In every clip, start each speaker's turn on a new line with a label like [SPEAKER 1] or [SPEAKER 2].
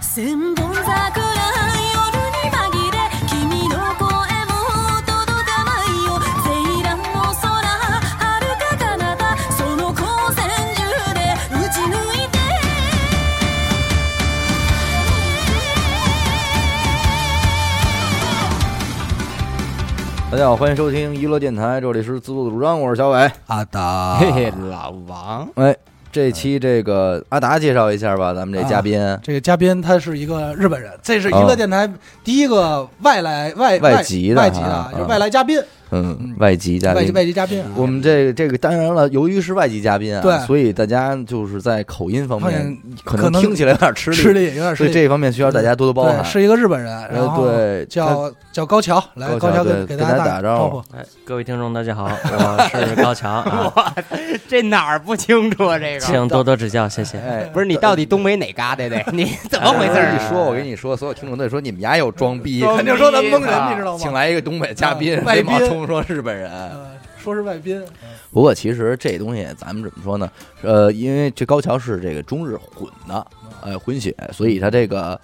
[SPEAKER 1] 千本桜夜に紛れ君の声も届かないよセイランの空遥か彼方その光線中で打ち抜いて
[SPEAKER 2] 大家好，欢迎收听娱乐电台，这里是自作主张，我是小伟。
[SPEAKER 3] 阿达，
[SPEAKER 4] 嘿嘿，老 王，
[SPEAKER 2] 哎，这期这个阿达介绍一下吧，咱们这嘉宾、
[SPEAKER 3] 这个嘉宾他是一个日本人，这是娱乐
[SPEAKER 2] 哦
[SPEAKER 3] 电台第一个外来外
[SPEAKER 2] 外
[SPEAKER 3] 外
[SPEAKER 2] 籍的
[SPEAKER 3] 外籍
[SPEAKER 2] 啊
[SPEAKER 3] 的，就是
[SPEAKER 2] 嗯
[SPEAKER 3] 外来嘉宾，
[SPEAKER 2] 嗯，外籍嘉
[SPEAKER 3] 外籍
[SPEAKER 2] 宾。嗯
[SPEAKER 3] 外籍嘉宾啊。
[SPEAKER 2] 我们这这个当然了，由于是外籍嘉宾啊，
[SPEAKER 3] 对
[SPEAKER 2] 所以大家就是在口音方
[SPEAKER 3] 发
[SPEAKER 2] 面
[SPEAKER 3] 现
[SPEAKER 2] 可
[SPEAKER 3] 可能
[SPEAKER 2] 听起来有点吃力，
[SPEAKER 3] 吃力有点吃
[SPEAKER 2] 所以
[SPEAKER 3] 力，
[SPEAKER 2] 这一方面需要大家多多包
[SPEAKER 3] 对
[SPEAKER 2] 涵。
[SPEAKER 3] 是一个日本人，
[SPEAKER 2] 呃
[SPEAKER 3] 然后
[SPEAKER 2] 对他
[SPEAKER 3] 叫叫高桥来，
[SPEAKER 2] 高桥
[SPEAKER 3] 高桥给
[SPEAKER 2] 对给
[SPEAKER 3] 大家
[SPEAKER 2] 大家打
[SPEAKER 3] 打
[SPEAKER 2] 招呼
[SPEAKER 3] 呼，
[SPEAKER 5] 哎，各位听众，大家好，我是高强啊，
[SPEAKER 4] 这哪儿不清楚啊？这个
[SPEAKER 5] 请多多指教，谢谢。
[SPEAKER 2] 哎，
[SPEAKER 4] 不是你到底东北哪旮瘩 的？你怎么回事
[SPEAKER 5] 哎
[SPEAKER 2] 我
[SPEAKER 4] 儿
[SPEAKER 2] 跟你
[SPEAKER 4] 啊？
[SPEAKER 2] 说，我跟你说，所有听众都说你们家有装逼，
[SPEAKER 3] 肯定说咱蒙人，
[SPEAKER 4] 啊
[SPEAKER 3] 你知道
[SPEAKER 2] 请
[SPEAKER 3] 吗？
[SPEAKER 2] 来一个东北嘉宾，
[SPEAKER 3] 啊外
[SPEAKER 2] 非
[SPEAKER 3] 宾
[SPEAKER 2] 冒充说日本人。
[SPEAKER 3] 呃说是外宾，
[SPEAKER 2] 不过其实这东西咱们怎么说呢？呃，因为这高桥是这个中日混的，呃，混血，所以他这个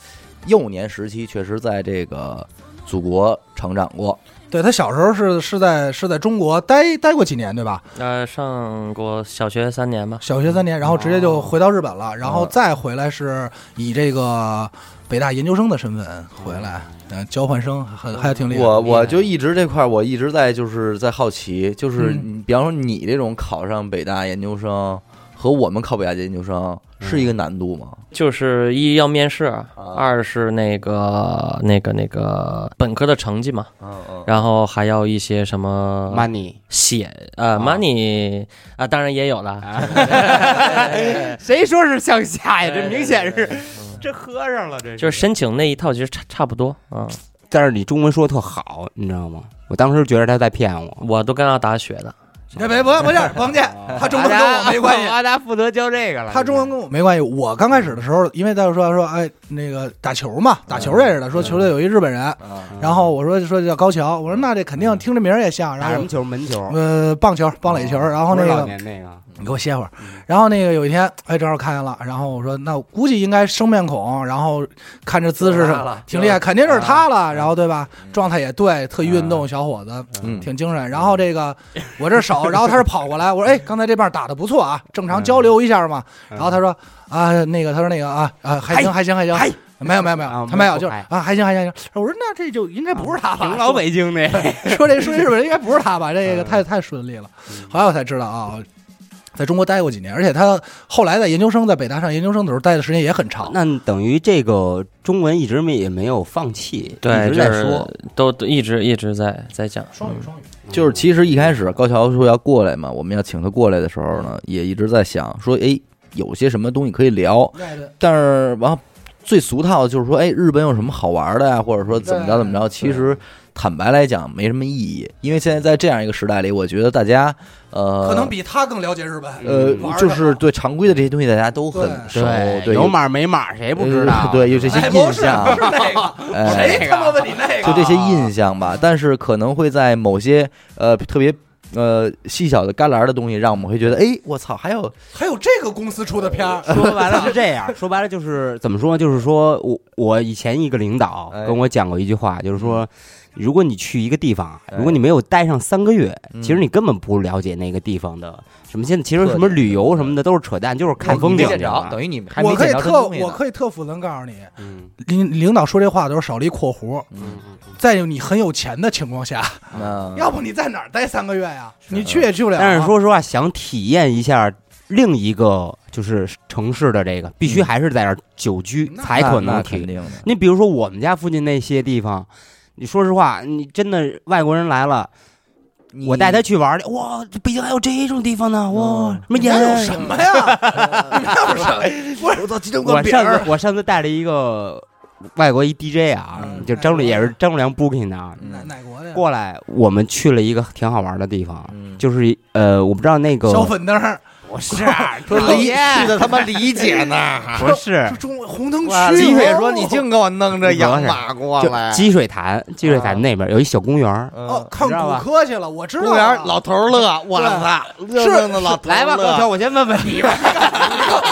[SPEAKER 2] 幼年时期确实在这个祖国成长过。
[SPEAKER 3] 对他小时候是是在是在中国待待过几年，对吧？
[SPEAKER 5] 呃，上过小学三年吧，
[SPEAKER 3] 小学三年，然后直接
[SPEAKER 4] 哦
[SPEAKER 3] 就回到日本了，然
[SPEAKER 4] 嗯
[SPEAKER 3] 后再回来是以这个北大研究生的身份
[SPEAKER 4] 嗯
[SPEAKER 3] 回来，呃，交换生还还挺厉害。
[SPEAKER 2] 我我就一直这块儿，我一直在就是在好奇，就是
[SPEAKER 3] 嗯
[SPEAKER 2] 你比方说你这种考上北大研究生和我们考北大研究生
[SPEAKER 3] 嗯
[SPEAKER 2] 是一个难度吗？
[SPEAKER 5] 就是一要面试，啊二是那个那个那个本科的成绩嘛，
[SPEAKER 2] 嗯嗯
[SPEAKER 5] 然后还要一些什么
[SPEAKER 4] money，
[SPEAKER 5] 写呃 money 啊，当然也有了，
[SPEAKER 4] 谁说是向下呀？
[SPEAKER 5] 哎
[SPEAKER 4] 这明显是这喝上了，这
[SPEAKER 5] 就是申请那一套其实差差不多啊，
[SPEAKER 4] 但是你中文说得特好，你知道吗？我当时觉得他在骗我。
[SPEAKER 5] 我都跟阿达学的，
[SPEAKER 3] 别别甭甭 介甭介，他中文跟我没关系。
[SPEAKER 4] 阿啊达负责教这个了。
[SPEAKER 3] 他中文跟我没关系。我刚开始的时候，因为他说说，哎，那个打球嘛，打
[SPEAKER 4] 嗯
[SPEAKER 3] 球认识的，说球队有一日本人，然后我说说叫高桥，我说那这肯定听这名儿也像，
[SPEAKER 4] 嗯打
[SPEAKER 3] 然
[SPEAKER 4] 什
[SPEAKER 3] 后
[SPEAKER 4] 么球？门球，
[SPEAKER 3] 呃，棒球、棒垒球，然后那
[SPEAKER 4] 不是老
[SPEAKER 3] 个
[SPEAKER 4] 年那个，
[SPEAKER 3] 你给我歇会儿。然后那个有一天，哎，正好看见了，然后我说那我估计应该生面孔，然后看这姿势
[SPEAKER 2] 就是
[SPEAKER 3] 什
[SPEAKER 2] 他
[SPEAKER 3] 么
[SPEAKER 2] 了
[SPEAKER 3] 挺厉害，
[SPEAKER 2] 就是
[SPEAKER 3] 肯定是他了，然后对吧
[SPEAKER 2] 嗯？
[SPEAKER 3] 状态也对，特运动小伙子。
[SPEAKER 2] 嗯，
[SPEAKER 3] 挺精神，然后这个我这手，然后他是跑过来，我说哎，刚才这棒打的不错啊，正常交流一下嘛。然后他说啊，那个他说那个啊啊，还行还行还行，
[SPEAKER 4] 嗨
[SPEAKER 3] 没有没有没有
[SPEAKER 4] 啊，
[SPEAKER 3] 他没有
[SPEAKER 4] 没有
[SPEAKER 3] 就是啊还行还行还行。我说那这就应该不是他吧？
[SPEAKER 4] 啊挺老北京的，
[SPEAKER 3] 说这说这日本人应该不是他吧？这个太太顺利了。后来我才知道啊，在中国待过几年，而且他后来在研究生在北大上研究生的时候待的时间也很长。
[SPEAKER 4] 那等于这个中文一直没也没有放弃，
[SPEAKER 5] 对，
[SPEAKER 4] 一直
[SPEAKER 5] 就
[SPEAKER 4] 在
[SPEAKER 5] 是
[SPEAKER 4] 说。
[SPEAKER 5] 都都一直一直在在讲，
[SPEAKER 3] 双语双语，
[SPEAKER 2] 就是其实一开始高桥说要过来嘛，我们要请他过来的时候呢，也一直在想说，哎，有些什么东西可以聊。
[SPEAKER 3] 呃
[SPEAKER 2] 但是完后最俗套的就是说，哎，日本有什么好玩的呀、或者说怎么着
[SPEAKER 3] 对
[SPEAKER 2] 怎么着？其实坦白来讲，没什么意义，因为现在在这样一个时代里，我觉得大家呃，
[SPEAKER 3] 可能比他更了解日本。
[SPEAKER 2] 呃
[SPEAKER 3] 玩儿，的
[SPEAKER 2] 就是对常规的这些东西，大家都很熟，对，
[SPEAKER 4] 有
[SPEAKER 2] 有
[SPEAKER 4] 码没码谁不知道？
[SPEAKER 2] 呃对，有这些
[SPEAKER 3] 哎不
[SPEAKER 2] 印
[SPEAKER 3] 是
[SPEAKER 2] 象，
[SPEAKER 3] 不是那个，
[SPEAKER 2] 啊哎
[SPEAKER 3] 谁他妈问你那
[SPEAKER 2] 就
[SPEAKER 3] 个？
[SPEAKER 2] 这些印象吧。但是可能会在某些呃特别呃细小的旮旯的东西，让我们会觉得，哎，我操，还有
[SPEAKER 3] 还有这个公司出的片
[SPEAKER 2] 呃
[SPEAKER 3] 儿，
[SPEAKER 4] 说白了是这样，说白了就是怎么说？就是说我我以前一个领导
[SPEAKER 2] 哎嗯
[SPEAKER 4] 跟我讲过一句话，就是说，如果你去一个地方，
[SPEAKER 2] 哎
[SPEAKER 4] 如果你没有待上三个月，
[SPEAKER 2] 嗯
[SPEAKER 4] 其实你根本不了解那个地方的什么。现在其实
[SPEAKER 2] 特
[SPEAKER 4] 什么
[SPEAKER 2] 点
[SPEAKER 4] 旅游什么的都是扯淡，就是看风景
[SPEAKER 2] 没见
[SPEAKER 4] 就
[SPEAKER 2] 着，
[SPEAKER 4] 完了。
[SPEAKER 2] 等于你还
[SPEAKER 3] 我
[SPEAKER 2] 没
[SPEAKER 3] 可
[SPEAKER 2] 见
[SPEAKER 3] 以
[SPEAKER 2] 着真
[SPEAKER 3] 特
[SPEAKER 2] 东西
[SPEAKER 3] 我
[SPEAKER 2] 呢。
[SPEAKER 3] 可以特负责告诉你，
[SPEAKER 4] 嗯
[SPEAKER 3] 领领导说这话的时候少了一括弧，
[SPEAKER 2] 嗯，
[SPEAKER 3] 在你很有钱的情况下，
[SPEAKER 2] 那
[SPEAKER 3] 要不你在哪儿待三个月呀？你去也去不了啊。
[SPEAKER 4] 但是说实话，想体验一下另一个就是城市的这个，必须
[SPEAKER 2] 嗯
[SPEAKER 4] 还是在那儿久居
[SPEAKER 3] 那
[SPEAKER 4] 才可能
[SPEAKER 2] 那
[SPEAKER 4] 体
[SPEAKER 2] 肯定的，
[SPEAKER 4] 你比如说我们家附近那些地方，你说实话，你真的外国人来了，
[SPEAKER 2] 你
[SPEAKER 4] 我带他去玩儿去，哇，这北京还有这种地方呢，哇，
[SPEAKER 2] 嗯
[SPEAKER 4] 什么
[SPEAKER 3] 你们有
[SPEAKER 4] 盐
[SPEAKER 3] 什 么呀？你们有什么？
[SPEAKER 2] 我操，激动
[SPEAKER 4] 我
[SPEAKER 2] 饼
[SPEAKER 4] 上次我上次带了一个外国一 DJ 啊，
[SPEAKER 3] 嗯
[SPEAKER 4] 就张也是张栋梁 booking 的啊，
[SPEAKER 2] 嗯
[SPEAKER 3] 哪哪国的呀？
[SPEAKER 4] 过来我们去了一个挺好玩的地方，
[SPEAKER 2] 嗯，
[SPEAKER 4] 就是呃，我不知道那个
[SPEAKER 3] 小粉 灯儿，
[SPEAKER 4] 不是
[SPEAKER 2] 啊说
[SPEAKER 4] 讨
[SPEAKER 2] 理
[SPEAKER 4] 厌
[SPEAKER 2] 去的他妈理解 呢。
[SPEAKER 4] 不是
[SPEAKER 3] 是中红灯
[SPEAKER 2] 哇
[SPEAKER 3] 区。哦
[SPEAKER 2] 李雪说：“你净给我弄这
[SPEAKER 4] 主要
[SPEAKER 2] 养
[SPEAKER 4] 是
[SPEAKER 2] 马过
[SPEAKER 4] 就
[SPEAKER 2] 来。
[SPEAKER 4] 积水潭，积水
[SPEAKER 2] 啊
[SPEAKER 4] 潭那边有一小公园儿，
[SPEAKER 3] 哦
[SPEAKER 2] 嗯，
[SPEAKER 3] 看
[SPEAKER 4] 你知道吧
[SPEAKER 3] 骨科去了，我知道
[SPEAKER 2] 公
[SPEAKER 3] 啊。
[SPEAKER 2] 园老头儿乐，我
[SPEAKER 3] 对
[SPEAKER 4] 啊
[SPEAKER 2] 操，热
[SPEAKER 3] 是
[SPEAKER 2] 腾腾的老头儿乐
[SPEAKER 4] 来吧，高桥，我先问问你吧。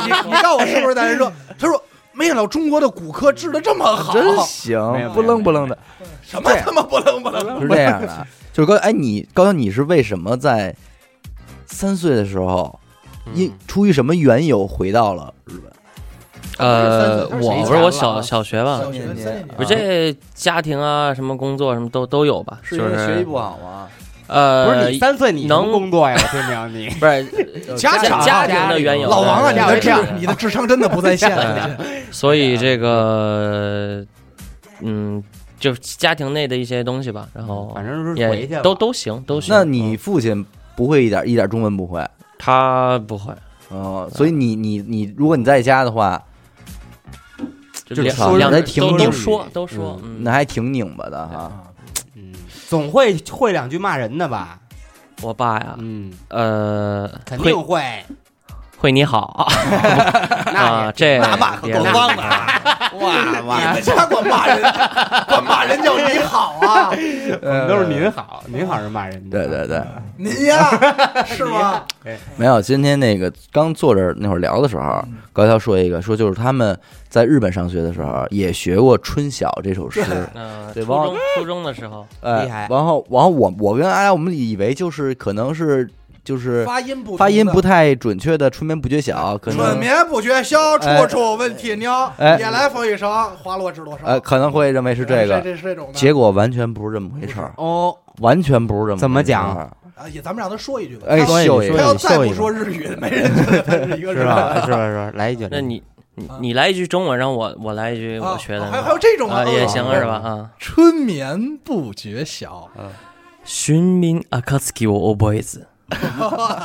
[SPEAKER 3] 你你告诉我是不是在这说？他说没想到中国的骨科治的这么好，
[SPEAKER 2] 啊真行
[SPEAKER 4] 没有，
[SPEAKER 2] 不愣不愣的，
[SPEAKER 3] 什么他妈不愣不愣，
[SPEAKER 2] 是这样的 啊，就是高哎，你高桥，你是为什么在三岁的时候，因出于什么缘由回到了日本？
[SPEAKER 5] 呃，
[SPEAKER 4] 他是谁
[SPEAKER 5] 我不
[SPEAKER 4] 家
[SPEAKER 5] 是
[SPEAKER 4] 了
[SPEAKER 5] 我小小学
[SPEAKER 2] 啊
[SPEAKER 5] 吧，
[SPEAKER 3] 小学三年级
[SPEAKER 5] 不是这家庭啊，什么工作什么都都有吧，就
[SPEAKER 2] 好吗？
[SPEAKER 5] 呃，
[SPEAKER 4] 不是你三岁你什么
[SPEAKER 5] 能
[SPEAKER 4] 工作呀？我听着 你
[SPEAKER 5] 不是
[SPEAKER 3] 家
[SPEAKER 5] 家
[SPEAKER 3] 长
[SPEAKER 5] 家庭的缘由，
[SPEAKER 3] 老王啊，你
[SPEAKER 4] 吓我
[SPEAKER 3] 的
[SPEAKER 4] 一跳
[SPEAKER 3] 智你的智商真的不在线了，
[SPEAKER 5] 所以这个，嗯，就是家庭内的一些东西吧，然后
[SPEAKER 4] 反正是回
[SPEAKER 5] 也
[SPEAKER 4] 去了
[SPEAKER 5] 都都行都行。
[SPEAKER 2] 那你父亲不会一点一点中文不会？
[SPEAKER 5] 他不会，
[SPEAKER 2] 哦，所以你你你，如果你在家的话，
[SPEAKER 5] 就
[SPEAKER 2] 就是
[SPEAKER 5] 两
[SPEAKER 2] 少
[SPEAKER 5] 两
[SPEAKER 2] 还挺
[SPEAKER 5] 都
[SPEAKER 2] 拧
[SPEAKER 5] 都
[SPEAKER 2] 巴
[SPEAKER 5] 说都说，嗯
[SPEAKER 2] 那还挺拧巴的哈。
[SPEAKER 4] 嗯，总会会两句骂人的吧？
[SPEAKER 5] 我爸呀，
[SPEAKER 4] 嗯，
[SPEAKER 5] 呃，
[SPEAKER 4] 肯
[SPEAKER 5] 会
[SPEAKER 4] 定会。
[SPEAKER 5] 会你好
[SPEAKER 4] 那
[SPEAKER 5] 啊，这
[SPEAKER 3] 那骂可
[SPEAKER 5] 也
[SPEAKER 3] 够脏的啊！
[SPEAKER 4] 哇
[SPEAKER 3] 你们家管骂人，管骂人叫你好 啊，
[SPEAKER 4] 我们呃都是您好，您好是骂人
[SPEAKER 2] 对
[SPEAKER 4] 的。
[SPEAKER 2] 对对，
[SPEAKER 3] 您 呀，是吗？
[SPEAKER 2] 没有。今天那个刚坐这儿那会儿聊的时候，高桥说一个，说就是他们在日本上学的时候也学过《春晓》这首诗。
[SPEAKER 5] 嗯，
[SPEAKER 2] 对
[SPEAKER 5] 初
[SPEAKER 2] 汪
[SPEAKER 5] 中初中的时候，
[SPEAKER 2] 哎
[SPEAKER 4] 厉害
[SPEAKER 2] 然后，然后我我跟阿雅，我们以为就是可能是就是
[SPEAKER 3] 发音不
[SPEAKER 2] 发音不
[SPEAKER 3] 同
[SPEAKER 2] 太准确的春眠不觉晓，可
[SPEAKER 3] 的
[SPEAKER 2] 能
[SPEAKER 3] 准眠不觉晓，处处问啼鸟。
[SPEAKER 2] 嗯哎
[SPEAKER 3] 夜来风雨声，花落知多少。哎
[SPEAKER 2] 呃可能会认为是这
[SPEAKER 3] 这
[SPEAKER 2] 个，
[SPEAKER 3] 这是这种的。
[SPEAKER 2] 结果完全不是这么回事儿，
[SPEAKER 4] 哦，
[SPEAKER 2] 完全不是这么
[SPEAKER 4] 怎么
[SPEAKER 2] 回事儿
[SPEAKER 4] 讲？
[SPEAKER 3] 啊，也咱们让他说一句吧。
[SPEAKER 2] 哎，
[SPEAKER 4] 说一
[SPEAKER 2] 秀
[SPEAKER 4] 句
[SPEAKER 2] 一
[SPEAKER 3] 他
[SPEAKER 2] 个
[SPEAKER 4] 说
[SPEAKER 3] 要
[SPEAKER 4] 你
[SPEAKER 3] 再
[SPEAKER 4] 秀一
[SPEAKER 3] 不
[SPEAKER 4] 个
[SPEAKER 3] 说日语，没人觉得他是一个
[SPEAKER 4] 是
[SPEAKER 3] 人
[SPEAKER 4] 吧？是吧？是吧？来一句。
[SPEAKER 5] 那你你
[SPEAKER 3] 啊
[SPEAKER 5] 你来一句中文，然后我我来一
[SPEAKER 4] 哎
[SPEAKER 5] 句我学的
[SPEAKER 3] 啊
[SPEAKER 5] 那
[SPEAKER 3] 还
[SPEAKER 5] 个，
[SPEAKER 3] 还有这种
[SPEAKER 5] 啊也行
[SPEAKER 3] 啊
[SPEAKER 5] 是吧？？啊，
[SPEAKER 3] 春眠不觉晓，
[SPEAKER 4] 啊
[SPEAKER 5] 寻民阿卡斯基我 boys，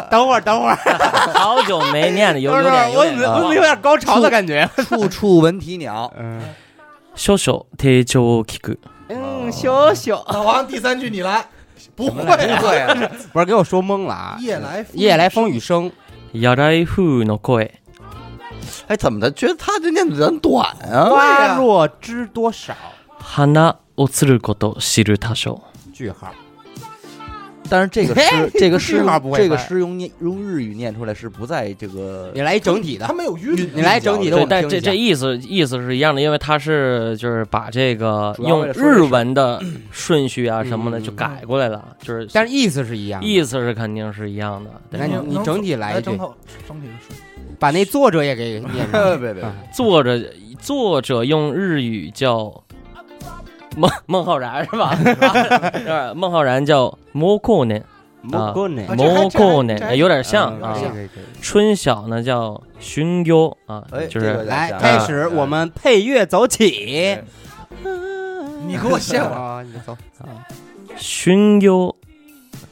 [SPEAKER 4] 等会儿，等会儿，
[SPEAKER 5] 好久没念了，有有
[SPEAKER 4] 等会儿，
[SPEAKER 5] 点啊哦 有
[SPEAKER 4] 我怎么
[SPEAKER 5] 点
[SPEAKER 4] 我怎么有点高潮的感觉？
[SPEAKER 2] 处处闻啼鸟，
[SPEAKER 4] 嗯
[SPEAKER 5] 少々丁重を聞く。
[SPEAKER 4] 嗯，羞羞，
[SPEAKER 3] 老王第三句你来，不会
[SPEAKER 2] 不
[SPEAKER 3] 啊
[SPEAKER 2] 会啊，
[SPEAKER 4] 不是给我说懵了啊！
[SPEAKER 3] 夜来风
[SPEAKER 4] 夜来风雨声，
[SPEAKER 5] やらい風の声。
[SPEAKER 2] 哎，怎么的？觉得他这念的有点短啊？
[SPEAKER 4] 花落知多少？
[SPEAKER 5] 花をつること知る多少。
[SPEAKER 4] 句号。
[SPEAKER 2] 但是这个 诗，这个诗
[SPEAKER 4] 句号
[SPEAKER 2] 用
[SPEAKER 4] 不会
[SPEAKER 2] 这个
[SPEAKER 4] 翻
[SPEAKER 2] 诗用念用日语念出来是不在这个
[SPEAKER 4] 你来一整体
[SPEAKER 3] 他
[SPEAKER 4] 的，
[SPEAKER 3] 没有韵律，
[SPEAKER 4] 你来整体的，
[SPEAKER 5] 对
[SPEAKER 4] 我，们
[SPEAKER 5] 但
[SPEAKER 4] 听
[SPEAKER 5] 这
[SPEAKER 4] 一下
[SPEAKER 5] 这意思意思是一样的，因为它是就是把这个
[SPEAKER 2] 主要
[SPEAKER 5] 用
[SPEAKER 2] 为了说这
[SPEAKER 5] 日
[SPEAKER 2] 事
[SPEAKER 5] 文的顺序啊
[SPEAKER 4] 嗯
[SPEAKER 5] 什么的
[SPEAKER 4] 嗯
[SPEAKER 5] 就
[SPEAKER 4] 嗯
[SPEAKER 5] 改过来了，就是
[SPEAKER 4] 但是意思是一样的。
[SPEAKER 5] 意思是肯定是一样的。
[SPEAKER 4] 那
[SPEAKER 5] 对
[SPEAKER 4] 你
[SPEAKER 3] 能哎
[SPEAKER 4] 你
[SPEAKER 3] 能
[SPEAKER 4] 整体来
[SPEAKER 3] 来
[SPEAKER 4] 一句
[SPEAKER 3] 整，套整体的说。
[SPEAKER 4] 把那作者也给 念上。
[SPEAKER 2] 别别别，
[SPEAKER 5] 作者作者用日语叫孟孟浩然是吧？是吧 孟浩然叫摩库呢，
[SPEAKER 4] 莫过呢
[SPEAKER 3] 啊，这还
[SPEAKER 5] 摩库
[SPEAKER 3] 这
[SPEAKER 5] 呢
[SPEAKER 3] 还
[SPEAKER 5] 有点像
[SPEAKER 3] 这还
[SPEAKER 5] 啊
[SPEAKER 3] 这。还
[SPEAKER 4] 可以可以。
[SPEAKER 5] 春晓呢叫寻幽啊
[SPEAKER 2] 哎，
[SPEAKER 5] 就
[SPEAKER 2] 这个
[SPEAKER 5] 是
[SPEAKER 4] 来，
[SPEAKER 2] 啊
[SPEAKER 4] 开始我们配乐走起
[SPEAKER 2] 对。
[SPEAKER 3] 你给我歇会儿，
[SPEAKER 4] 啊！你走。
[SPEAKER 5] 巡業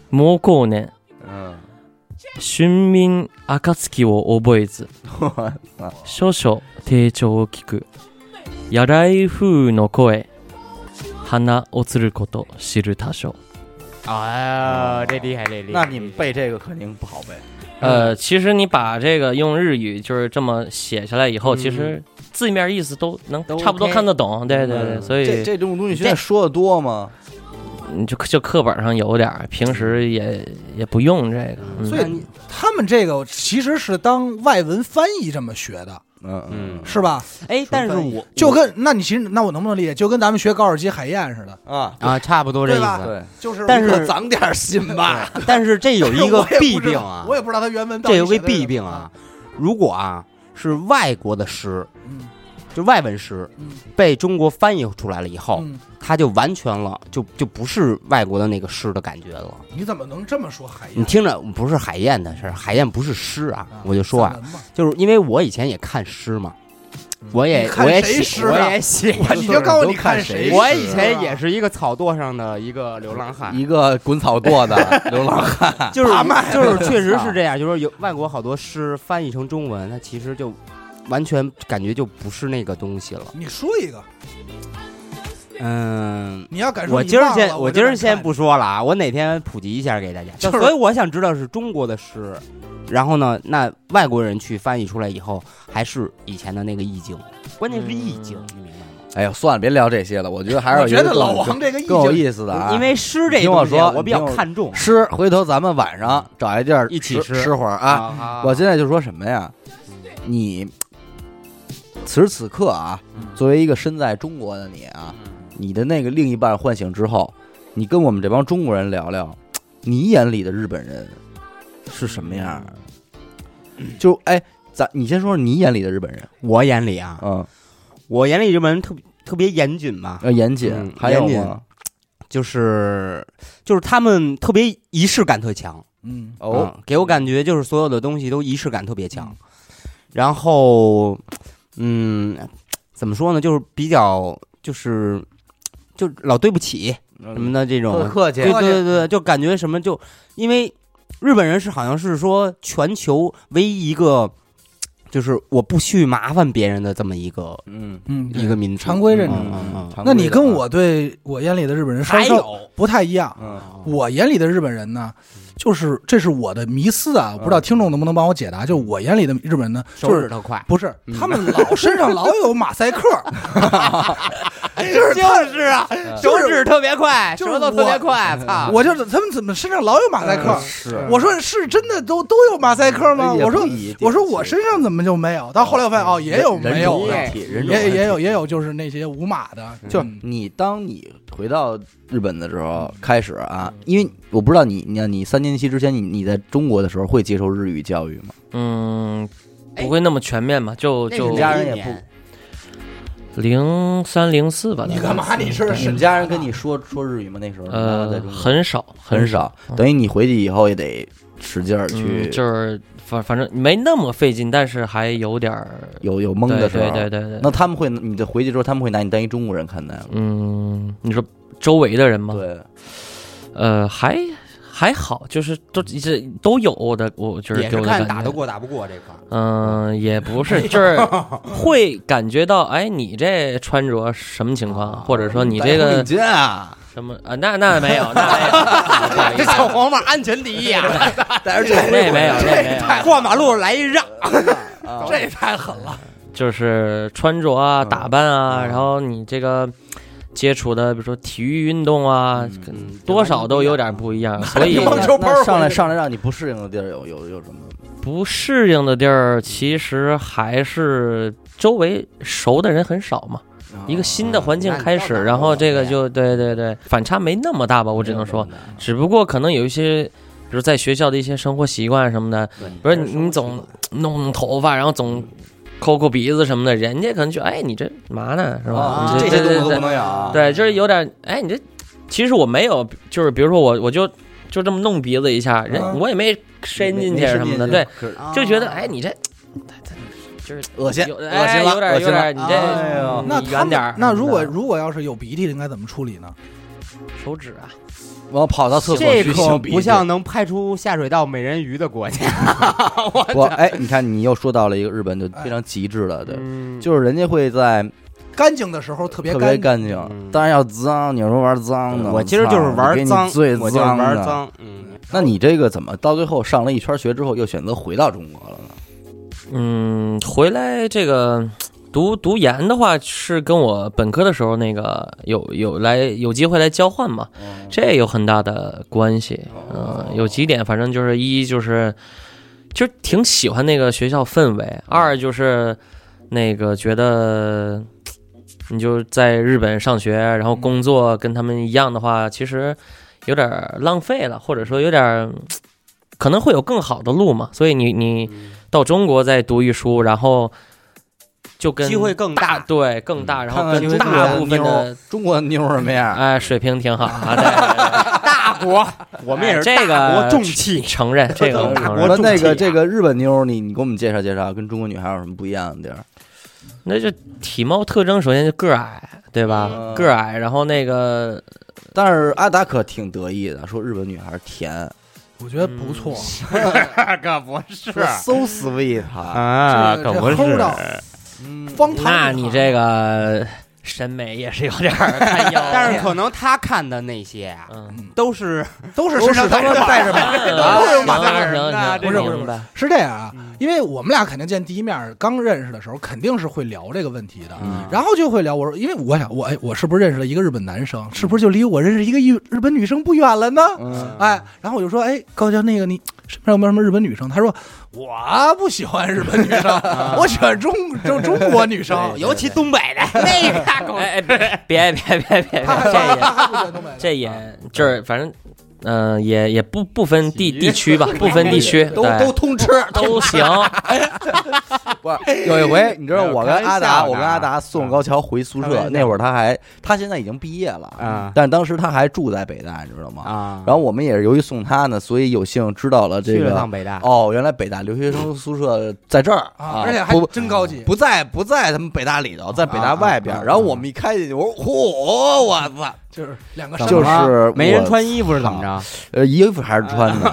[SPEAKER 5] 猛高年
[SPEAKER 2] 嗯，
[SPEAKER 5] 春眠暁を覚えず
[SPEAKER 2] 我操
[SPEAKER 5] 少々丁重を聞く野来風の声花をつること知る多少
[SPEAKER 4] 啊，这厉害，这厉害。
[SPEAKER 2] 那你们背这个肯定不好背。
[SPEAKER 5] 呃，其实你把这个用日语就是这么写下来以后，
[SPEAKER 4] 嗯
[SPEAKER 5] 其实字面意思都能
[SPEAKER 4] 都
[SPEAKER 5] 差不多
[SPEAKER 4] OK
[SPEAKER 5] 看得懂。对对对，
[SPEAKER 4] 嗯
[SPEAKER 5] 所
[SPEAKER 2] 这
[SPEAKER 5] 以
[SPEAKER 2] 这种东西现在说的多吗？
[SPEAKER 5] 你就就课本上有点儿，平
[SPEAKER 2] 嗯
[SPEAKER 5] 时也也不用这个。嗯
[SPEAKER 3] 所以你他们这个其实是当外文翻译这么学的，
[SPEAKER 2] 嗯
[SPEAKER 4] 嗯
[SPEAKER 3] 是吧？
[SPEAKER 4] 哎，但是我
[SPEAKER 3] 就跟那你其实那我能不能理解，就跟咱们学高尔基海燕似
[SPEAKER 5] 嗯
[SPEAKER 3] 的，
[SPEAKER 2] 啊，
[SPEAKER 4] 啊，差不多这意
[SPEAKER 3] 对吧
[SPEAKER 4] 思。
[SPEAKER 2] 对，
[SPEAKER 3] 就是
[SPEAKER 4] 但是
[SPEAKER 2] 可长点心吧。
[SPEAKER 4] 但是 这有一个
[SPEAKER 3] 我也不
[SPEAKER 4] 弊
[SPEAKER 3] 知
[SPEAKER 4] 病
[SPEAKER 3] 道
[SPEAKER 4] 啊，
[SPEAKER 3] 我也不知道他原文到
[SPEAKER 4] 这
[SPEAKER 3] 底
[SPEAKER 4] 有个
[SPEAKER 3] 写的是
[SPEAKER 4] 弊病啊，如果啊是外国的诗，
[SPEAKER 3] 嗯
[SPEAKER 4] 就外文诗
[SPEAKER 3] 嗯
[SPEAKER 4] 被中国翻译出来了以后，
[SPEAKER 3] 嗯，
[SPEAKER 4] 它就完全了，就就不是外国的那个诗的感觉了。
[SPEAKER 3] 你怎么能这么说海燕？
[SPEAKER 4] 你听着，不是海燕的事儿，海燕不是诗啊，
[SPEAKER 3] 嗯
[SPEAKER 4] 我就说啊，
[SPEAKER 3] 散文嘛，
[SPEAKER 4] 就是因为我以前也看诗嘛，我
[SPEAKER 3] 嗯
[SPEAKER 4] 也
[SPEAKER 3] 你看
[SPEAKER 4] 我也
[SPEAKER 3] 谁
[SPEAKER 4] 写
[SPEAKER 3] 诗啊
[SPEAKER 4] 我也写过
[SPEAKER 3] 我你就告诉我你看
[SPEAKER 2] 谁
[SPEAKER 3] 谁，啊
[SPEAKER 4] 我以前也是一个草垛上的一个流浪
[SPEAKER 5] 啊
[SPEAKER 4] 汉，
[SPEAKER 2] 一个滚草垛的 流浪汉，
[SPEAKER 4] 就是
[SPEAKER 3] 大麦
[SPEAKER 4] 就是确实是这样，就是有外国好多诗翻译成中文，它其实就完全感觉就不是那个东西了。
[SPEAKER 3] 你说一个，
[SPEAKER 4] 嗯，
[SPEAKER 3] 你要哎敢说
[SPEAKER 4] 我
[SPEAKER 3] 你
[SPEAKER 4] 今儿
[SPEAKER 3] 忘
[SPEAKER 4] 先
[SPEAKER 3] 了
[SPEAKER 4] 我
[SPEAKER 3] 我
[SPEAKER 4] 今
[SPEAKER 3] 就
[SPEAKER 4] 儿
[SPEAKER 3] 敢
[SPEAKER 4] 先
[SPEAKER 3] 看
[SPEAKER 4] 不说了啊，我哪天普及一下给大家。
[SPEAKER 3] 就是
[SPEAKER 4] 所以我想知道是中国的诗，然后呢，那外国人去翻译出来以后，还是以前的那个意境，关键是意境，你明白吗？
[SPEAKER 2] 哎呀，算了，别聊这些了。我觉得还是
[SPEAKER 3] 我
[SPEAKER 2] 有一
[SPEAKER 3] 觉
[SPEAKER 2] 个
[SPEAKER 3] 得
[SPEAKER 2] 更
[SPEAKER 3] 老王这个意
[SPEAKER 2] 更有
[SPEAKER 3] 境
[SPEAKER 2] 意思的啊。
[SPEAKER 4] 因为诗这
[SPEAKER 2] 你听我
[SPEAKER 4] 东西啊
[SPEAKER 2] 说
[SPEAKER 4] 我比较
[SPEAKER 2] 你听我
[SPEAKER 4] 看重
[SPEAKER 2] 吃，回头咱们晚上嗯找一地儿
[SPEAKER 4] 一起
[SPEAKER 2] 吃啊
[SPEAKER 4] 吃
[SPEAKER 2] 吃会儿啊。
[SPEAKER 4] 啊
[SPEAKER 2] 我现在就说什么呀？你此时此刻啊，
[SPEAKER 4] 嗯
[SPEAKER 2] 作为一个身在中国的你啊，你的那个另一半唤醒之后，你跟我们这帮中国人聊聊，你眼里的日本人是什么样儿？
[SPEAKER 4] 嗯
[SPEAKER 2] 就哎，咱你先说说你眼里的日本人，
[SPEAKER 4] 我眼里啊，
[SPEAKER 2] 嗯，
[SPEAKER 4] 我眼里日本人特别特别严谨吧，
[SPEAKER 2] 要呃严谨，
[SPEAKER 4] 嗯
[SPEAKER 2] 还有
[SPEAKER 4] 严谨
[SPEAKER 2] 吗？
[SPEAKER 4] 就是就是他们特别仪式感特强。
[SPEAKER 3] 嗯，
[SPEAKER 2] 哦，
[SPEAKER 4] 嗯给我感觉就是所有的东西都仪式感特别强，然后，嗯，怎么说呢，就是比较就是就老对不起
[SPEAKER 2] 嗯
[SPEAKER 4] 什么的这种，
[SPEAKER 2] 客气
[SPEAKER 4] 对对对对，就感觉什么就因为日本人是好像是说全球唯一一个就是我不去麻烦别人的这么一个
[SPEAKER 2] 嗯，
[SPEAKER 3] 嗯，
[SPEAKER 4] 一个民族
[SPEAKER 3] 常规认知
[SPEAKER 4] 嗯嗯嗯嗯
[SPEAKER 3] 那你跟我
[SPEAKER 4] 啊
[SPEAKER 3] 对我眼里的日本人稍稍不太一样。
[SPEAKER 2] 嗯
[SPEAKER 3] 我眼里的日本人呢，就是这是我的迷思啊，我不知道听众能不能帮我解答。
[SPEAKER 4] 嗯
[SPEAKER 3] 就我眼里的日本人呢，
[SPEAKER 4] 手
[SPEAKER 3] 就
[SPEAKER 4] 指
[SPEAKER 3] 是
[SPEAKER 4] 头快，
[SPEAKER 3] 不是他们老身上老有马赛克， 就是他
[SPEAKER 4] 就是啊，手
[SPEAKER 3] 就是
[SPEAKER 4] 指特别快，
[SPEAKER 3] 就是
[SPEAKER 4] 舌头特别
[SPEAKER 3] 我
[SPEAKER 4] 快，操！
[SPEAKER 3] 我就是他们怎么身上老有马赛克？
[SPEAKER 2] 是
[SPEAKER 3] 我说是真的都都有马赛克吗？
[SPEAKER 2] 也
[SPEAKER 3] 我说
[SPEAKER 2] 不一定
[SPEAKER 3] 我说我身上怎么就没有？到后来我发现哦，也有
[SPEAKER 2] 人
[SPEAKER 3] 没有
[SPEAKER 2] 种
[SPEAKER 3] 的，
[SPEAKER 2] 问题，人种
[SPEAKER 3] 也
[SPEAKER 2] 问题
[SPEAKER 3] 也有也有就是那些无码的，
[SPEAKER 2] 就
[SPEAKER 3] 嗯
[SPEAKER 2] 你当你回到日本的时候开始啊，因为我不知道你，你看你三年级之前你你在中国的时候会接受日语教育吗？
[SPEAKER 5] 嗯，不会那么全面吧？就
[SPEAKER 4] 那是
[SPEAKER 5] 就
[SPEAKER 4] 哪
[SPEAKER 2] 哎家
[SPEAKER 4] 一
[SPEAKER 2] 人也
[SPEAKER 4] 年
[SPEAKER 5] 零三零四吧。
[SPEAKER 3] 你干嘛？你是
[SPEAKER 2] 你们家人跟你说说日语吗？那时候你妈妈在
[SPEAKER 5] 呃，
[SPEAKER 2] 中国
[SPEAKER 5] 很少，
[SPEAKER 2] 很少，等于你回去以后也得使劲儿去
[SPEAKER 5] 嗯，，就是反反正没那么费劲，但是还有点儿
[SPEAKER 2] 有有懵的时候。
[SPEAKER 5] 对对对对对。
[SPEAKER 2] 那他们会，你的回去之后他们会拿你当一中国人看待吗？
[SPEAKER 5] 嗯，你说周围的人吗？，
[SPEAKER 2] 对，
[SPEAKER 5] 呃，还还好，就是都这都有我的，我就是
[SPEAKER 4] 也
[SPEAKER 5] 给
[SPEAKER 4] 是
[SPEAKER 5] 我的
[SPEAKER 4] 看
[SPEAKER 5] 感
[SPEAKER 4] 打
[SPEAKER 5] 觉
[SPEAKER 4] 得过打不过这块儿。
[SPEAKER 5] 嗯、也不 是，就是会感觉到，哎，你这穿着什么情况，或者说你
[SPEAKER 2] 戴
[SPEAKER 5] 这
[SPEAKER 2] 红
[SPEAKER 5] 个
[SPEAKER 2] 领巾啊，
[SPEAKER 5] 什么啊？那那没有，那 没有，不好意
[SPEAKER 4] 这
[SPEAKER 5] 思
[SPEAKER 4] 小黄 马安全第一呀、
[SPEAKER 2] 戴着这
[SPEAKER 5] 那没有，哦那没有，
[SPEAKER 4] 过马路来一让，
[SPEAKER 2] 啊
[SPEAKER 4] 这太狠了。
[SPEAKER 5] 就是穿着啊、
[SPEAKER 4] 嗯
[SPEAKER 5] 打扮啊，
[SPEAKER 4] 嗯
[SPEAKER 5] 然后你这个接触的，比如说体育运动 啊，可能
[SPEAKER 4] 嗯
[SPEAKER 5] 多少都有点不一样，所
[SPEAKER 2] 那
[SPEAKER 5] 以
[SPEAKER 2] 那
[SPEAKER 4] 棒球拍儿
[SPEAKER 2] 上
[SPEAKER 4] 回
[SPEAKER 2] 来
[SPEAKER 4] 去
[SPEAKER 2] 上来让你不适应的地儿有有有什么？
[SPEAKER 5] 不适应的地儿其实还是周围熟的人很少嘛。一个新的环境开始，
[SPEAKER 4] 那你到哪儿
[SPEAKER 5] 然后这个
[SPEAKER 4] 都
[SPEAKER 5] 就对对对，反差没那么大吧，我只能
[SPEAKER 2] 嗯
[SPEAKER 5] 说，只不过可能有一些，比如在学校的一些生活习惯什么的，
[SPEAKER 4] 嗯
[SPEAKER 5] 不是你你总弄弄头发，然后总抠抠鼻子什么的，人家可能就哎你这嘛呢是吧
[SPEAKER 2] 啊？
[SPEAKER 5] 你
[SPEAKER 2] 这
[SPEAKER 5] 嗯
[SPEAKER 2] 些
[SPEAKER 5] 对
[SPEAKER 2] 东
[SPEAKER 5] 对
[SPEAKER 2] 西都
[SPEAKER 5] 对
[SPEAKER 2] 不能有啊。
[SPEAKER 5] 对，就是有点哎你这，其实我没有，就是比如说我我就就这么弄鼻子一下，人
[SPEAKER 3] 嗯
[SPEAKER 5] 我也没伸进去什么的，对，
[SPEAKER 2] 啊
[SPEAKER 4] 啊
[SPEAKER 5] 就觉得哎你这。就是
[SPEAKER 2] 恶心
[SPEAKER 5] 有
[SPEAKER 2] 恶心
[SPEAKER 5] 哎
[SPEAKER 2] 了恶
[SPEAKER 5] 有点有
[SPEAKER 2] 心了
[SPEAKER 5] 点，你这嗯
[SPEAKER 2] 哎呦
[SPEAKER 3] 那
[SPEAKER 5] 你
[SPEAKER 3] 他
[SPEAKER 5] 远
[SPEAKER 3] 们
[SPEAKER 5] 点儿
[SPEAKER 3] 那如果
[SPEAKER 5] 什么
[SPEAKER 3] 如果要是有鼻涕的，应该怎么处理呢？
[SPEAKER 5] 的手指啊，
[SPEAKER 2] 我跑到厕所
[SPEAKER 4] 这
[SPEAKER 2] 去
[SPEAKER 4] 可
[SPEAKER 2] 擤鼻涕
[SPEAKER 4] 不像能派出下水道美人鱼的国家。
[SPEAKER 2] 我哎，你看你又说到了一个日本就非常极致了，对，
[SPEAKER 5] 嗯
[SPEAKER 2] 就是人家会在
[SPEAKER 3] 干净的时候特别
[SPEAKER 2] 特别
[SPEAKER 3] 干净，
[SPEAKER 2] 干净
[SPEAKER 4] 嗯，
[SPEAKER 2] 当然要脏，你有时候玩脏的，
[SPEAKER 4] 我其实就是
[SPEAKER 2] 操
[SPEAKER 4] 玩脏，
[SPEAKER 2] 给你最
[SPEAKER 4] 我就是玩
[SPEAKER 2] 的。
[SPEAKER 4] 脏。嗯，
[SPEAKER 2] 那你这个怎么到最后上了一圈学之后，又选择回到中国了呢？
[SPEAKER 5] 嗯，回来这个读读研的话，是跟我本科的时候那个有有来有机会来交换嘛，这有很大的关系。
[SPEAKER 4] 哦
[SPEAKER 5] 嗯、有几点，反正就是一就是就是挺喜欢那个学校氛围，二就是那个觉得。嗯你就在日本上学，然后工作跟他们一样的话，其实有点儿浪费了，或者说有点儿可能会有更好的路嘛。所以你你
[SPEAKER 4] 嗯
[SPEAKER 5] 到中国再读一书，然后就跟
[SPEAKER 4] 机会更大。
[SPEAKER 5] 大，对更大，然后
[SPEAKER 2] 嗯看看
[SPEAKER 5] 跟
[SPEAKER 2] 中国
[SPEAKER 5] 大
[SPEAKER 2] 的
[SPEAKER 5] 部分的
[SPEAKER 2] 妞中国的妞儿什么样？
[SPEAKER 5] 哎水平挺好啊，对对对
[SPEAKER 4] 大国，我们也是
[SPEAKER 5] 哎这个
[SPEAKER 4] 大国重器。
[SPEAKER 5] 承认这个我承
[SPEAKER 4] 我
[SPEAKER 5] 认，
[SPEAKER 2] 那
[SPEAKER 4] 中气
[SPEAKER 2] 那个
[SPEAKER 4] 啊
[SPEAKER 2] 这个日本妞儿，你你给我们介绍介绍，跟中国女孩有什么不一样的地儿？
[SPEAKER 5] 那就体貌特征首先就个儿矮，对吧
[SPEAKER 2] 嗯？
[SPEAKER 5] 个儿矮，然后那个
[SPEAKER 2] 但是阿达可挺得意的，说日本女孩甜
[SPEAKER 3] 我觉得不错。
[SPEAKER 4] 可不是
[SPEAKER 2] 说，so sweet 啊。
[SPEAKER 4] 啊，
[SPEAKER 3] 这个这齁到
[SPEAKER 2] 嗯
[SPEAKER 3] 方糖，
[SPEAKER 5] 那你这个审美也是有点儿堪忧
[SPEAKER 4] 但是可能他看的那些啊，
[SPEAKER 5] 嗯，
[SPEAKER 4] 都是
[SPEAKER 3] 都是身上带着带着吧。
[SPEAKER 5] 啊
[SPEAKER 4] 都是马
[SPEAKER 5] 行
[SPEAKER 4] 大人
[SPEAKER 5] 行
[SPEAKER 4] 呐
[SPEAKER 3] 这
[SPEAKER 5] 行
[SPEAKER 3] 种
[SPEAKER 5] 明白
[SPEAKER 3] 是这样啊，因为我们俩肯定见第一面刚认识的时候，肯定是会聊这个问题的，
[SPEAKER 2] 嗯
[SPEAKER 3] 然后就会聊。我说，因为我想，我哎，我是不是认识了一个日本男生？是不是就离我认识一个日日本女生不远了呢？
[SPEAKER 2] 嗯
[SPEAKER 3] 哎，然后我就说，哎，高桥，那个你身边有没有什么日本女生？他说我不喜欢日本女生，
[SPEAKER 2] 啊
[SPEAKER 3] 我喜欢中就中国女生。
[SPEAKER 4] 尤其东北 的那个大狗，
[SPEAKER 5] 哎哎，别别别别别，
[SPEAKER 3] 他还
[SPEAKER 5] 这也
[SPEAKER 3] 他还不喜欢东北人，
[SPEAKER 5] 这也就是反正，嗯，也也不不分地
[SPEAKER 2] 喜
[SPEAKER 5] 地区吧，不分地区，
[SPEAKER 2] 都
[SPEAKER 5] 对
[SPEAKER 2] 都通 吃。
[SPEAKER 5] 都行。
[SPEAKER 2] 不是，有一 回，你知道
[SPEAKER 4] 没有
[SPEAKER 2] 我跟
[SPEAKER 4] 开玩
[SPEAKER 2] 阿
[SPEAKER 4] 笑嗯
[SPEAKER 2] 达，
[SPEAKER 4] 的
[SPEAKER 2] 我跟阿达送高桥回宿
[SPEAKER 4] 开玩
[SPEAKER 2] 舍
[SPEAKER 4] 笑
[SPEAKER 2] 那会儿，他还他现在已经毕业了
[SPEAKER 4] 啊
[SPEAKER 2] 但当时他还住在北大，你知道吗？
[SPEAKER 4] 啊
[SPEAKER 2] 然后我们也是由于送他呢，所以有幸知道了这
[SPEAKER 4] 去了
[SPEAKER 2] 个
[SPEAKER 4] 趟北大，
[SPEAKER 2] 哦，原来北大留学生宿舍在这儿
[SPEAKER 3] 啊，而且还
[SPEAKER 2] 不
[SPEAKER 3] 真高级。
[SPEAKER 2] 不在不在他们北大里头，在北大外边
[SPEAKER 4] 啊啊
[SPEAKER 2] 儿。
[SPEAKER 4] 啊
[SPEAKER 2] 然后我们一开进去，我说嚯，我操！
[SPEAKER 3] 就是两个
[SPEAKER 4] 怎
[SPEAKER 3] 上
[SPEAKER 2] 就
[SPEAKER 4] 么
[SPEAKER 2] 是
[SPEAKER 4] 了没人
[SPEAKER 2] 我
[SPEAKER 4] 穿衣服是怎么着？
[SPEAKER 2] 呃，衣服还是穿的，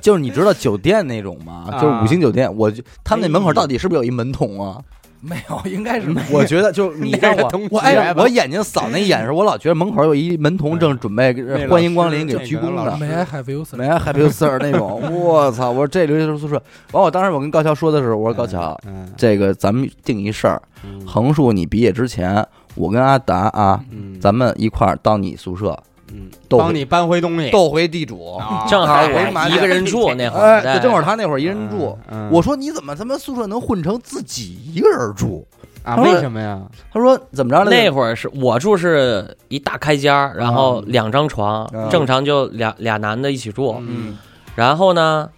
[SPEAKER 2] 就是你知道酒店那种吗？
[SPEAKER 4] 啊哎
[SPEAKER 2] 就是五星酒店，我就他们那门口到底是不是有一门童 啊？
[SPEAKER 3] 没有，应该是没有
[SPEAKER 2] 我觉得就是你让我
[SPEAKER 3] 我哎
[SPEAKER 2] 哎，我眼睛扫那一眼时，我老觉得门口有一门童正准备呃
[SPEAKER 4] 那老
[SPEAKER 2] 欢迎光临
[SPEAKER 4] 师
[SPEAKER 2] 给鞠躬
[SPEAKER 4] 哎那个
[SPEAKER 2] 呢
[SPEAKER 4] 老师。
[SPEAKER 3] 没 I have you sir
[SPEAKER 2] 没啊 happy sir 那种， 我操！我说这留学生宿舍，完我当时我跟高桥说的时候，我说高桥，
[SPEAKER 4] 嗯，
[SPEAKER 2] 这个咱们定一事儿，
[SPEAKER 4] 嗯
[SPEAKER 2] 横竖你毕业之前，我跟阿达啊，
[SPEAKER 4] 嗯，
[SPEAKER 2] 咱们一块儿到你宿舍
[SPEAKER 4] 嗯
[SPEAKER 2] 斗
[SPEAKER 4] 帮你搬回东西，
[SPEAKER 2] 斗回地主
[SPEAKER 4] 啊
[SPEAKER 5] 正好
[SPEAKER 2] 我一麻
[SPEAKER 5] 我
[SPEAKER 2] 将
[SPEAKER 5] 一个人住那会
[SPEAKER 2] 哎，
[SPEAKER 5] 儿，
[SPEAKER 2] 对
[SPEAKER 5] 对
[SPEAKER 2] 正好他那会儿一人住。
[SPEAKER 4] 嗯，嗯
[SPEAKER 2] 我说你怎么他妈宿舍能混成自己一个人住？
[SPEAKER 4] 啊，为什么呀？
[SPEAKER 2] 他说怎么着来
[SPEAKER 5] 那
[SPEAKER 2] 着？
[SPEAKER 5] 会儿是我住是一大开间儿，然
[SPEAKER 4] 啊
[SPEAKER 5] 后两张床
[SPEAKER 2] 嗯，
[SPEAKER 5] 正常就俩俩男的一起住。
[SPEAKER 4] 嗯，
[SPEAKER 5] 然后呢，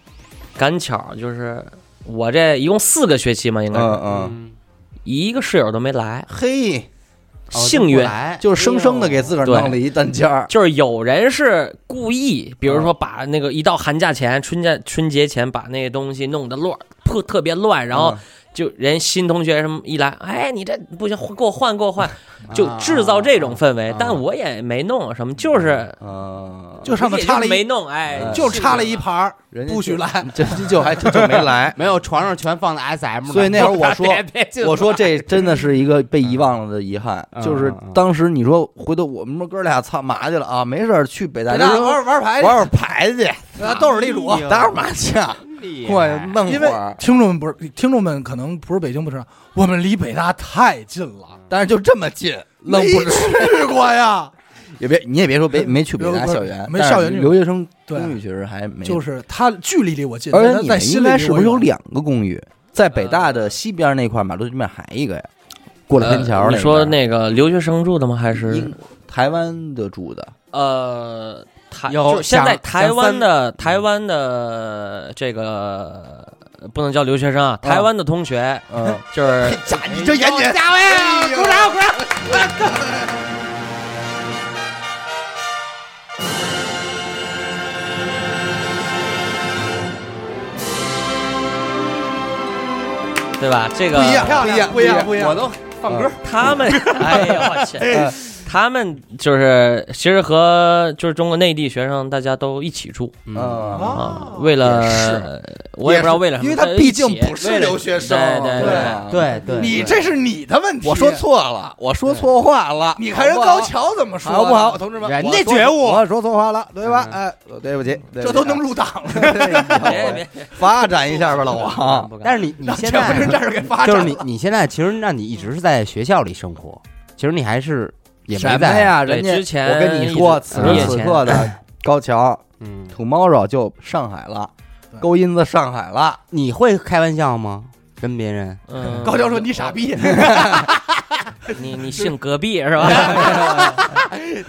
[SPEAKER 5] 赶巧就是我这一共四个学期嘛，应该
[SPEAKER 4] 啊
[SPEAKER 5] 是
[SPEAKER 2] 嗯嗯，
[SPEAKER 5] 一个室友都没来，
[SPEAKER 2] 嘿，
[SPEAKER 4] 哦
[SPEAKER 5] 幸运
[SPEAKER 4] 就不来哎
[SPEAKER 2] 就是生生的给自个儿
[SPEAKER 5] 对
[SPEAKER 2] 弄了一单间 儿。
[SPEAKER 5] 就是有人是故意，比如说把那个一到寒假前、春假、春节前把那个东西弄得乱，特特别乱，然
[SPEAKER 4] 啊
[SPEAKER 5] 后就人新同学什么一来，哎，你这不行，给我换，给我换，就制造这种氛围
[SPEAKER 4] 啊。
[SPEAKER 5] 但我也没弄什么，就是
[SPEAKER 2] 嗯，
[SPEAKER 3] 就上头
[SPEAKER 5] 也
[SPEAKER 3] 插了
[SPEAKER 5] 没
[SPEAKER 3] 一
[SPEAKER 5] 弄，哎，
[SPEAKER 3] 就插了一 盘儿
[SPEAKER 2] 人家
[SPEAKER 3] 不许来，
[SPEAKER 2] 这就还就没来。
[SPEAKER 4] 没有床上全放的 S M，
[SPEAKER 2] 所以那会儿我说
[SPEAKER 4] 别别进
[SPEAKER 2] 我说这真的是一个被遗忘了的遗憾，
[SPEAKER 4] 嗯
[SPEAKER 2] 就是当时你说回头我们哥俩操嘛去了啊？没事儿去北大
[SPEAKER 3] 北
[SPEAKER 2] 留
[SPEAKER 3] 大
[SPEAKER 2] 学
[SPEAKER 3] 玩玩牌
[SPEAKER 2] 玩
[SPEAKER 3] 去，
[SPEAKER 2] 会儿牌去，
[SPEAKER 3] 呃斗智地主
[SPEAKER 4] 哎。呦哎
[SPEAKER 2] 打会儿麻将，
[SPEAKER 4] 厉害
[SPEAKER 2] 啊过去弄
[SPEAKER 3] 因
[SPEAKER 2] 会
[SPEAKER 3] 为
[SPEAKER 2] 儿。
[SPEAKER 3] 听众们不是听众们，可能不是北京不知道，我们离北大太近了，
[SPEAKER 2] 嗯但是就这么近，愣
[SPEAKER 3] 没
[SPEAKER 2] 不知
[SPEAKER 3] 去过呀。
[SPEAKER 2] 也别你也别说别没去北大校园，
[SPEAKER 3] 没
[SPEAKER 2] 但是
[SPEAKER 3] 校园这种
[SPEAKER 2] 留学生
[SPEAKER 3] 对
[SPEAKER 2] 公寓确实还没，
[SPEAKER 3] 就是它距离离我近，
[SPEAKER 2] 而
[SPEAKER 3] 但
[SPEAKER 2] 且
[SPEAKER 3] 它
[SPEAKER 2] 你
[SPEAKER 3] 在
[SPEAKER 2] 们
[SPEAKER 3] 心
[SPEAKER 2] 应
[SPEAKER 3] 里
[SPEAKER 2] 该
[SPEAKER 3] 离
[SPEAKER 2] 是
[SPEAKER 3] 我
[SPEAKER 2] 不是有
[SPEAKER 3] 远
[SPEAKER 2] 两个公寓，在北大的西边那块马路对面还一个呀？嗯过了天桥
[SPEAKER 5] 呃
[SPEAKER 2] 边，
[SPEAKER 5] 你说那个留学生住的吗？还是
[SPEAKER 2] 英台湾的住的
[SPEAKER 5] 呃，台
[SPEAKER 4] 有
[SPEAKER 5] 就是现在
[SPEAKER 4] 想
[SPEAKER 5] 台湾的
[SPEAKER 4] 想三
[SPEAKER 5] 台湾的这个呃不能叫留学生啊，台湾的同学，
[SPEAKER 2] 嗯，
[SPEAKER 5] 就是
[SPEAKER 2] 假你这严谨，
[SPEAKER 4] 加位，啊鼓掌鼓掌。
[SPEAKER 5] 对吧？这个
[SPEAKER 2] 不一样
[SPEAKER 3] 漂亮
[SPEAKER 2] 不一样
[SPEAKER 4] 啊不一样
[SPEAKER 2] 我都
[SPEAKER 4] 放歌，
[SPEAKER 5] 他们，哎呦我去
[SPEAKER 2] 哎，
[SPEAKER 5] 他们就是其实和就是中国内地学生大家都一起住
[SPEAKER 2] 嗯，
[SPEAKER 5] 啊
[SPEAKER 3] 啊，。
[SPEAKER 5] 为
[SPEAKER 2] 也
[SPEAKER 5] 了
[SPEAKER 2] 是
[SPEAKER 5] 我也不知道为了什么，
[SPEAKER 2] 因为他
[SPEAKER 5] 在一
[SPEAKER 2] 毕竟
[SPEAKER 5] 起
[SPEAKER 2] 不是留学生，
[SPEAKER 5] 对对
[SPEAKER 3] 对
[SPEAKER 2] 啊
[SPEAKER 4] 对对，
[SPEAKER 3] 你这是你的问题，
[SPEAKER 2] 我说错了，我说错话了，
[SPEAKER 3] 你看人
[SPEAKER 2] 好不好
[SPEAKER 3] 高桥怎么说的，
[SPEAKER 2] 好不好，同志们？
[SPEAKER 4] 人
[SPEAKER 2] 我
[SPEAKER 4] 家
[SPEAKER 2] 说
[SPEAKER 4] 觉悟
[SPEAKER 2] 我说错话了，对吧？
[SPEAKER 4] 嗯
[SPEAKER 2] 哎，对不起，对不起
[SPEAKER 3] 这都能入党了，
[SPEAKER 5] 别别别，
[SPEAKER 2] 发展一下吧，老王。啊
[SPEAKER 5] 不敢
[SPEAKER 4] 但是你你
[SPEAKER 3] 让
[SPEAKER 4] 现
[SPEAKER 3] 全国人
[SPEAKER 4] 在啊
[SPEAKER 3] 战士给发
[SPEAKER 4] 就是
[SPEAKER 3] 展
[SPEAKER 4] 你
[SPEAKER 3] 了。
[SPEAKER 4] 你现在其实那你一直是在学校里生活，其实你还是也
[SPEAKER 2] 什
[SPEAKER 4] 没
[SPEAKER 2] 么
[SPEAKER 4] 在，
[SPEAKER 2] 呀？
[SPEAKER 5] 对
[SPEAKER 2] 啊人家
[SPEAKER 5] 之前
[SPEAKER 2] 我跟你说，
[SPEAKER 5] 一直啊
[SPEAKER 2] 此时此刻
[SPEAKER 5] 毕
[SPEAKER 2] 的高桥
[SPEAKER 4] 嗯，
[SPEAKER 2] tomorrow 就上海了，
[SPEAKER 3] 对
[SPEAKER 2] 勾音子上海了。
[SPEAKER 4] 你会开玩笑吗？跟别 人
[SPEAKER 5] 嗯，
[SPEAKER 3] 高桥说：“你傻逼，
[SPEAKER 5] 你你姓隔壁是 吧？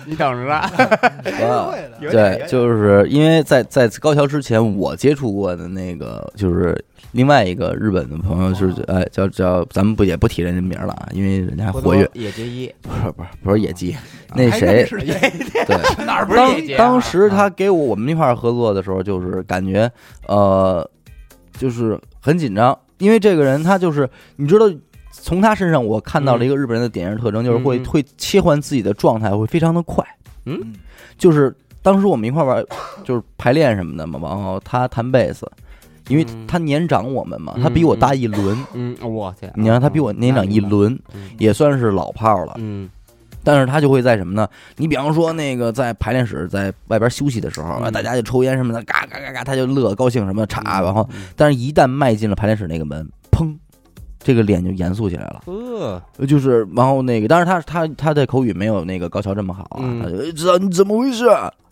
[SPEAKER 4] 你等着吧，
[SPEAKER 2] 啊
[SPEAKER 3] 会的
[SPEAKER 2] 对，就是因为在在高桥之前，我接触过的那个就是另外一个日本的朋友，就是哎叫叫，咱们不也不提人家名了啊，因为人家还活跃，
[SPEAKER 4] 野结 衣，
[SPEAKER 2] 不是不啊是不是野鸡，那
[SPEAKER 3] 还
[SPEAKER 2] 谁
[SPEAKER 3] 真是哎
[SPEAKER 2] 对，
[SPEAKER 4] 哪儿不
[SPEAKER 2] 当嗯当时他给我我们一块儿合作的时候，就是感觉呃，就是很紧张，因为这个人他就是你知道。从他身上，我看到了一个日本人的典型特征，就是会
[SPEAKER 4] 嗯
[SPEAKER 2] 会切换自己的状态，会非常的快。
[SPEAKER 3] 嗯，
[SPEAKER 2] 就是当时我们一块儿玩，就是排练什么的嘛。然后他弹贝斯，因为他年长我们嘛，
[SPEAKER 4] 嗯
[SPEAKER 2] 他比我大一轮，
[SPEAKER 4] 嗯，我天，
[SPEAKER 2] 你让他比我啊年长一轮，
[SPEAKER 4] 嗯，
[SPEAKER 2] 也算是老炮了。
[SPEAKER 4] 嗯
[SPEAKER 2] 但是他就会在什么呢？你比方说那个在排练室在外边休息的时候啊，
[SPEAKER 4] 嗯
[SPEAKER 2] 大家就抽烟什么的，嘎嘎嘎嘎，他就乐高兴什么
[SPEAKER 4] 啊，
[SPEAKER 2] 叉，然后，但是一旦迈进了排练室那个门，砰，这个脸就严肃起来了。
[SPEAKER 4] 呃，
[SPEAKER 2] 呃就是，然后那个，当然他他他的口语没有那个高桥这么好啊，
[SPEAKER 4] 嗯
[SPEAKER 2] 他就哎知道你怎么回事？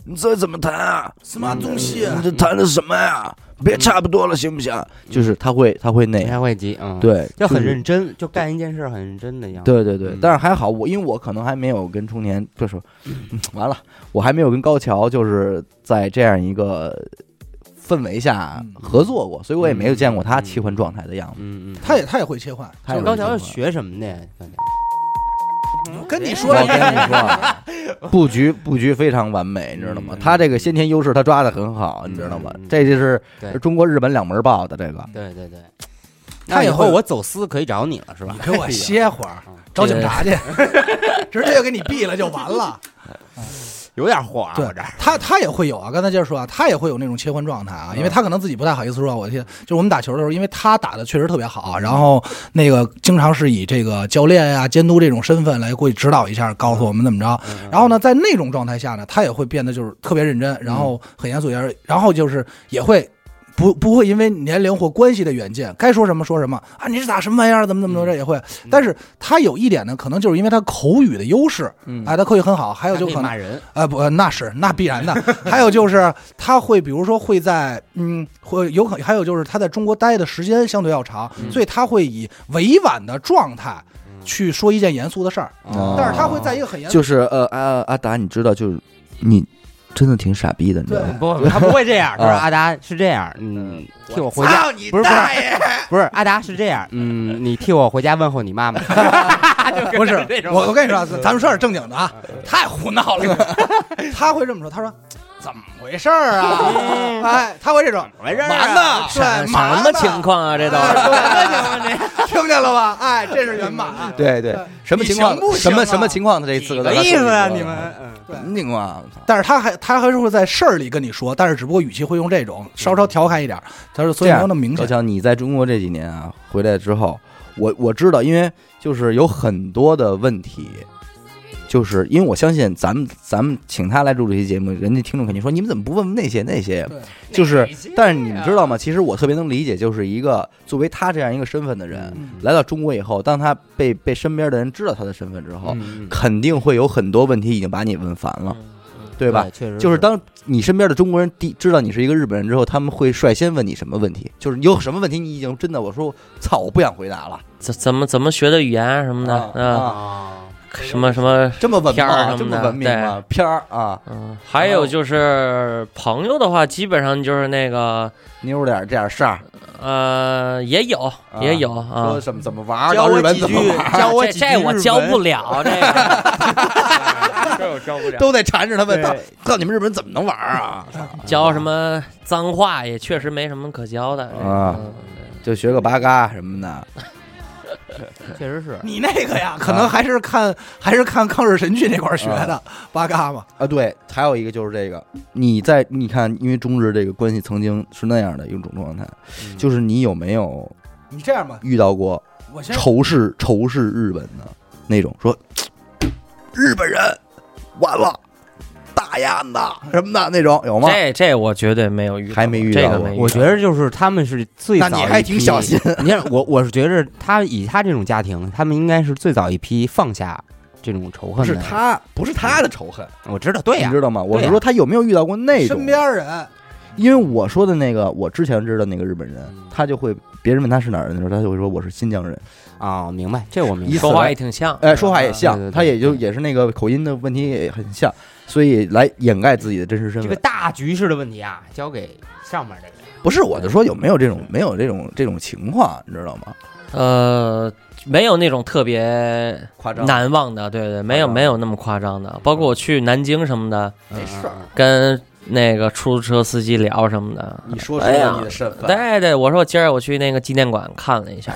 [SPEAKER 2] 你这怎么谈啊？
[SPEAKER 3] 什么东西啊
[SPEAKER 4] 嗯
[SPEAKER 2] 你这谈的什么呀？别差不多了，行不行？就是他会他会那
[SPEAKER 4] 不
[SPEAKER 2] 样，
[SPEAKER 4] 太会急，嗯嗯，，
[SPEAKER 2] 对，
[SPEAKER 4] 就很
[SPEAKER 2] 是
[SPEAKER 4] 认真，就干一件事很认真的样子，
[SPEAKER 2] 对对对
[SPEAKER 4] 嗯，
[SPEAKER 2] 但是还好，我因为我可能还没有跟中年，就是 嗯完了，我还没有跟高桥就是在这样一个氛围下
[SPEAKER 3] 嗯
[SPEAKER 2] 合作过，所以我也没有见过他
[SPEAKER 4] 嗯
[SPEAKER 2] 切换状态的样子。
[SPEAKER 4] 嗯嗯，
[SPEAKER 3] 他也他也会切换。
[SPEAKER 2] 他也
[SPEAKER 4] 上高
[SPEAKER 2] 没
[SPEAKER 4] 桥
[SPEAKER 2] 有
[SPEAKER 4] 是
[SPEAKER 2] 切换
[SPEAKER 4] 学什么的呀？高桥
[SPEAKER 2] 嗯
[SPEAKER 3] 我跟你说
[SPEAKER 2] 我
[SPEAKER 3] 了，
[SPEAKER 2] 跟你说 啊，布局布局非常完美，你知道吗
[SPEAKER 4] 嗯？
[SPEAKER 2] 他这个先天优势他抓的很好，你知道吗
[SPEAKER 4] 嗯？
[SPEAKER 2] 这就是
[SPEAKER 4] 对
[SPEAKER 2] 中国日本两门儿爆的这个。
[SPEAKER 4] 对对对，
[SPEAKER 3] 他
[SPEAKER 4] 那以
[SPEAKER 3] 也
[SPEAKER 4] 后
[SPEAKER 3] 会
[SPEAKER 4] 我走私可以找你了，是吧？哎
[SPEAKER 3] 你
[SPEAKER 4] 嗯
[SPEAKER 3] 给我歇会儿，找警察去， 直接就给你毙了就完了。
[SPEAKER 4] 有点火啊，
[SPEAKER 3] 对
[SPEAKER 4] 我这儿，
[SPEAKER 3] 他他也会有啊，刚才接着说啊，他也会有那种切换状态
[SPEAKER 4] 嗯
[SPEAKER 3] 啊，因为他可能自己不太好意思说，我天，就我们打球的时候，因为他打的确实特别好，啊
[SPEAKER 4] 嗯
[SPEAKER 3] 然后那个经常是以这个教练呀、监督这种身份来过去指导一下，告诉我们怎么着。
[SPEAKER 4] 嗯
[SPEAKER 3] 然后呢，在那种状态下呢，他也会变得就是特别认真，然后
[SPEAKER 4] 嗯
[SPEAKER 3] 很严肃，也然后就是也会。不不会因为年龄或关系的远近，该说什么说什么啊！你是打什么玩意儿？怎么怎么着？
[SPEAKER 4] 嗯
[SPEAKER 3] 这也会。但是他有一点呢，可能就是因为他口语的优势，
[SPEAKER 2] 嗯
[SPEAKER 3] 哎，他口语很好，还有
[SPEAKER 4] 他
[SPEAKER 3] 就
[SPEAKER 4] 可以
[SPEAKER 3] 能
[SPEAKER 4] 骂人，
[SPEAKER 3] 啊、不，那是那必然的。还有就是他会，比如说会在嗯，会有可还有就是他在中国待的时间相对要长，所以他会以委婉的状态去说一件严肃的事儿，
[SPEAKER 4] 嗯
[SPEAKER 2] 哦
[SPEAKER 3] 但是他会在一个很严肃。
[SPEAKER 2] 就是呃阿阿达，你知道，就是你真的挺傻逼的，你知道吗？
[SPEAKER 4] 不，他不会这样。他说
[SPEAKER 2] 啊
[SPEAKER 4] 阿达是这样，嗯，替我回家
[SPEAKER 6] 操你
[SPEAKER 4] 不是不是
[SPEAKER 6] 大爷！
[SPEAKER 4] 不是阿达是这样，嗯，你替我回家问候你妈妈。
[SPEAKER 3] 不是，我我跟你说啊，咱咱们说点正经的啊，太胡闹了。他会这么说，他说怎么回事儿啊？哎，他会这种
[SPEAKER 4] 没事儿啊
[SPEAKER 3] 嘛呢？对，嘛
[SPEAKER 5] 什
[SPEAKER 3] 呢
[SPEAKER 5] 么情？况啊？这都
[SPEAKER 3] 哎对，听见了吧？哎，这是原版。
[SPEAKER 2] 对对，什么情
[SPEAKER 3] 你
[SPEAKER 2] 况
[SPEAKER 3] 行不？行
[SPEAKER 2] 什
[SPEAKER 3] 啊
[SPEAKER 2] 么什么情况？他这四个字他说嗯不出
[SPEAKER 4] 啊
[SPEAKER 2] 来？什么情况？
[SPEAKER 3] 但是他还他还是会在事儿里跟你说，但是只不过语气会用这种稍稍调侃一点儿，他说
[SPEAKER 2] 嗯
[SPEAKER 3] 所
[SPEAKER 2] 这
[SPEAKER 3] 以没有
[SPEAKER 2] 样
[SPEAKER 3] 那么明
[SPEAKER 2] 高
[SPEAKER 3] 显。
[SPEAKER 2] 强，你在中国这几年啊，回来之后，我我知道，因为就是有很多的问题，就是因为我相信咱们咱们请他来录这期节目，人家听众肯定说你们怎么不问问那些那些
[SPEAKER 3] 对？
[SPEAKER 2] 就是
[SPEAKER 4] 哪些呀，
[SPEAKER 2] 但是你们知道
[SPEAKER 4] 啊
[SPEAKER 2] 吗？其实我特别能理解，就是一个作为他这样一个身份的人
[SPEAKER 3] 嗯
[SPEAKER 2] 来到中国以后，当他被被身边的人知道他的身份之后，
[SPEAKER 4] 嗯，
[SPEAKER 2] 肯定会有很多问题已经把你问烦了，对吧？？
[SPEAKER 4] 确实
[SPEAKER 2] 就是当你身边的中国人第知道你是一个日本人之后，他们会率先问你什么问题？就是有什么问题你已经真的我说操，我不想回答了。
[SPEAKER 5] 怎怎么怎么学的语言啊什么的，啊，
[SPEAKER 4] 啊，
[SPEAKER 5] 什么什么，
[SPEAKER 2] 这么文
[SPEAKER 5] 片儿
[SPEAKER 2] 吗？
[SPEAKER 5] 什
[SPEAKER 2] 这
[SPEAKER 5] 么的
[SPEAKER 2] 么文明吗？片儿啊，
[SPEAKER 5] 嗯，还有就是朋友的话，基本上就是那个，
[SPEAKER 2] 妞脸这样事儿，
[SPEAKER 5] 呃，也有也有啊
[SPEAKER 2] 说，什么怎么玩儿，
[SPEAKER 4] 教
[SPEAKER 2] 到
[SPEAKER 4] 我
[SPEAKER 2] 日本
[SPEAKER 4] 几
[SPEAKER 2] 怎么
[SPEAKER 4] 句
[SPEAKER 2] 玩儿，
[SPEAKER 4] 教我
[SPEAKER 5] 这
[SPEAKER 4] 几
[SPEAKER 5] 这
[SPEAKER 4] 句
[SPEAKER 5] 我
[SPEAKER 4] 日
[SPEAKER 5] 教
[SPEAKER 4] 文
[SPEAKER 5] 不了，这个这我教不了。
[SPEAKER 2] 都得缠着他们。
[SPEAKER 4] 对
[SPEAKER 2] 到到底你们日本人怎么能玩儿啊？
[SPEAKER 5] 教什么脏话也确实没什么可教的
[SPEAKER 2] 啊
[SPEAKER 5] 嗯
[SPEAKER 2] 就学个八嘎什么的。
[SPEAKER 4] 确实是。
[SPEAKER 3] 你那个呀， 可能还是看还是看抗日神剧那块儿学的
[SPEAKER 2] 嗯
[SPEAKER 3] 八嘎嘛。
[SPEAKER 2] 啊，对，还有一个就是这个，你在你看，因为中日这个关系曾经是那样的一种状态，就是你有没有
[SPEAKER 3] 你这样吧，
[SPEAKER 2] 遇到过
[SPEAKER 3] 我先
[SPEAKER 2] 仇视仇视日本的那种，说日本人完了，大鸭子什么的那种，有吗？
[SPEAKER 5] 这这我绝对没有遇到过，
[SPEAKER 2] 还没遇到
[SPEAKER 5] 这个
[SPEAKER 2] 过
[SPEAKER 5] 没遇到
[SPEAKER 4] 我觉得就是他们是最
[SPEAKER 2] 那
[SPEAKER 4] 早，
[SPEAKER 2] 你还挺小心。。
[SPEAKER 4] 你看我，我是觉着他以他这种家庭，他们应该是最早一批放下这种仇
[SPEAKER 2] 不
[SPEAKER 4] 恨
[SPEAKER 2] 是
[SPEAKER 4] 的。，
[SPEAKER 2] 他，不是他的仇恨，
[SPEAKER 4] 我知道，对呀
[SPEAKER 2] 你，知道吗？我
[SPEAKER 4] 对
[SPEAKER 2] 是
[SPEAKER 4] 呀
[SPEAKER 2] 说他有没有遇到过那种
[SPEAKER 3] 身？边人
[SPEAKER 2] 因为我说的那个，我之前知道那个日本人，他就会别人问他是哪儿人的时候，他就会说我是新疆人。
[SPEAKER 4] 啊，明白，这我明
[SPEAKER 2] 一次
[SPEAKER 4] 白。
[SPEAKER 5] 说话也挺像，
[SPEAKER 2] 哎，说话也像，
[SPEAKER 4] 对对对
[SPEAKER 2] 他也就也是那个口音的问题也很像，所以来掩盖自己的真实身
[SPEAKER 4] 这
[SPEAKER 2] 份
[SPEAKER 4] 个。大局势的问题啊，交给上面的人。
[SPEAKER 2] 不是，我就说有没有这种没有这种这种情况，你知道吗？
[SPEAKER 5] 呃，没有那种特别
[SPEAKER 2] 夸
[SPEAKER 5] 难忘的，对对，没有
[SPEAKER 2] 夸张
[SPEAKER 5] 没有那么夸张的。包括我去南京什么的，
[SPEAKER 4] 没事，
[SPEAKER 5] 跟那个出租车司机聊什么的。
[SPEAKER 2] 你说出
[SPEAKER 5] 哎呀
[SPEAKER 2] 了你的身份，
[SPEAKER 5] 对对，我说今儿我去那个纪念馆看了一 下，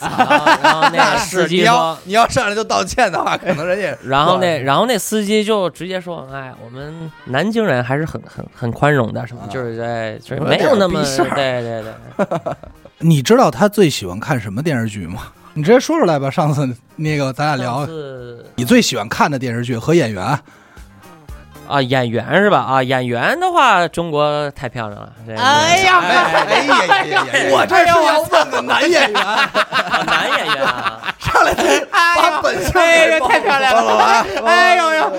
[SPEAKER 5] 然后那个司
[SPEAKER 2] 你
[SPEAKER 5] 机说
[SPEAKER 2] 要，你要上来就道歉的话，可能人家
[SPEAKER 5] 然后那然后那司机就直接说，哎，我们南京人还是很很很宽容的，什么就是在就是没有那么
[SPEAKER 2] 啊有点逼事儿
[SPEAKER 5] 对对对，
[SPEAKER 3] 你知道他最喜欢看什么电视剧吗？你直接说出来吧。上次那个咱俩聊
[SPEAKER 5] 上，次
[SPEAKER 3] 你最喜欢看的电视剧和演员，
[SPEAKER 5] 啊，演员是吧？啊，演员的话，中国太漂亮了。这个
[SPEAKER 2] 呀，哎呀呀呀呀！我这是要问个男演员，
[SPEAKER 5] 啊男演员啊，
[SPEAKER 2] 上来就把本性哎呀，太漂亮了，哎呦呦，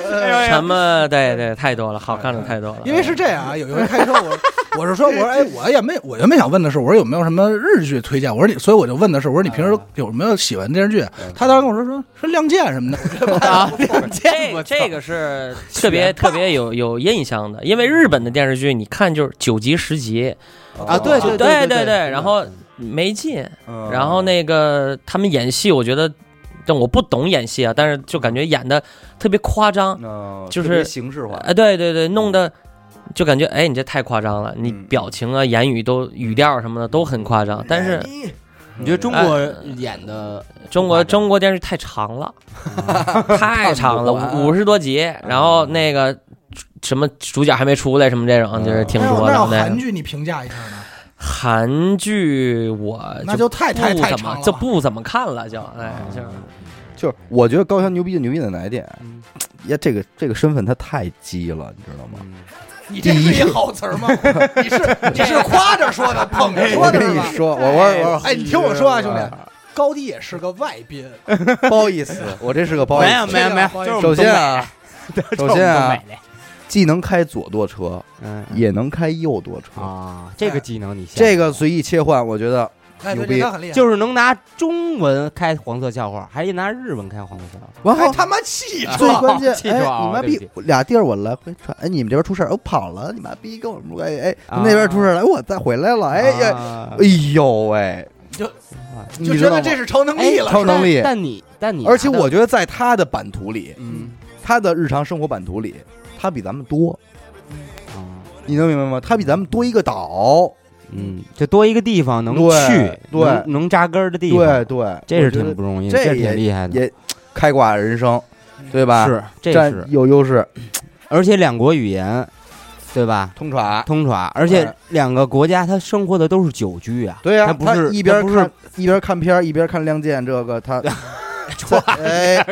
[SPEAKER 5] 什么？对对，太多了，好看的太多了。
[SPEAKER 3] 因为是这样啊，有一回开车我。 我是说，我说，哎，我也没，我原本想问的是，我说有没有什么日剧推荐？我说你，所以我就问的是，我说你平时有没有喜欢的电视剧？他当时跟我说说说《亮剑》什么的，
[SPEAKER 5] 这这个 是特别特别有有印象的，因为日本的电视剧你看就是九集十集，
[SPEAKER 4] 啊，对对
[SPEAKER 5] 对
[SPEAKER 4] 对
[SPEAKER 5] 对，然后没劲，
[SPEAKER 2] 嗯
[SPEAKER 5] 然后那个他们演戏，我觉得，但我不懂演戏啊，但是就感觉演的特别夸张，
[SPEAKER 2] 嗯
[SPEAKER 5] 就是
[SPEAKER 2] 特别形式化，
[SPEAKER 5] 哎，对对对，弄得就感觉哎，你这太夸张了，你
[SPEAKER 2] 嗯哎
[SPEAKER 5] 表情啊、言语都语调什么的都很夸张。但是
[SPEAKER 4] 哎你觉得中国演的
[SPEAKER 5] 中国中国电视剧太 长了，太长了，
[SPEAKER 2] 看不完嗯
[SPEAKER 5] 五五十多集，然后那个什么主角还没出来，什么这种
[SPEAKER 2] 嗯
[SPEAKER 5] 就是挺
[SPEAKER 3] 那要
[SPEAKER 5] 多
[SPEAKER 3] 那要
[SPEAKER 5] 的。对
[SPEAKER 3] 韩剧你评价一下呢？
[SPEAKER 5] 韩剧我
[SPEAKER 3] 那就太太
[SPEAKER 5] 不
[SPEAKER 3] 太
[SPEAKER 5] 怎
[SPEAKER 3] 长
[SPEAKER 5] 么
[SPEAKER 3] 了
[SPEAKER 5] 呃就
[SPEAKER 3] 吧
[SPEAKER 5] 不怎么看了，就哎
[SPEAKER 2] 嗯
[SPEAKER 5] 就是
[SPEAKER 2] 就是我觉得高翔牛逼就牛逼在哪一点？啊呀，这个这个身份他太鸡了，你知道吗？
[SPEAKER 4] 嗯
[SPEAKER 3] 你这是一好词儿吗？ 你是你是夸着说的，捧
[SPEAKER 4] 哎
[SPEAKER 3] 着
[SPEAKER 2] 我
[SPEAKER 3] 说的
[SPEAKER 2] 跟
[SPEAKER 3] 是
[SPEAKER 2] 你
[SPEAKER 3] 吧？
[SPEAKER 2] 说，我我我，
[SPEAKER 3] 哎，你听我说啊，兄弟，高低也是个外宾，
[SPEAKER 2] 弟，褒义词，我这是个褒义
[SPEAKER 4] 没
[SPEAKER 2] 词
[SPEAKER 4] 有。没有没有，就是我
[SPEAKER 2] 首
[SPEAKER 4] 们
[SPEAKER 2] 先
[SPEAKER 4] 东北
[SPEAKER 2] 啊， 首先啊，，既能开左舵车，
[SPEAKER 4] 嗯
[SPEAKER 2] 也能开右舵车，
[SPEAKER 4] 啊，这个技能你
[SPEAKER 2] 这个随意切换，我觉得
[SPEAKER 3] 哎，
[SPEAKER 2] 牛逼
[SPEAKER 3] 对对，他很厉害。
[SPEAKER 4] 就是能拿中文开黄色笑话，还得拿日文开黄色笑话。
[SPEAKER 2] 完
[SPEAKER 3] 还
[SPEAKER 2] 后
[SPEAKER 3] 他妈气
[SPEAKER 4] 啊
[SPEAKER 3] 质，
[SPEAKER 2] 最关键，
[SPEAKER 4] 记住
[SPEAKER 2] 哎，
[SPEAKER 4] 啊
[SPEAKER 2] 你妈
[SPEAKER 4] 对不
[SPEAKER 2] 逼俩地儿我来回传，哎，你们这边出事儿，我跑了，你妈逼跟我们关系，哎，
[SPEAKER 4] 啊
[SPEAKER 2] 那边出事儿了，哎我再回来了，哎呀，
[SPEAKER 4] 呀
[SPEAKER 2] 哎呦喂，
[SPEAKER 3] 就
[SPEAKER 2] 你
[SPEAKER 3] 就
[SPEAKER 2] 知
[SPEAKER 3] 觉
[SPEAKER 2] 道
[SPEAKER 3] 得
[SPEAKER 2] 吗
[SPEAKER 3] 这是超能力了。
[SPEAKER 2] 超能力
[SPEAKER 4] 哎但你但你，
[SPEAKER 2] 而且我觉得在他的版图里，
[SPEAKER 4] 嗯
[SPEAKER 2] 他的日常生活版图里，他比咱们多，
[SPEAKER 4] 啊
[SPEAKER 2] 你能明白吗？他比咱们多一个岛，
[SPEAKER 4] 嗯，就多一个地方能
[SPEAKER 2] 对
[SPEAKER 4] 去，
[SPEAKER 2] 对
[SPEAKER 4] 能能扎根儿的地
[SPEAKER 2] 对
[SPEAKER 4] 方，
[SPEAKER 2] 对，
[SPEAKER 4] 这是
[SPEAKER 2] 我觉
[SPEAKER 4] 挺
[SPEAKER 2] 得
[SPEAKER 4] 不容易的，
[SPEAKER 2] 这
[SPEAKER 4] 这是
[SPEAKER 2] 也
[SPEAKER 4] 挺厉害的，嗯
[SPEAKER 2] 也开挂人生，对吧？
[SPEAKER 4] 是这
[SPEAKER 2] 占
[SPEAKER 4] 是，
[SPEAKER 2] 有优势，
[SPEAKER 4] 而且两国语言，对吧？
[SPEAKER 2] 通传。
[SPEAKER 4] 通传，而
[SPEAKER 2] 哎
[SPEAKER 4] 且两个国家他生活的都是久居啊，
[SPEAKER 2] 对呀、
[SPEAKER 4] 他不是
[SPEAKER 2] 一边
[SPEAKER 4] 他不是
[SPEAKER 2] 看 一边看片儿，一边看《亮剑》，这个 他哎，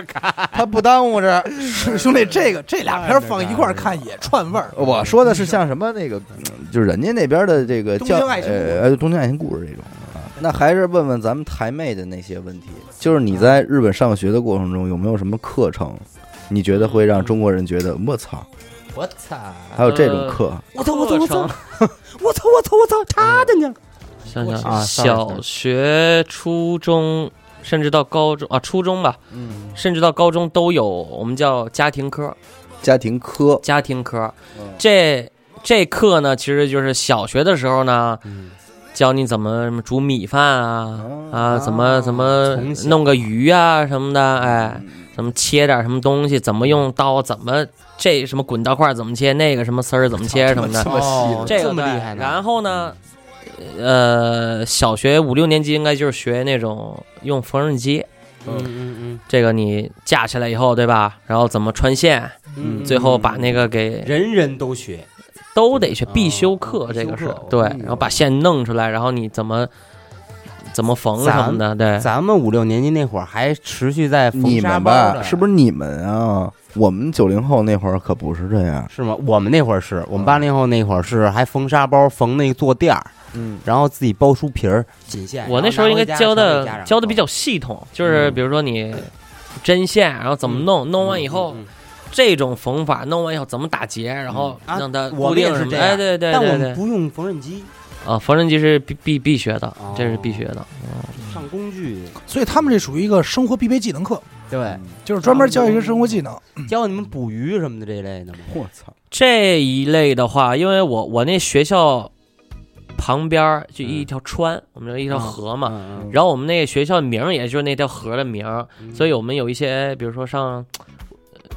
[SPEAKER 2] 他不耽误着。
[SPEAKER 3] 是兄弟，这个这俩片儿放一块儿看也串味儿。
[SPEAKER 2] 呃我说的是像什么那个，嗯就是人家那边的这个
[SPEAKER 3] 东
[SPEAKER 2] 叫
[SPEAKER 3] 京爱情故事
[SPEAKER 2] 呃呃东京爱情故事这种啊。那还是问问咱们台妹的那些问题，就是你在日本上学的过程中有没有什么课程，你觉得会让中国人觉得我操，
[SPEAKER 4] 我操！
[SPEAKER 2] 还有这种课？
[SPEAKER 5] 呃
[SPEAKER 4] 我操我操我操
[SPEAKER 5] 课程
[SPEAKER 4] 我操我操我操，插的呢！
[SPEAKER 5] 想
[SPEAKER 4] 我
[SPEAKER 5] 想
[SPEAKER 4] 啊，sorry，
[SPEAKER 5] 小
[SPEAKER 4] sorry
[SPEAKER 5] 学、初中，甚至到高中啊，初中吧，
[SPEAKER 4] 嗯，
[SPEAKER 5] 甚至到高中都有，我们叫家庭科，
[SPEAKER 2] 家庭科，
[SPEAKER 5] 家庭科。这这课呢，其实就是小学的时候呢，
[SPEAKER 4] 嗯
[SPEAKER 5] 教你怎么什么煮米饭啊，啊，怎么怎么
[SPEAKER 4] 从小
[SPEAKER 5] 弄个鱼啊什么的，哎，怎么切点什么东西，怎么用刀，怎么这什么滚刀块怎么切，那个什么丝儿怎么切什么的
[SPEAKER 2] 嗯
[SPEAKER 3] 这，么
[SPEAKER 4] 哦
[SPEAKER 5] 这个
[SPEAKER 4] 这么
[SPEAKER 5] 对
[SPEAKER 4] 厉害呢？嗯
[SPEAKER 5] 然后呢，呃，小学五六年级应该就是学那种用缝纫机，
[SPEAKER 4] 嗯，嗯
[SPEAKER 5] 这个你架起来以后，对吧？然后怎么穿线，
[SPEAKER 4] 嗯嗯，
[SPEAKER 5] 最后把那个给
[SPEAKER 4] 人人都学，
[SPEAKER 5] 都得学必修
[SPEAKER 4] 哦
[SPEAKER 5] 课，
[SPEAKER 4] 必
[SPEAKER 5] 这个
[SPEAKER 4] 修
[SPEAKER 5] 是
[SPEAKER 4] 课
[SPEAKER 5] 对。
[SPEAKER 4] 哎呦
[SPEAKER 5] 然后把线弄出来，然后你怎么怎么缝什么的，对。
[SPEAKER 4] 咱们五六年级那会儿还持续在缝
[SPEAKER 2] 你
[SPEAKER 4] 沙
[SPEAKER 2] 们
[SPEAKER 4] 包
[SPEAKER 2] 吧，
[SPEAKER 4] 呢
[SPEAKER 2] 是不是你们啊？我们九零后那会儿可不是这样，
[SPEAKER 4] 是吗？我们那会儿是我们八零后那会儿是还缝沙包，缝那个坐垫儿，
[SPEAKER 2] 嗯，
[SPEAKER 4] 然后自己包书皮儿、锦线。
[SPEAKER 5] 我那时候应该教的教的比较系统，就是
[SPEAKER 4] 嗯
[SPEAKER 5] 比如说你针线，然后怎么弄，弄完以后
[SPEAKER 4] 嗯嗯
[SPEAKER 5] 这种缝法，弄完以后怎么打结，然后
[SPEAKER 4] 嗯啊
[SPEAKER 5] 让它
[SPEAKER 4] 我
[SPEAKER 5] 固
[SPEAKER 4] 们也
[SPEAKER 5] 定
[SPEAKER 4] 是
[SPEAKER 5] 什么
[SPEAKER 4] 这
[SPEAKER 5] 的。
[SPEAKER 4] 样
[SPEAKER 5] 哎，对对
[SPEAKER 4] 嗯但我
[SPEAKER 5] 对
[SPEAKER 4] 们
[SPEAKER 5] 对。
[SPEAKER 4] 不用缝纫机，
[SPEAKER 5] 啊，缝纫机是必必必学的
[SPEAKER 4] 哦，
[SPEAKER 5] 这是必学的。
[SPEAKER 4] 上工具，
[SPEAKER 3] 所以他们这属于一个生活必备技能课，
[SPEAKER 4] 对，
[SPEAKER 3] 就是专门教一些生活技能。
[SPEAKER 4] 嗯教你们捕鱼什么的这类的嘛。
[SPEAKER 2] 我操，
[SPEAKER 5] 这一类的话，因为我我那学校旁边儿就一条川，我们有一条河嘛，
[SPEAKER 4] 嗯，
[SPEAKER 5] 然后我们那个学校名儿也就是那条河的名儿，
[SPEAKER 4] 嗯
[SPEAKER 5] 所以我们有一些，比如说上呃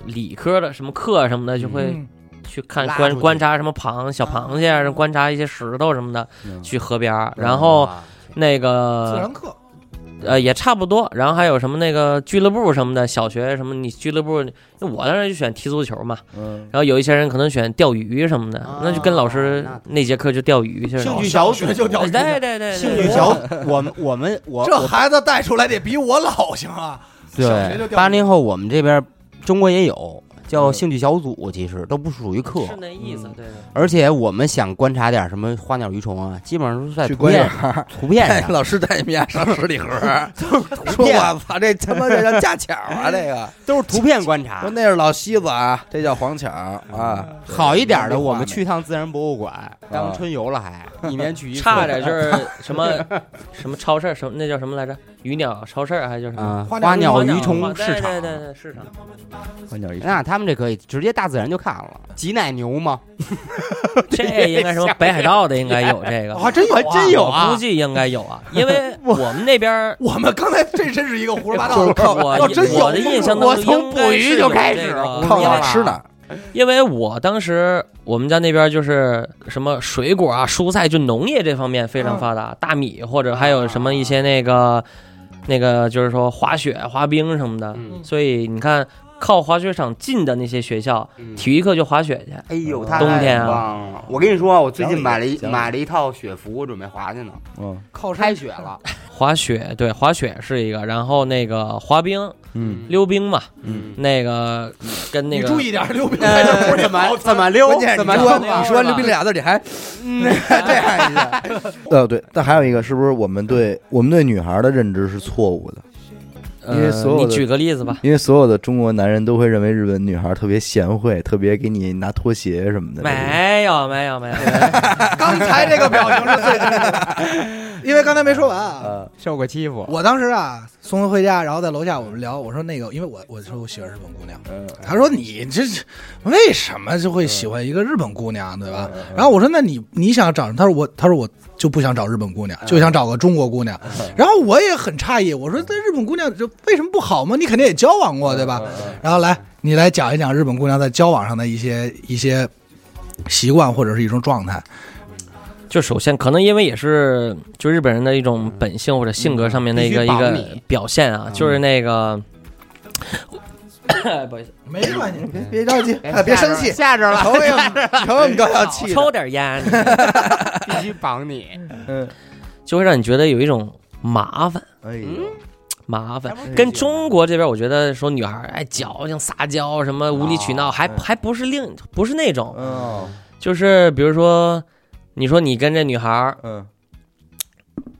[SPEAKER 5] 理科的什么课什么的，就会
[SPEAKER 3] 嗯
[SPEAKER 5] 去看
[SPEAKER 4] 拉
[SPEAKER 5] 观
[SPEAKER 4] 出去
[SPEAKER 5] 观察什么螃小螃蟹啊，观察一些石头什么的，
[SPEAKER 4] 嗯
[SPEAKER 5] 去河边儿，然后
[SPEAKER 4] 啊
[SPEAKER 5] 那
[SPEAKER 3] 自
[SPEAKER 5] 个
[SPEAKER 3] 然课，
[SPEAKER 5] 呃也差不多，然后还有什么那个俱乐部什么的，小学什么你俱乐部，那我当时就选踢足球嘛，
[SPEAKER 2] 嗯，
[SPEAKER 5] 然后有一些人可能选钓鱼什么的，
[SPEAKER 4] 啊
[SPEAKER 5] 那就跟老师
[SPEAKER 4] 那
[SPEAKER 5] 哦那节课就钓鱼去
[SPEAKER 4] 兴
[SPEAKER 5] 了
[SPEAKER 3] 嗯
[SPEAKER 4] 趣。小组
[SPEAKER 6] 学就钓
[SPEAKER 5] 哎
[SPEAKER 6] 鱼，
[SPEAKER 5] 对对对，
[SPEAKER 4] 兴
[SPEAKER 5] 对
[SPEAKER 4] 趣小，我们我们我
[SPEAKER 6] 这
[SPEAKER 4] 我
[SPEAKER 6] 孩子带出来得比我老行啊！小学就钓
[SPEAKER 4] 对
[SPEAKER 6] 鱼
[SPEAKER 4] 八零后，我们这边中国也有叫
[SPEAKER 5] 嗯
[SPEAKER 4] 兴趣小组，其实都不属于课，
[SPEAKER 5] 是那意思，对。
[SPEAKER 4] 而且我们想观察点什么花鸟鱼虫啊，基本上都是在
[SPEAKER 2] 去
[SPEAKER 4] 图
[SPEAKER 2] 观
[SPEAKER 4] 片
[SPEAKER 2] 察，
[SPEAKER 4] 图 片
[SPEAKER 2] 哎
[SPEAKER 4] 上，
[SPEAKER 2] 老师带你们家上十里河，
[SPEAKER 4] 图
[SPEAKER 2] 说
[SPEAKER 4] 片
[SPEAKER 2] 我操，这他妈这叫架巧 啊，这个
[SPEAKER 4] 都是图片观
[SPEAKER 2] 说
[SPEAKER 4] 察。
[SPEAKER 2] 那是老西子啊，这叫黄巧啊，
[SPEAKER 4] 好一点的，我们 去趟自然博物馆，
[SPEAKER 2] 嗯
[SPEAKER 4] 当春游了还，一年去一次。
[SPEAKER 5] 差点就是什么什么超市，什么那叫什么来着？鱼鸟超市还是叫什么？
[SPEAKER 4] 啊，
[SPEAKER 3] 花
[SPEAKER 4] 花
[SPEAKER 3] 鸟
[SPEAKER 4] 鸟
[SPEAKER 5] 花
[SPEAKER 4] 鱼
[SPEAKER 5] 花
[SPEAKER 4] 虫
[SPEAKER 5] 对
[SPEAKER 4] 市
[SPEAKER 5] 对
[SPEAKER 4] 场。
[SPEAKER 5] 对对， 市场。
[SPEAKER 2] 黄鸟一嗯
[SPEAKER 4] 那他们这可以直接大自然就看了，挤奶牛吗？
[SPEAKER 5] 这应该什么北海道的应该有 这个，
[SPEAKER 6] 还真有啊。
[SPEAKER 4] 还真有
[SPEAKER 5] 我
[SPEAKER 4] 啊
[SPEAKER 5] 估！计应该有啊，因为我们那边儿
[SPEAKER 6] 我们刚才这真是一个胡说八道
[SPEAKER 2] 就
[SPEAKER 6] 的
[SPEAKER 2] 是
[SPEAKER 6] 事儿。
[SPEAKER 2] 靠
[SPEAKER 5] 我
[SPEAKER 6] 要真有
[SPEAKER 5] 我的印象当
[SPEAKER 4] 我
[SPEAKER 5] 中，
[SPEAKER 4] 从捕鱼就开始
[SPEAKER 2] 靠
[SPEAKER 4] 因
[SPEAKER 2] 哪
[SPEAKER 4] 为
[SPEAKER 2] 儿吃哪儿，
[SPEAKER 5] 因为我当时我们家那边就是什么水果啊、蔬菜，就农业这方面非常发达，大米或者还有什么一些那个那个就是说滑雪、滑冰什么的，
[SPEAKER 4] 嗯
[SPEAKER 5] 所以你看靠滑雪场近的那些学校，
[SPEAKER 4] 嗯
[SPEAKER 5] 体育课就滑雪去。
[SPEAKER 4] 哎
[SPEAKER 2] 嗯
[SPEAKER 4] 呦，
[SPEAKER 5] 冬天啊
[SPEAKER 4] 棒了！我跟你说啊，我最近买了一
[SPEAKER 2] 讲理
[SPEAKER 4] 买了一套雪服，我准备滑去呢。
[SPEAKER 2] 嗯
[SPEAKER 3] 靠山
[SPEAKER 4] 开雪了，
[SPEAKER 5] 滑雪对，滑雪是一个，然后那个滑冰、
[SPEAKER 2] 嗯，
[SPEAKER 5] 溜冰嘛，
[SPEAKER 4] 嗯，
[SPEAKER 5] 那个跟那
[SPEAKER 6] 你
[SPEAKER 5] 个
[SPEAKER 6] 注意点，溜冰在这
[SPEAKER 4] 呃
[SPEAKER 6] 不是
[SPEAKER 4] 怎
[SPEAKER 2] 哎
[SPEAKER 4] 么
[SPEAKER 6] 好
[SPEAKER 4] 怎么溜
[SPEAKER 2] 关？键
[SPEAKER 4] 怎
[SPEAKER 2] 你
[SPEAKER 4] 么
[SPEAKER 2] 说
[SPEAKER 4] 溜？
[SPEAKER 2] 你说完溜冰俩字，你还这样一下，呃对，但还有一个是不是我们对我们对女孩的认知是错误的？因为所有
[SPEAKER 5] 呃、
[SPEAKER 2] 的
[SPEAKER 5] 你举个例子吧，
[SPEAKER 2] 因为所有的中国男人都会认为日本女孩特别贤惠，特别给你拿拖鞋什么的。
[SPEAKER 5] 没有没有没有，
[SPEAKER 6] 刚才这个表情是最真的。
[SPEAKER 3] 因为刚才没说完啊。
[SPEAKER 2] 呃，
[SPEAKER 4] 受过欺负，
[SPEAKER 3] 我当时啊送她回家，然后在楼下我们聊，我说那个，因为我我说我喜欢日本姑娘，
[SPEAKER 2] 嗯
[SPEAKER 3] 她说你这为什么就会喜欢一个日本姑娘，对吧？然后我说那你你想找什么？她说我她说我就不想找日本姑娘，就想找个中国姑娘。然后我也很诧异，我说这日本姑娘就为什么不好吗？你肯定也交往过，对吧？然后来你来讲一讲日本姑娘在交往上的一些一些习惯或者是一种状态。
[SPEAKER 5] 就首先可能因为也是就日本人的一种本性或者性格上面的一
[SPEAKER 4] 嗯嗯必
[SPEAKER 5] 个、
[SPEAKER 4] 须
[SPEAKER 5] 一
[SPEAKER 4] 保嗯
[SPEAKER 5] 个
[SPEAKER 4] 你
[SPEAKER 5] 表现啊，就是那个。 不好意思，
[SPEAKER 3] 没关系，
[SPEAKER 2] 别别着急，哎别
[SPEAKER 4] 吓着
[SPEAKER 2] 生
[SPEAKER 4] 了
[SPEAKER 2] 气，
[SPEAKER 4] 吓着了，
[SPEAKER 2] 瞅你们瞅你们高要气的，
[SPEAKER 5] 抽点烟，
[SPEAKER 4] 必须绑你。
[SPEAKER 2] 嗯，
[SPEAKER 5] 就会让你觉得有一种麻烦。
[SPEAKER 2] 哎呦，哎
[SPEAKER 5] 麻烦
[SPEAKER 4] 还不，是
[SPEAKER 5] 跟中国这边，我觉得说女孩儿哎矫情、撒娇，什么无理取闹，
[SPEAKER 4] 哦
[SPEAKER 5] 还
[SPEAKER 2] 嗯
[SPEAKER 5] 还不是另不是那种，
[SPEAKER 2] 嗯
[SPEAKER 5] 就是比如说，你说你跟这女孩儿
[SPEAKER 2] 嗯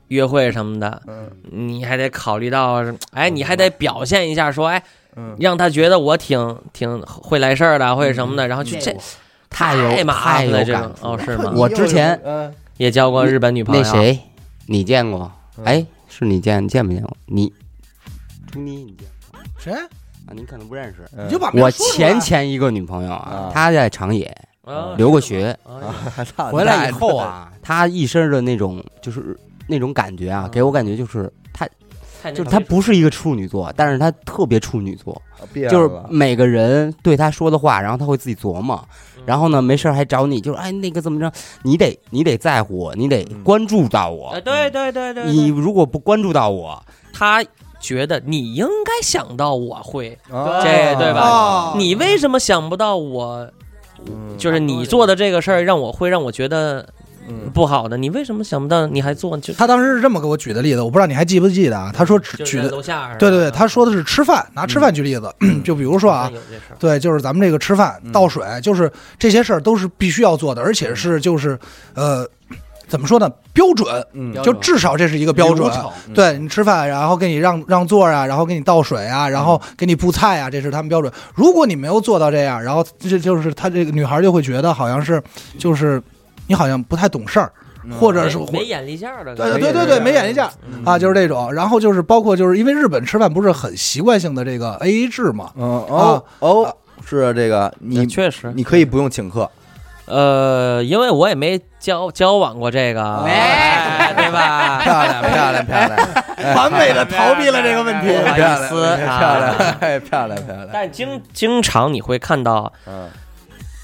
[SPEAKER 5] 约会什么的，
[SPEAKER 2] 嗯
[SPEAKER 5] 你还得考虑到，哎，你还得表现一下，说哎，
[SPEAKER 2] 嗯，
[SPEAKER 5] 让她觉得我挺挺会来事儿的，或者什么的，然后就这
[SPEAKER 4] 嗯太有
[SPEAKER 5] 太麻
[SPEAKER 4] 太
[SPEAKER 5] 烦
[SPEAKER 4] 有
[SPEAKER 5] 了，这
[SPEAKER 4] 感
[SPEAKER 5] 种
[SPEAKER 4] 触
[SPEAKER 5] 哦 是吗？
[SPEAKER 4] 我之前
[SPEAKER 2] 嗯
[SPEAKER 5] 也交过日本女朋友，
[SPEAKER 4] 那谁，你见过？哎，是你见见没见过？你朱妮，你见
[SPEAKER 3] 谁？
[SPEAKER 4] 过啊？你可能不认识。
[SPEAKER 2] 嗯
[SPEAKER 3] 你就把名
[SPEAKER 4] 我
[SPEAKER 3] 儿说出来
[SPEAKER 4] 前前一个女朋友啊
[SPEAKER 2] 啊，
[SPEAKER 4] 她在长野
[SPEAKER 5] 啊
[SPEAKER 4] 留过学，
[SPEAKER 5] 啊
[SPEAKER 4] 回来以后，啊，她一身的那种就是那种感觉啊，
[SPEAKER 5] 嗯
[SPEAKER 4] 给我感觉就是她
[SPEAKER 5] 太那
[SPEAKER 4] 就是
[SPEAKER 5] 什
[SPEAKER 4] 她
[SPEAKER 5] 么
[SPEAKER 4] 不是一个处女座，但是她特别处女座，
[SPEAKER 2] 变
[SPEAKER 4] 就是
[SPEAKER 2] 了
[SPEAKER 4] 每个人对她说的话，然后她会自己琢磨
[SPEAKER 5] 嗯，
[SPEAKER 4] 然后呢没事儿还找你，就是哎那个怎么着，你得你得在乎我，你得
[SPEAKER 2] 嗯
[SPEAKER 4] 关注到我
[SPEAKER 5] 哎，，对
[SPEAKER 3] 嗯
[SPEAKER 5] 对对对，
[SPEAKER 4] 你
[SPEAKER 5] 对
[SPEAKER 4] 如果不关注到我，
[SPEAKER 5] 她觉得你应该想到我会，
[SPEAKER 2] 啊
[SPEAKER 5] 这对吧
[SPEAKER 6] 哦
[SPEAKER 5] 你为什么想不到我？
[SPEAKER 2] 嗯
[SPEAKER 5] 就是你做的这个事儿让我会让我觉得
[SPEAKER 2] 嗯
[SPEAKER 5] 不好的，你为什么想不到你还做？就
[SPEAKER 3] 他当时是这么给我举的例子，我不知道你还记不记得啊？他说只
[SPEAKER 5] 就
[SPEAKER 3] 举
[SPEAKER 5] 是在
[SPEAKER 3] 的，
[SPEAKER 5] 楼下是吧，
[SPEAKER 3] 对对对，他说的是吃饭，拿吃饭举例子， 就比如说啊
[SPEAKER 5] 好像，有这事儿
[SPEAKER 3] 对，就是咱们这个吃饭
[SPEAKER 2] 嗯
[SPEAKER 3] 倒水，就是这些事儿都是必须要做的，而且是就是呃，怎么说呢？标准，
[SPEAKER 2] 嗯
[SPEAKER 4] 标
[SPEAKER 3] 就
[SPEAKER 4] 准
[SPEAKER 3] 至少这是一个标准
[SPEAKER 4] 流。程
[SPEAKER 2] 嗯
[SPEAKER 3] 对你吃饭，然后给你让让座啊，然后给你倒水啊，然后给你布菜啊，这是他们标准。如果你没有做到这样，然后这就是他这个女孩就会觉得好像是就是你好像不太懂事儿，或者是
[SPEAKER 5] 哎没没眼力见儿的，
[SPEAKER 3] 呃对
[SPEAKER 2] 没眼
[SPEAKER 3] 对对
[SPEAKER 2] 力
[SPEAKER 3] 对，
[SPEAKER 2] 见
[SPEAKER 3] 没眼力见儿
[SPEAKER 2] 嗯
[SPEAKER 3] 啊，就是这种。然后就是包括就是因为日本吃饭不是很习惯性的这个 AA 制嘛，
[SPEAKER 2] 嗯哦哦，是啊这个你
[SPEAKER 5] 呃确实，
[SPEAKER 2] 你可以不用请客，
[SPEAKER 5] 呃，因为我也没交交往过这个，
[SPEAKER 4] 哎
[SPEAKER 5] 对吧？
[SPEAKER 2] 漂亮漂亮漂亮，
[SPEAKER 6] 完美的逃避了这个问
[SPEAKER 4] 哎
[SPEAKER 5] 不
[SPEAKER 6] 题。
[SPEAKER 5] 好意思
[SPEAKER 2] 漂亮
[SPEAKER 5] 啊。
[SPEAKER 2] 哎漂亮漂亮，
[SPEAKER 5] 但经经常你会看到
[SPEAKER 2] 嗯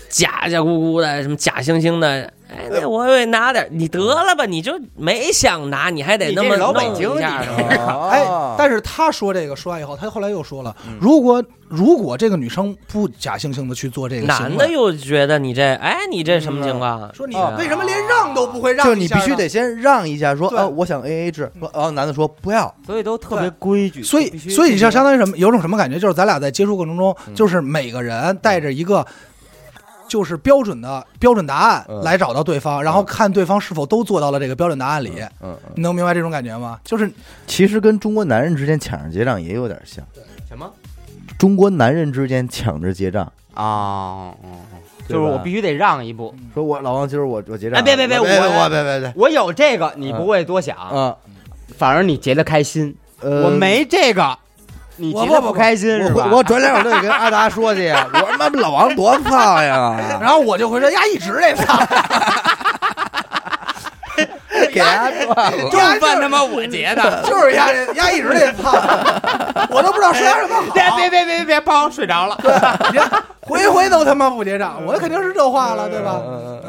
[SPEAKER 5] 假假咕咕的，什么假惺惺的。哎，那我也拿点，你得了吧，你就没想拿，你还得那么
[SPEAKER 4] 老北
[SPEAKER 5] 弄
[SPEAKER 4] 京
[SPEAKER 5] 一下，
[SPEAKER 4] 你这
[SPEAKER 2] 哦
[SPEAKER 3] 哎，但是他说这个说完以后，他后来又说了，
[SPEAKER 2] 嗯
[SPEAKER 3] 如果如果这个女生不假惺惺的去做这个行为，
[SPEAKER 5] 男的又觉得你这，哎，你这什么情况？
[SPEAKER 3] 嗯说你
[SPEAKER 5] 对啊
[SPEAKER 6] 为什么连让都不会让？
[SPEAKER 2] 哦就是你必须得，先让一下，说
[SPEAKER 6] 对
[SPEAKER 2] 啊，我想 A A 制，说哦，男的说不要，
[SPEAKER 4] 所以都特别规矩，
[SPEAKER 3] 所以
[SPEAKER 4] 必须
[SPEAKER 3] 所以就相当于什么？有种什么感觉？就是咱俩在接触过程中，
[SPEAKER 2] 嗯
[SPEAKER 3] 就是每个人带着一个。就是标准的标准答案
[SPEAKER 2] 嗯
[SPEAKER 3] 来找到对方，然后看对方是否都做到了这个标准答案里，
[SPEAKER 2] 嗯，嗯
[SPEAKER 3] 你能明白这种感觉吗？就是
[SPEAKER 2] 其实跟中国男人之间抢着结账也有点像，
[SPEAKER 4] 什么
[SPEAKER 2] 中国男人之间抢着结账，
[SPEAKER 4] 啊？哦哦哦就
[SPEAKER 2] 对
[SPEAKER 4] 是
[SPEAKER 2] 吧
[SPEAKER 4] 我必须得让一步，
[SPEAKER 2] 说我老王今儿我我结账，
[SPEAKER 4] 哎别别别
[SPEAKER 2] 我
[SPEAKER 4] 我
[SPEAKER 2] 别别别，
[SPEAKER 4] 我有这个，你不会多想，
[SPEAKER 2] 啊，
[SPEAKER 4] 反而你结的开心。
[SPEAKER 2] 呃
[SPEAKER 4] 我没这个，你
[SPEAKER 2] 我
[SPEAKER 4] 觉
[SPEAKER 2] 不
[SPEAKER 4] 得
[SPEAKER 2] 不
[SPEAKER 4] 不开心是吧？
[SPEAKER 2] 我我转脸我就得跟阿达说去，我说妈老王多胖 呀，
[SPEAKER 3] 然后我就会说呀，一直这操，
[SPEAKER 2] 给他断了。
[SPEAKER 4] 就饭他妈我结的。
[SPEAKER 3] 就是压压一直这操，我都不知道说点什么好。
[SPEAKER 4] 别别别别别，帮我睡着了。
[SPEAKER 3] 回回都他妈不结账，我肯定是这话了，对吧？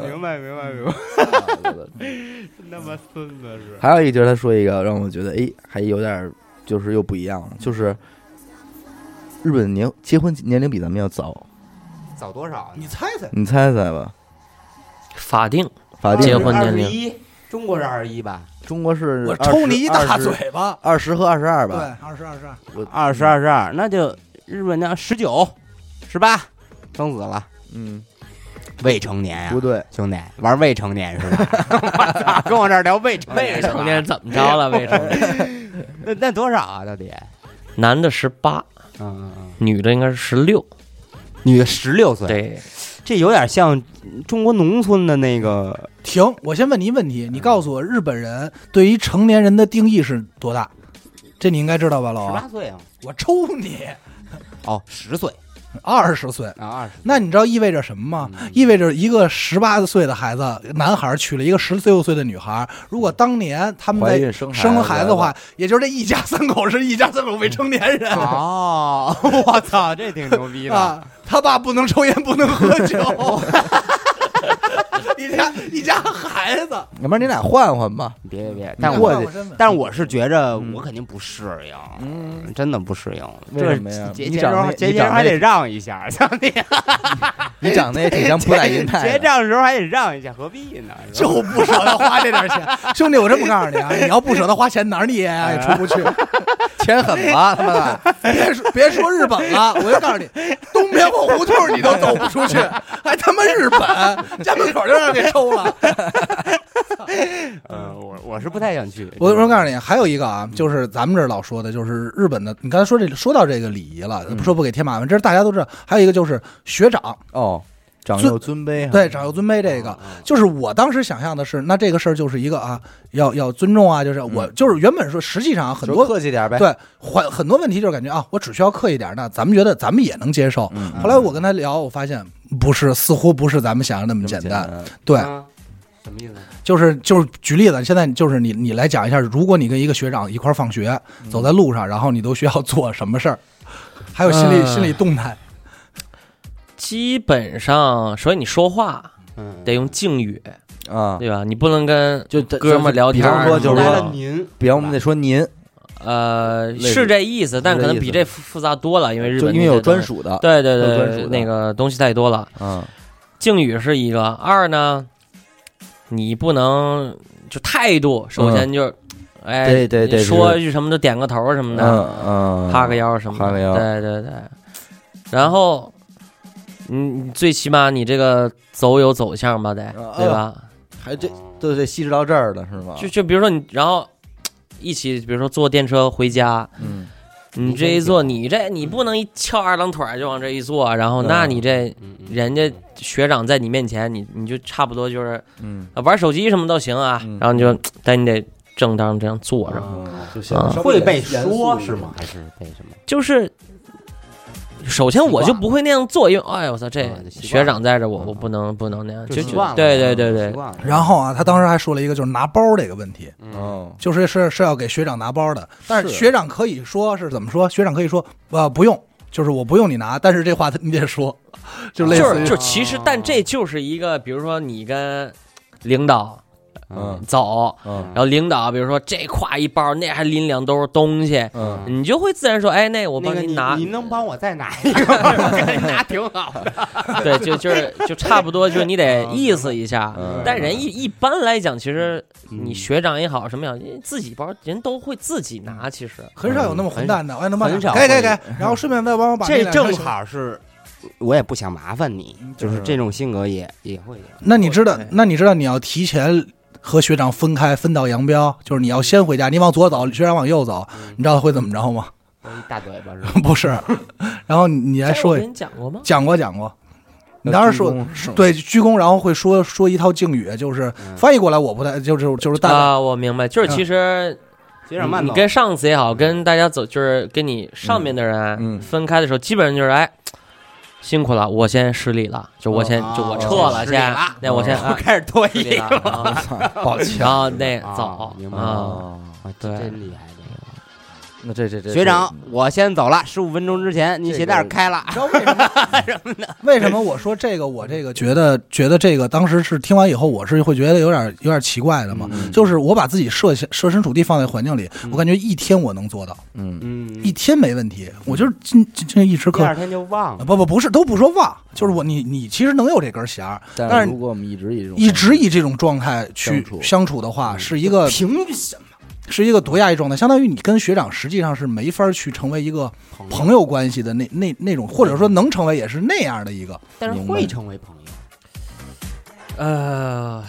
[SPEAKER 4] 明白明白明白，那么孙子是
[SPEAKER 2] 还有一个就是他说一个让我觉得哎，还有点儿就是又不一样了，就是日本年结婚年龄比咱们要早，
[SPEAKER 4] 早多少？
[SPEAKER 3] 你猜猜，
[SPEAKER 2] 你猜猜吧？
[SPEAKER 5] 法定
[SPEAKER 2] 法定
[SPEAKER 5] 结婚年龄
[SPEAKER 4] 一，中国是二十一吧？
[SPEAKER 2] 中国是
[SPEAKER 3] 我抽你一大
[SPEAKER 2] 20，
[SPEAKER 3] 嘴巴。
[SPEAKER 2] 二十和二十二
[SPEAKER 3] 对
[SPEAKER 2] 吧？，
[SPEAKER 3] 二十二十二，
[SPEAKER 4] 二十二十二，那就日本那十九、十八，生子了，
[SPEAKER 2] 嗯，
[SPEAKER 4] 未成年呀
[SPEAKER 2] 不。对，
[SPEAKER 4] 兄弟，玩未成年是 吧？我操，跟我这儿聊未成
[SPEAKER 5] 未
[SPEAKER 4] 年是吧，
[SPEAKER 5] 成 年怎么着了？未成年，
[SPEAKER 4] 那那多少啊？到底？
[SPEAKER 5] 男的十八，
[SPEAKER 4] 嗯嗯嗯，
[SPEAKER 5] 女的应该是十六，
[SPEAKER 4] 女的十六岁，
[SPEAKER 5] 对，
[SPEAKER 4] 这有点像中国农村的那个
[SPEAKER 3] 停！我先问你一问题，你告诉我，日本人对于成年人的定义是多大？这你应该知道吧，老
[SPEAKER 4] 十
[SPEAKER 3] 王
[SPEAKER 4] 八？岁啊，
[SPEAKER 3] 我抽你
[SPEAKER 4] 哦，十岁
[SPEAKER 3] 二十岁，
[SPEAKER 4] 啊，二十。
[SPEAKER 3] 那你知道意味着什么吗？
[SPEAKER 4] 嗯
[SPEAKER 3] 意味着一个十八岁的孩子，男孩娶了一个十六岁的女孩，如果当年他们
[SPEAKER 2] 怀
[SPEAKER 3] 在
[SPEAKER 2] 孕生
[SPEAKER 3] 生了
[SPEAKER 2] 了
[SPEAKER 3] 孩子的话，，也就是这一家三口是一家三口未成年人。
[SPEAKER 4] 哦， 我操，这挺牛逼的。
[SPEAKER 3] 啊，他爸不能抽烟，不能喝酒， 一家一家孩子，
[SPEAKER 2] 要不然你俩换换吧。
[SPEAKER 4] 别别别，但
[SPEAKER 2] 你
[SPEAKER 4] 我
[SPEAKER 2] 看
[SPEAKER 3] 身份
[SPEAKER 4] 但是我是觉着
[SPEAKER 2] 嗯
[SPEAKER 4] 我肯定不适应，
[SPEAKER 2] 嗯，
[SPEAKER 4] 真的不适应。
[SPEAKER 2] 为
[SPEAKER 4] 这
[SPEAKER 2] 什么呀
[SPEAKER 4] 结
[SPEAKER 2] 你
[SPEAKER 4] 结
[SPEAKER 2] 长
[SPEAKER 4] 账
[SPEAKER 2] 得
[SPEAKER 4] 结
[SPEAKER 2] 你
[SPEAKER 4] 结
[SPEAKER 2] 长
[SPEAKER 4] 账
[SPEAKER 2] 得
[SPEAKER 4] 还
[SPEAKER 2] 也
[SPEAKER 4] 得让一下， 兄弟，
[SPEAKER 2] 你长得也挺像布 袋银
[SPEAKER 4] 结
[SPEAKER 2] 太的。
[SPEAKER 4] 账的时候还得让一下，何必呢？是
[SPEAKER 3] 就
[SPEAKER 4] 吧
[SPEAKER 3] 不舍得花这点钱。兄弟，我这么告诉你啊，你要不舍得花钱，哪儿你也也出不去。
[SPEAKER 2] 钱狠吧，他妈的！
[SPEAKER 3] 别说别说日本了，我就告诉你，东边火胡同你都走不出去，还他妈日本，家门口就让人给抽了。
[SPEAKER 4] 嗯，我我是不太想去。
[SPEAKER 3] 我我告诉
[SPEAKER 4] 你，
[SPEAKER 3] 你，还有一个啊，就是咱们这儿老说的，就是日本的。你刚才说这说到这个礼仪了，说不给添麻烦，这是大家都知道。还有一个就是学长，
[SPEAKER 2] 哦，长幼尊卑哈。
[SPEAKER 3] 对，长幼尊卑这
[SPEAKER 2] 啊
[SPEAKER 3] 个，就是我当时想象的是，那这个事儿就是一个啊，要要尊重啊，就是我就是原本说，实际上很
[SPEAKER 2] 嗯就
[SPEAKER 3] 多
[SPEAKER 2] 客气点呗。
[SPEAKER 3] 对，很很多问题就是感觉啊，我只需要刻意点儿，那咱们觉得咱们也能接受。
[SPEAKER 2] 嗯，嗯
[SPEAKER 3] 后来我跟他聊，我发现不是，似乎不是咱们想的那么
[SPEAKER 2] 这么
[SPEAKER 3] 简
[SPEAKER 2] 简
[SPEAKER 3] 单。
[SPEAKER 2] 单。
[SPEAKER 3] 对，
[SPEAKER 4] 啊什么意思？
[SPEAKER 3] 就是就是举例子，现在就是你你来讲一下，如果你跟一个学长一块儿放学，
[SPEAKER 2] 嗯
[SPEAKER 3] 走在路上，然后你都需要做什么事儿，还有心理、
[SPEAKER 5] 嗯
[SPEAKER 3] 心理动态。
[SPEAKER 5] 基本上，所以你说话
[SPEAKER 4] 嗯，
[SPEAKER 5] 得用敬语，
[SPEAKER 2] 啊，
[SPEAKER 5] 对吧？你不能跟
[SPEAKER 2] 就这
[SPEAKER 5] 哥们儿聊天
[SPEAKER 2] 比方
[SPEAKER 5] 儿
[SPEAKER 2] 说就是
[SPEAKER 5] 什
[SPEAKER 4] 来
[SPEAKER 5] 么的
[SPEAKER 2] 说，
[SPEAKER 4] 了您，
[SPEAKER 2] 比方我们得说您，
[SPEAKER 5] 呃，
[SPEAKER 2] 类似
[SPEAKER 5] 是这意思，但可能
[SPEAKER 2] 是这意
[SPEAKER 5] 比
[SPEAKER 2] 思
[SPEAKER 5] 这复复杂多了，因为日
[SPEAKER 2] 就
[SPEAKER 5] 本
[SPEAKER 2] 因为有
[SPEAKER 5] 那些东
[SPEAKER 2] 专
[SPEAKER 5] 西，
[SPEAKER 2] 属的。
[SPEAKER 5] 对对
[SPEAKER 2] 有专
[SPEAKER 5] 对
[SPEAKER 2] 属的
[SPEAKER 5] 对，那个东西太多了。
[SPEAKER 2] 嗯，
[SPEAKER 5] 敬语是一个，二呢，你不能就态度，首先就是，哎，
[SPEAKER 2] 对对对
[SPEAKER 5] 你说一句什么就点个头什么
[SPEAKER 2] 嗯
[SPEAKER 5] 的，
[SPEAKER 2] 嗯，
[SPEAKER 5] 哈个腰什么的，
[SPEAKER 2] 哈个腰
[SPEAKER 5] 对对对，然后。你你最起码你这个走有走向吧，得
[SPEAKER 2] 啊
[SPEAKER 5] 对吧？
[SPEAKER 2] 还这都得细致到这儿了是吗？
[SPEAKER 5] 就就比如说你，然后一起，比如说坐电车回家，
[SPEAKER 2] 嗯，
[SPEAKER 5] 你这一坐，你这你不能一翘二郎腿儿就往这一坐，然后
[SPEAKER 2] 嗯
[SPEAKER 5] 那你这
[SPEAKER 4] 嗯嗯
[SPEAKER 5] 人家学长在你面前，你你就差不多就是
[SPEAKER 2] 嗯
[SPEAKER 5] 呃玩手机什么都行啊
[SPEAKER 2] 嗯，
[SPEAKER 5] 然后你就但你得正当这样坐着，
[SPEAKER 2] 嗯，就
[SPEAKER 5] 啊
[SPEAKER 2] 稍微
[SPEAKER 4] 会
[SPEAKER 2] 严
[SPEAKER 4] 被
[SPEAKER 2] 严肃
[SPEAKER 4] 说
[SPEAKER 2] 一
[SPEAKER 4] 是
[SPEAKER 2] 点
[SPEAKER 4] 吗？还是被什么？
[SPEAKER 5] 就是。首先我就不会那样做，因为哎呦我操，这
[SPEAKER 4] 嗯就习惯了
[SPEAKER 5] 学长在这我
[SPEAKER 4] 嗯
[SPEAKER 5] 我不能不能那样，就
[SPEAKER 4] 习惯了，
[SPEAKER 5] 对对对对
[SPEAKER 4] 习，惯了。
[SPEAKER 3] 然后啊，他当时还说了一个，就是拿包这个问题，
[SPEAKER 4] 嗯，
[SPEAKER 2] 哦，
[SPEAKER 3] 就是是是要给学长拿包的，但是
[SPEAKER 2] 是
[SPEAKER 3] 学长可以说是怎么说？学长可以说呃不用，就是我不用你拿，但是这话他你得说，就类似
[SPEAKER 5] 就是
[SPEAKER 3] 于
[SPEAKER 5] 就其实，但这就是一个，比如说你跟领导
[SPEAKER 2] 嗯
[SPEAKER 5] 走，
[SPEAKER 2] 嗯
[SPEAKER 5] 然后领导比如说这挎一包，那还拎两兜东西，
[SPEAKER 2] 嗯，
[SPEAKER 5] 你就会自然说，哎，那我
[SPEAKER 4] 那
[SPEAKER 5] 帮
[SPEAKER 4] 个你
[SPEAKER 5] 您拿
[SPEAKER 4] 你，能帮我再拿 一个吗？我感觉拿挺好的。
[SPEAKER 5] 对，就就是就差不多，就是你得意思一下
[SPEAKER 2] 嗯。
[SPEAKER 5] 但人一一般来讲，其实
[SPEAKER 4] 嗯
[SPEAKER 5] 你学长也好，什么也好，你自己包人都会自己拿，其实。
[SPEAKER 3] 很少有那么混蛋的，哎，能帮
[SPEAKER 4] 很少
[SPEAKER 3] 给给
[SPEAKER 4] 会
[SPEAKER 3] 给，然后顺便再帮我把那
[SPEAKER 4] 这
[SPEAKER 3] 两条
[SPEAKER 4] 正
[SPEAKER 3] 小。
[SPEAKER 4] 好是，我也不想麻烦你，就是这种性格也也会有。
[SPEAKER 3] 那你知道
[SPEAKER 4] 哎
[SPEAKER 2] 对，
[SPEAKER 3] 那你知道你要提前和学长分开，分道扬镳，就是你要先回家，你往左走，学长往右走，
[SPEAKER 4] 嗯
[SPEAKER 3] 你知道会怎么着吗？
[SPEAKER 4] 一大嘴巴是吧？
[SPEAKER 3] 不是，然后你你来
[SPEAKER 5] 嗯这我
[SPEAKER 3] 说一
[SPEAKER 5] 跟你讲过吗？
[SPEAKER 3] 讲过讲过，你当时说对鞠躬，然后会说说一套敬语，就是
[SPEAKER 4] 嗯
[SPEAKER 3] 翻译过来我不太就是就是大
[SPEAKER 5] 啊，我明白，就是其实
[SPEAKER 4] 学长慢
[SPEAKER 5] 你
[SPEAKER 4] 走，
[SPEAKER 5] 跟上司也好，跟大家走，就是跟你上面的人
[SPEAKER 2] 嗯
[SPEAKER 5] 分开的时候，基本上就是哎。辛苦了，我先失礼了，就我先
[SPEAKER 4] 哦
[SPEAKER 5] 就我撤了，
[SPEAKER 4] 失礼
[SPEAKER 5] 先
[SPEAKER 4] 了哦
[SPEAKER 5] 那我 先
[SPEAKER 4] 我
[SPEAKER 5] 啊
[SPEAKER 4] 开始脱
[SPEAKER 5] 失礼
[SPEAKER 4] 衣
[SPEAKER 5] 了
[SPEAKER 4] 服。
[SPEAKER 5] 啊，
[SPEAKER 2] 抱歉
[SPEAKER 5] 然后那
[SPEAKER 4] 啊
[SPEAKER 5] 走
[SPEAKER 4] 明白
[SPEAKER 5] 啊，
[SPEAKER 2] 啊，
[SPEAKER 4] 啊
[SPEAKER 5] 对
[SPEAKER 4] 真厉害！这个
[SPEAKER 2] 那这这这
[SPEAKER 4] 学长，我先走了，十五分钟之前你鞋带开了。
[SPEAKER 3] 你知道为什么为什么我说这个？我这个觉得觉得这个当时是听完以后，我是会觉得有点有点奇怪的嘛。就是我把自己设想设身处地放在环境里，我感觉一天我能做到，
[SPEAKER 2] 嗯
[SPEAKER 4] 嗯
[SPEAKER 3] 一天没问题。我就是今今今一时
[SPEAKER 4] 第
[SPEAKER 3] 刻
[SPEAKER 4] 二天就忘
[SPEAKER 3] 啊
[SPEAKER 4] 了。
[SPEAKER 3] 不不不是都不说忘，就是我你你其实能有这根弦儿，
[SPEAKER 2] 但
[SPEAKER 3] 但
[SPEAKER 2] 是
[SPEAKER 3] 是
[SPEAKER 2] 如果我们一直以这种
[SPEAKER 3] 一直以这种状态去
[SPEAKER 2] 相处
[SPEAKER 3] 相处的话，是一个
[SPEAKER 4] 凭什么？
[SPEAKER 3] 是一个多压抑状态，相当于你跟学长实际上是没法去成为一个朋友关系的那那那种，或者说能成为也是那样的一个。
[SPEAKER 4] 但是会成为朋友。
[SPEAKER 5] 呃，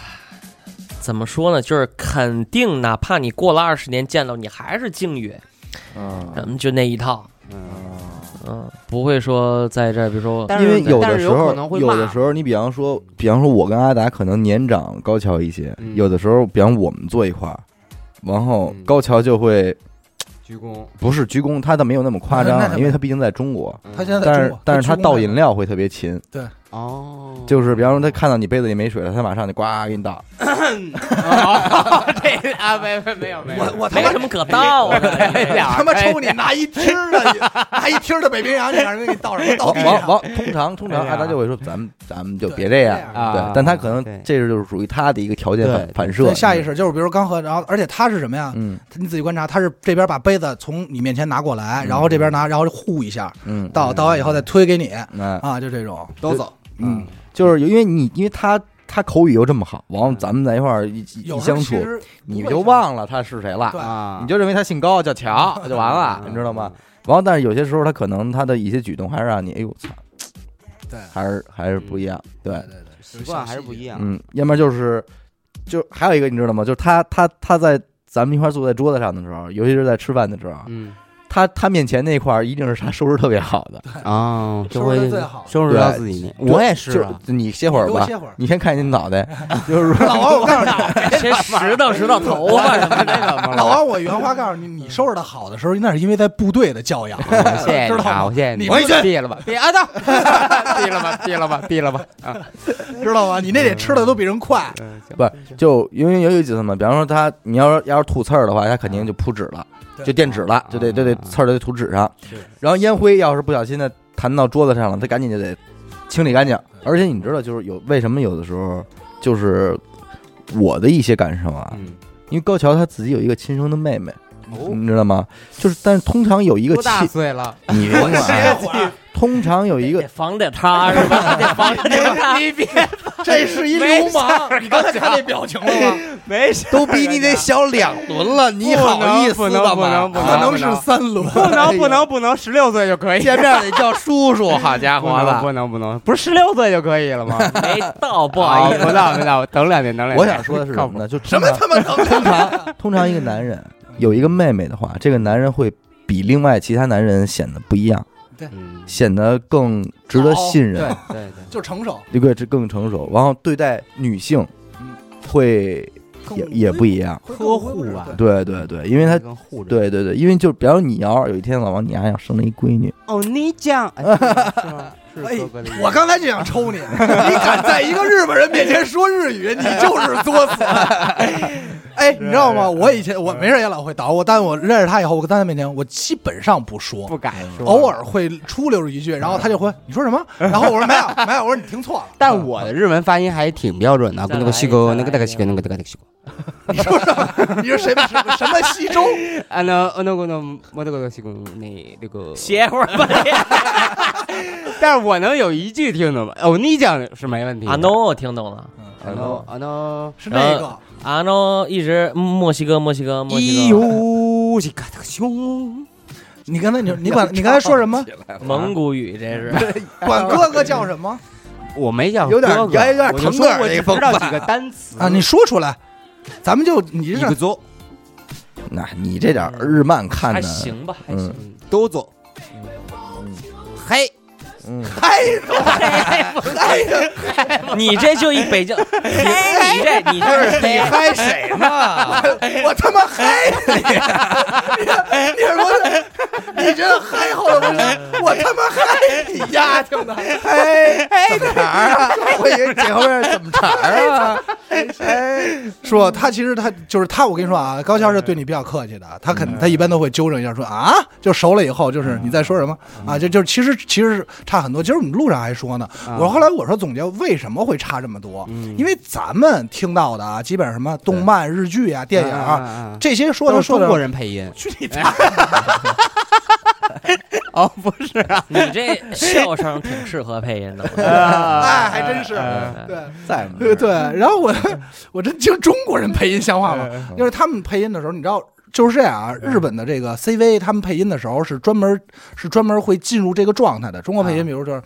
[SPEAKER 5] 怎么说呢？就是肯定，哪怕你过了二十年见到你，还是敬语，
[SPEAKER 4] 哦
[SPEAKER 2] 嗯
[SPEAKER 5] 咱们就那一套，
[SPEAKER 4] 嗯，
[SPEAKER 5] 嗯，不会说在这儿，比如说，
[SPEAKER 4] 但
[SPEAKER 2] 因
[SPEAKER 4] 是
[SPEAKER 2] 为有
[SPEAKER 4] 但
[SPEAKER 2] 的
[SPEAKER 4] 是
[SPEAKER 2] 时
[SPEAKER 4] 有
[SPEAKER 2] 候
[SPEAKER 4] 可能会
[SPEAKER 2] 有
[SPEAKER 4] 骂
[SPEAKER 2] 的时候，你比方说，比方说我跟阿达可能年长高桥一些，
[SPEAKER 4] 嗯
[SPEAKER 2] 有的时候，比方我们坐一块儿，然后
[SPEAKER 4] 嗯
[SPEAKER 2] 高桥就会
[SPEAKER 4] 鞠躬。
[SPEAKER 2] 不是鞠躬，他倒没有那么夸张
[SPEAKER 3] 那那
[SPEAKER 2] 啊，因为他毕竟在中国，
[SPEAKER 4] 嗯
[SPEAKER 3] 他现在在
[SPEAKER 2] 但
[SPEAKER 3] 中
[SPEAKER 2] 是
[SPEAKER 3] 国，
[SPEAKER 2] 但是他
[SPEAKER 3] 去
[SPEAKER 2] 倒
[SPEAKER 3] 公
[SPEAKER 2] 饮料会特别勤，
[SPEAKER 4] 哦，
[SPEAKER 2] 就是比方说他看到你杯子里没水了，他马上就呱给你倒，
[SPEAKER 4] 哦 这啊，没没没有没有，
[SPEAKER 3] 馆，我我他
[SPEAKER 5] 没
[SPEAKER 3] 妈
[SPEAKER 5] 什么可啊倒
[SPEAKER 4] 哎
[SPEAKER 5] 的。
[SPEAKER 4] 俩
[SPEAKER 3] 他妈抽你拿一听儿的拿一听儿的北冰洋，你让人给你倒什么倒地
[SPEAKER 2] 王
[SPEAKER 3] 上
[SPEAKER 2] 王？王，通常通常
[SPEAKER 4] 哎呀
[SPEAKER 2] 阿达就会说咱们咱们就
[SPEAKER 3] 对
[SPEAKER 2] 别这样
[SPEAKER 3] 这样，
[SPEAKER 4] 啊
[SPEAKER 2] 对，但他可能
[SPEAKER 4] 对
[SPEAKER 2] 这是就是属于他的一个条件反
[SPEAKER 4] 对
[SPEAKER 2] 反射
[SPEAKER 3] 对，，下意识就是比如刚喝，然后而且他是什么呀？
[SPEAKER 2] 嗯
[SPEAKER 3] 你仔细观察，他是这边把杯子从你面前拿过来，然后这边拿，然后护一下，
[SPEAKER 2] 嗯，
[SPEAKER 3] 倒倒完以后再推给你
[SPEAKER 2] 那
[SPEAKER 3] 啊，就这种。
[SPEAKER 4] 都走。
[SPEAKER 3] 嗯，
[SPEAKER 2] 就是因为你因为他他口语又这么好，完了咱们在一块儿一一
[SPEAKER 3] 有
[SPEAKER 2] 一
[SPEAKER 3] 时
[SPEAKER 2] 相
[SPEAKER 3] 候其
[SPEAKER 2] 处，
[SPEAKER 3] 实
[SPEAKER 2] 你
[SPEAKER 3] 不会
[SPEAKER 2] 就
[SPEAKER 3] 想
[SPEAKER 2] 忘了他是谁了，
[SPEAKER 3] 对嗯
[SPEAKER 4] 啊，
[SPEAKER 2] 你就认为他姓高叫乔
[SPEAKER 4] 嗯
[SPEAKER 2] 就完了，你知道吗？？完了，但是有些时候他可能他的一些举动还是让你，哎呦我操，
[SPEAKER 3] 对
[SPEAKER 2] 还是还是不一样，对
[SPEAKER 3] 嗯对，对对，
[SPEAKER 4] 习惯还是不一样。
[SPEAKER 2] 嗯，要么就是就还有一个你知道吗？就是他他他在咱们一块儿坐在桌子上的时候，尤其是在吃饭的时候，
[SPEAKER 4] 嗯
[SPEAKER 2] 他他面前那块儿一定是他收拾特别好的，
[SPEAKER 4] 啊，就会
[SPEAKER 3] 收拾得最好
[SPEAKER 4] 收拾到自己那。我也是啊，
[SPEAKER 2] 就你歇会儿
[SPEAKER 3] 给我
[SPEAKER 2] 吧
[SPEAKER 3] 歇，会儿。
[SPEAKER 2] 你先看你脑袋，就是说
[SPEAKER 3] 老王，我告诉你，
[SPEAKER 5] 先拾掇拾掇头发什么的，
[SPEAKER 3] 老王，我原话告诉你，你收拾的好的时候，那是因为在部队的教 养，
[SPEAKER 4] 谢谢
[SPEAKER 3] 知
[SPEAKER 4] 你
[SPEAKER 3] 道
[SPEAKER 4] 啊，我
[SPEAKER 3] 吗？
[SPEAKER 4] 谢谢你。
[SPEAKER 3] 你不是
[SPEAKER 4] 毙了吧，别啊，到，毙了吧，毙了吧，毙了吧啊！
[SPEAKER 3] 知道吗？你那得吃的都比人快。
[SPEAKER 4] 嗯行
[SPEAKER 2] 不是就因为有几次嘛，比方说他你要是要是吐刺儿的话，他肯定就铺纸了，
[SPEAKER 3] 对
[SPEAKER 2] 就垫纸了
[SPEAKER 4] 啊，
[SPEAKER 2] 就得就得刺儿就得涂纸上
[SPEAKER 3] 是，
[SPEAKER 2] 然后烟灰要是不小心的弹到桌子上了，他赶紧就得清理干净。而且你知道，就是有为什么有的时候就是我的一些感受啊，
[SPEAKER 4] 嗯，
[SPEAKER 2] 因为高桥他自己有一个亲生的妹妹，
[SPEAKER 4] 哦
[SPEAKER 2] 你知道吗？就是但是通常有一个
[SPEAKER 4] 多
[SPEAKER 2] 亲，
[SPEAKER 4] 大岁了？
[SPEAKER 2] 你甭管，
[SPEAKER 3] 会儿，
[SPEAKER 2] 通常有一个
[SPEAKER 5] 得防得他是 吧？得防得他。
[SPEAKER 4] 你别
[SPEAKER 3] 这是一流氓。你刚才看那表情了吗？
[SPEAKER 4] 没事，
[SPEAKER 2] 都比你得小两轮了，你好意思
[SPEAKER 4] 不能
[SPEAKER 2] 的
[SPEAKER 4] 不
[SPEAKER 2] 吗啊
[SPEAKER 4] 能？不
[SPEAKER 3] 不
[SPEAKER 4] 能
[SPEAKER 3] 能是三轮，
[SPEAKER 4] 不能不能不能，十六岁就可以。
[SPEAKER 2] 见面得叫叔 叔，好家
[SPEAKER 4] 不
[SPEAKER 2] 伙
[SPEAKER 4] 能
[SPEAKER 2] 的！
[SPEAKER 4] 不能不能，不是十六岁就可以了吗？
[SPEAKER 5] 没到，不好意
[SPEAKER 4] 不
[SPEAKER 5] 思。
[SPEAKER 4] 到不到，等两年等两年。
[SPEAKER 2] 我想说的是什
[SPEAKER 4] 靠
[SPEAKER 2] 么
[SPEAKER 4] 谱
[SPEAKER 2] 呢？就
[SPEAKER 3] 哎什么 他妈能？
[SPEAKER 2] 通常通常一个男人有一个妹妹的话，这个男人会比另外其他男人显得不一样，
[SPEAKER 4] 嗯，
[SPEAKER 2] 显得更值得信
[SPEAKER 4] 对
[SPEAKER 2] 任，
[SPEAKER 4] 对对，
[SPEAKER 3] 就成熟，
[SPEAKER 2] 一个这更成熟，然后对待女性
[SPEAKER 3] 嗯
[SPEAKER 2] 会也也不一样。
[SPEAKER 3] 会
[SPEAKER 4] 呵护啊
[SPEAKER 3] 对
[SPEAKER 2] 对对对，因为
[SPEAKER 3] 嗯
[SPEAKER 2] 他。
[SPEAKER 4] 跟护着。
[SPEAKER 2] 对对对，因为就比方你要是有一天老王你还想生了一闺女，
[SPEAKER 4] 哦，你讲，哎是吧是哥哥的意思。
[SPEAKER 3] 我刚才就想抽你，
[SPEAKER 6] 你敢在一个日本人面前说日语，你就是作死。
[SPEAKER 3] 哎，你知道吗？我以前我没事也老会捣鼓，但我认识他以后，我跟他面前我基本上不说，嗯
[SPEAKER 4] 不敢说，嗯
[SPEAKER 3] 偶尔会出溜一句，然后他就会你说什么？然后我 说没有没有，我说你听错了。
[SPEAKER 4] 但我的日文发音还挺标准的，那个西哥，那个那个西哥，那个那个西哥。
[SPEAKER 6] 你说谁什么什么西周？
[SPEAKER 4] 啊，那那个那我那个西哥那那个。
[SPEAKER 5] 歇会儿吧你。
[SPEAKER 4] 但是我能有一句听懂吗？哦，你讲的是没问题。
[SPEAKER 5] 阿诺我听懂了，
[SPEAKER 4] 啊，no 啊 no，
[SPEAKER 3] 是那个，
[SPEAKER 5] 阿诺一直嗯墨西哥，墨西哥，墨西哥，
[SPEAKER 4] 呦，西嘎特熊，
[SPEAKER 3] 你刚才你你管你刚才说什么？
[SPEAKER 5] 蒙古语这是。
[SPEAKER 3] 管哥哥叫什么
[SPEAKER 4] 我没讲
[SPEAKER 6] 有点
[SPEAKER 4] 哥哥
[SPEAKER 6] 有点
[SPEAKER 4] 我就
[SPEAKER 6] 腾
[SPEAKER 4] 说
[SPEAKER 6] 格尔
[SPEAKER 4] 我
[SPEAKER 6] 那
[SPEAKER 4] 只
[SPEAKER 6] 风
[SPEAKER 4] 知道
[SPEAKER 6] 范
[SPEAKER 4] 几个单词
[SPEAKER 3] 啊？你说出来，咱们就你
[SPEAKER 4] 一
[SPEAKER 3] 这
[SPEAKER 4] 个走，
[SPEAKER 2] 那你这点
[SPEAKER 3] 嗯
[SPEAKER 2] 日漫看
[SPEAKER 5] 还
[SPEAKER 2] 的，
[SPEAKER 5] 行吧，还
[SPEAKER 2] 嗯
[SPEAKER 5] 行。
[SPEAKER 4] 都走，嘿，
[SPEAKER 2] 嗯，
[SPEAKER 5] 你这就一北京，你你这你这是
[SPEAKER 6] 你嗨谁呢？
[SPEAKER 3] 我他妈嗨！
[SPEAKER 6] 你说你这嗨后头不是？我他妈嗨你丫听的！
[SPEAKER 2] 哎哎，怎么茬儿啊？我以为前面怎么茬儿 啊？
[SPEAKER 3] 说他其实他就是他，我跟你说啊，高桥是对你比较客气的，他
[SPEAKER 4] 嗯
[SPEAKER 3] 肯他一般都会纠正一下，说啊，就熟了以后就是你在说什么
[SPEAKER 4] 嗯
[SPEAKER 3] 啊，就就其实其实差很多。其实我们路上还说呢，
[SPEAKER 4] 嗯
[SPEAKER 3] 我后来我说总结为什么会差这么多，因为咱们听到的啊，基本上什么动漫、日剧啊、电影啊
[SPEAKER 4] 啊
[SPEAKER 3] 这些说
[SPEAKER 4] 都
[SPEAKER 3] 的
[SPEAKER 4] 是
[SPEAKER 3] 说
[SPEAKER 4] 中国
[SPEAKER 3] 的，
[SPEAKER 4] 人配音，
[SPEAKER 3] 去你大
[SPEAKER 4] 哦，不是啊，
[SPEAKER 5] 你这笑声挺适合配音的，
[SPEAKER 6] 哎，还真是。
[SPEAKER 5] 对，
[SPEAKER 2] 在吗？
[SPEAKER 3] 对对，然后我我真听中国人配音像话吗？就是他们配音的时候，你知道。就是这样啊，日本的这个 CV 他们配音的时候是专门是专门会进入这个状态的。中国配音，比如就是，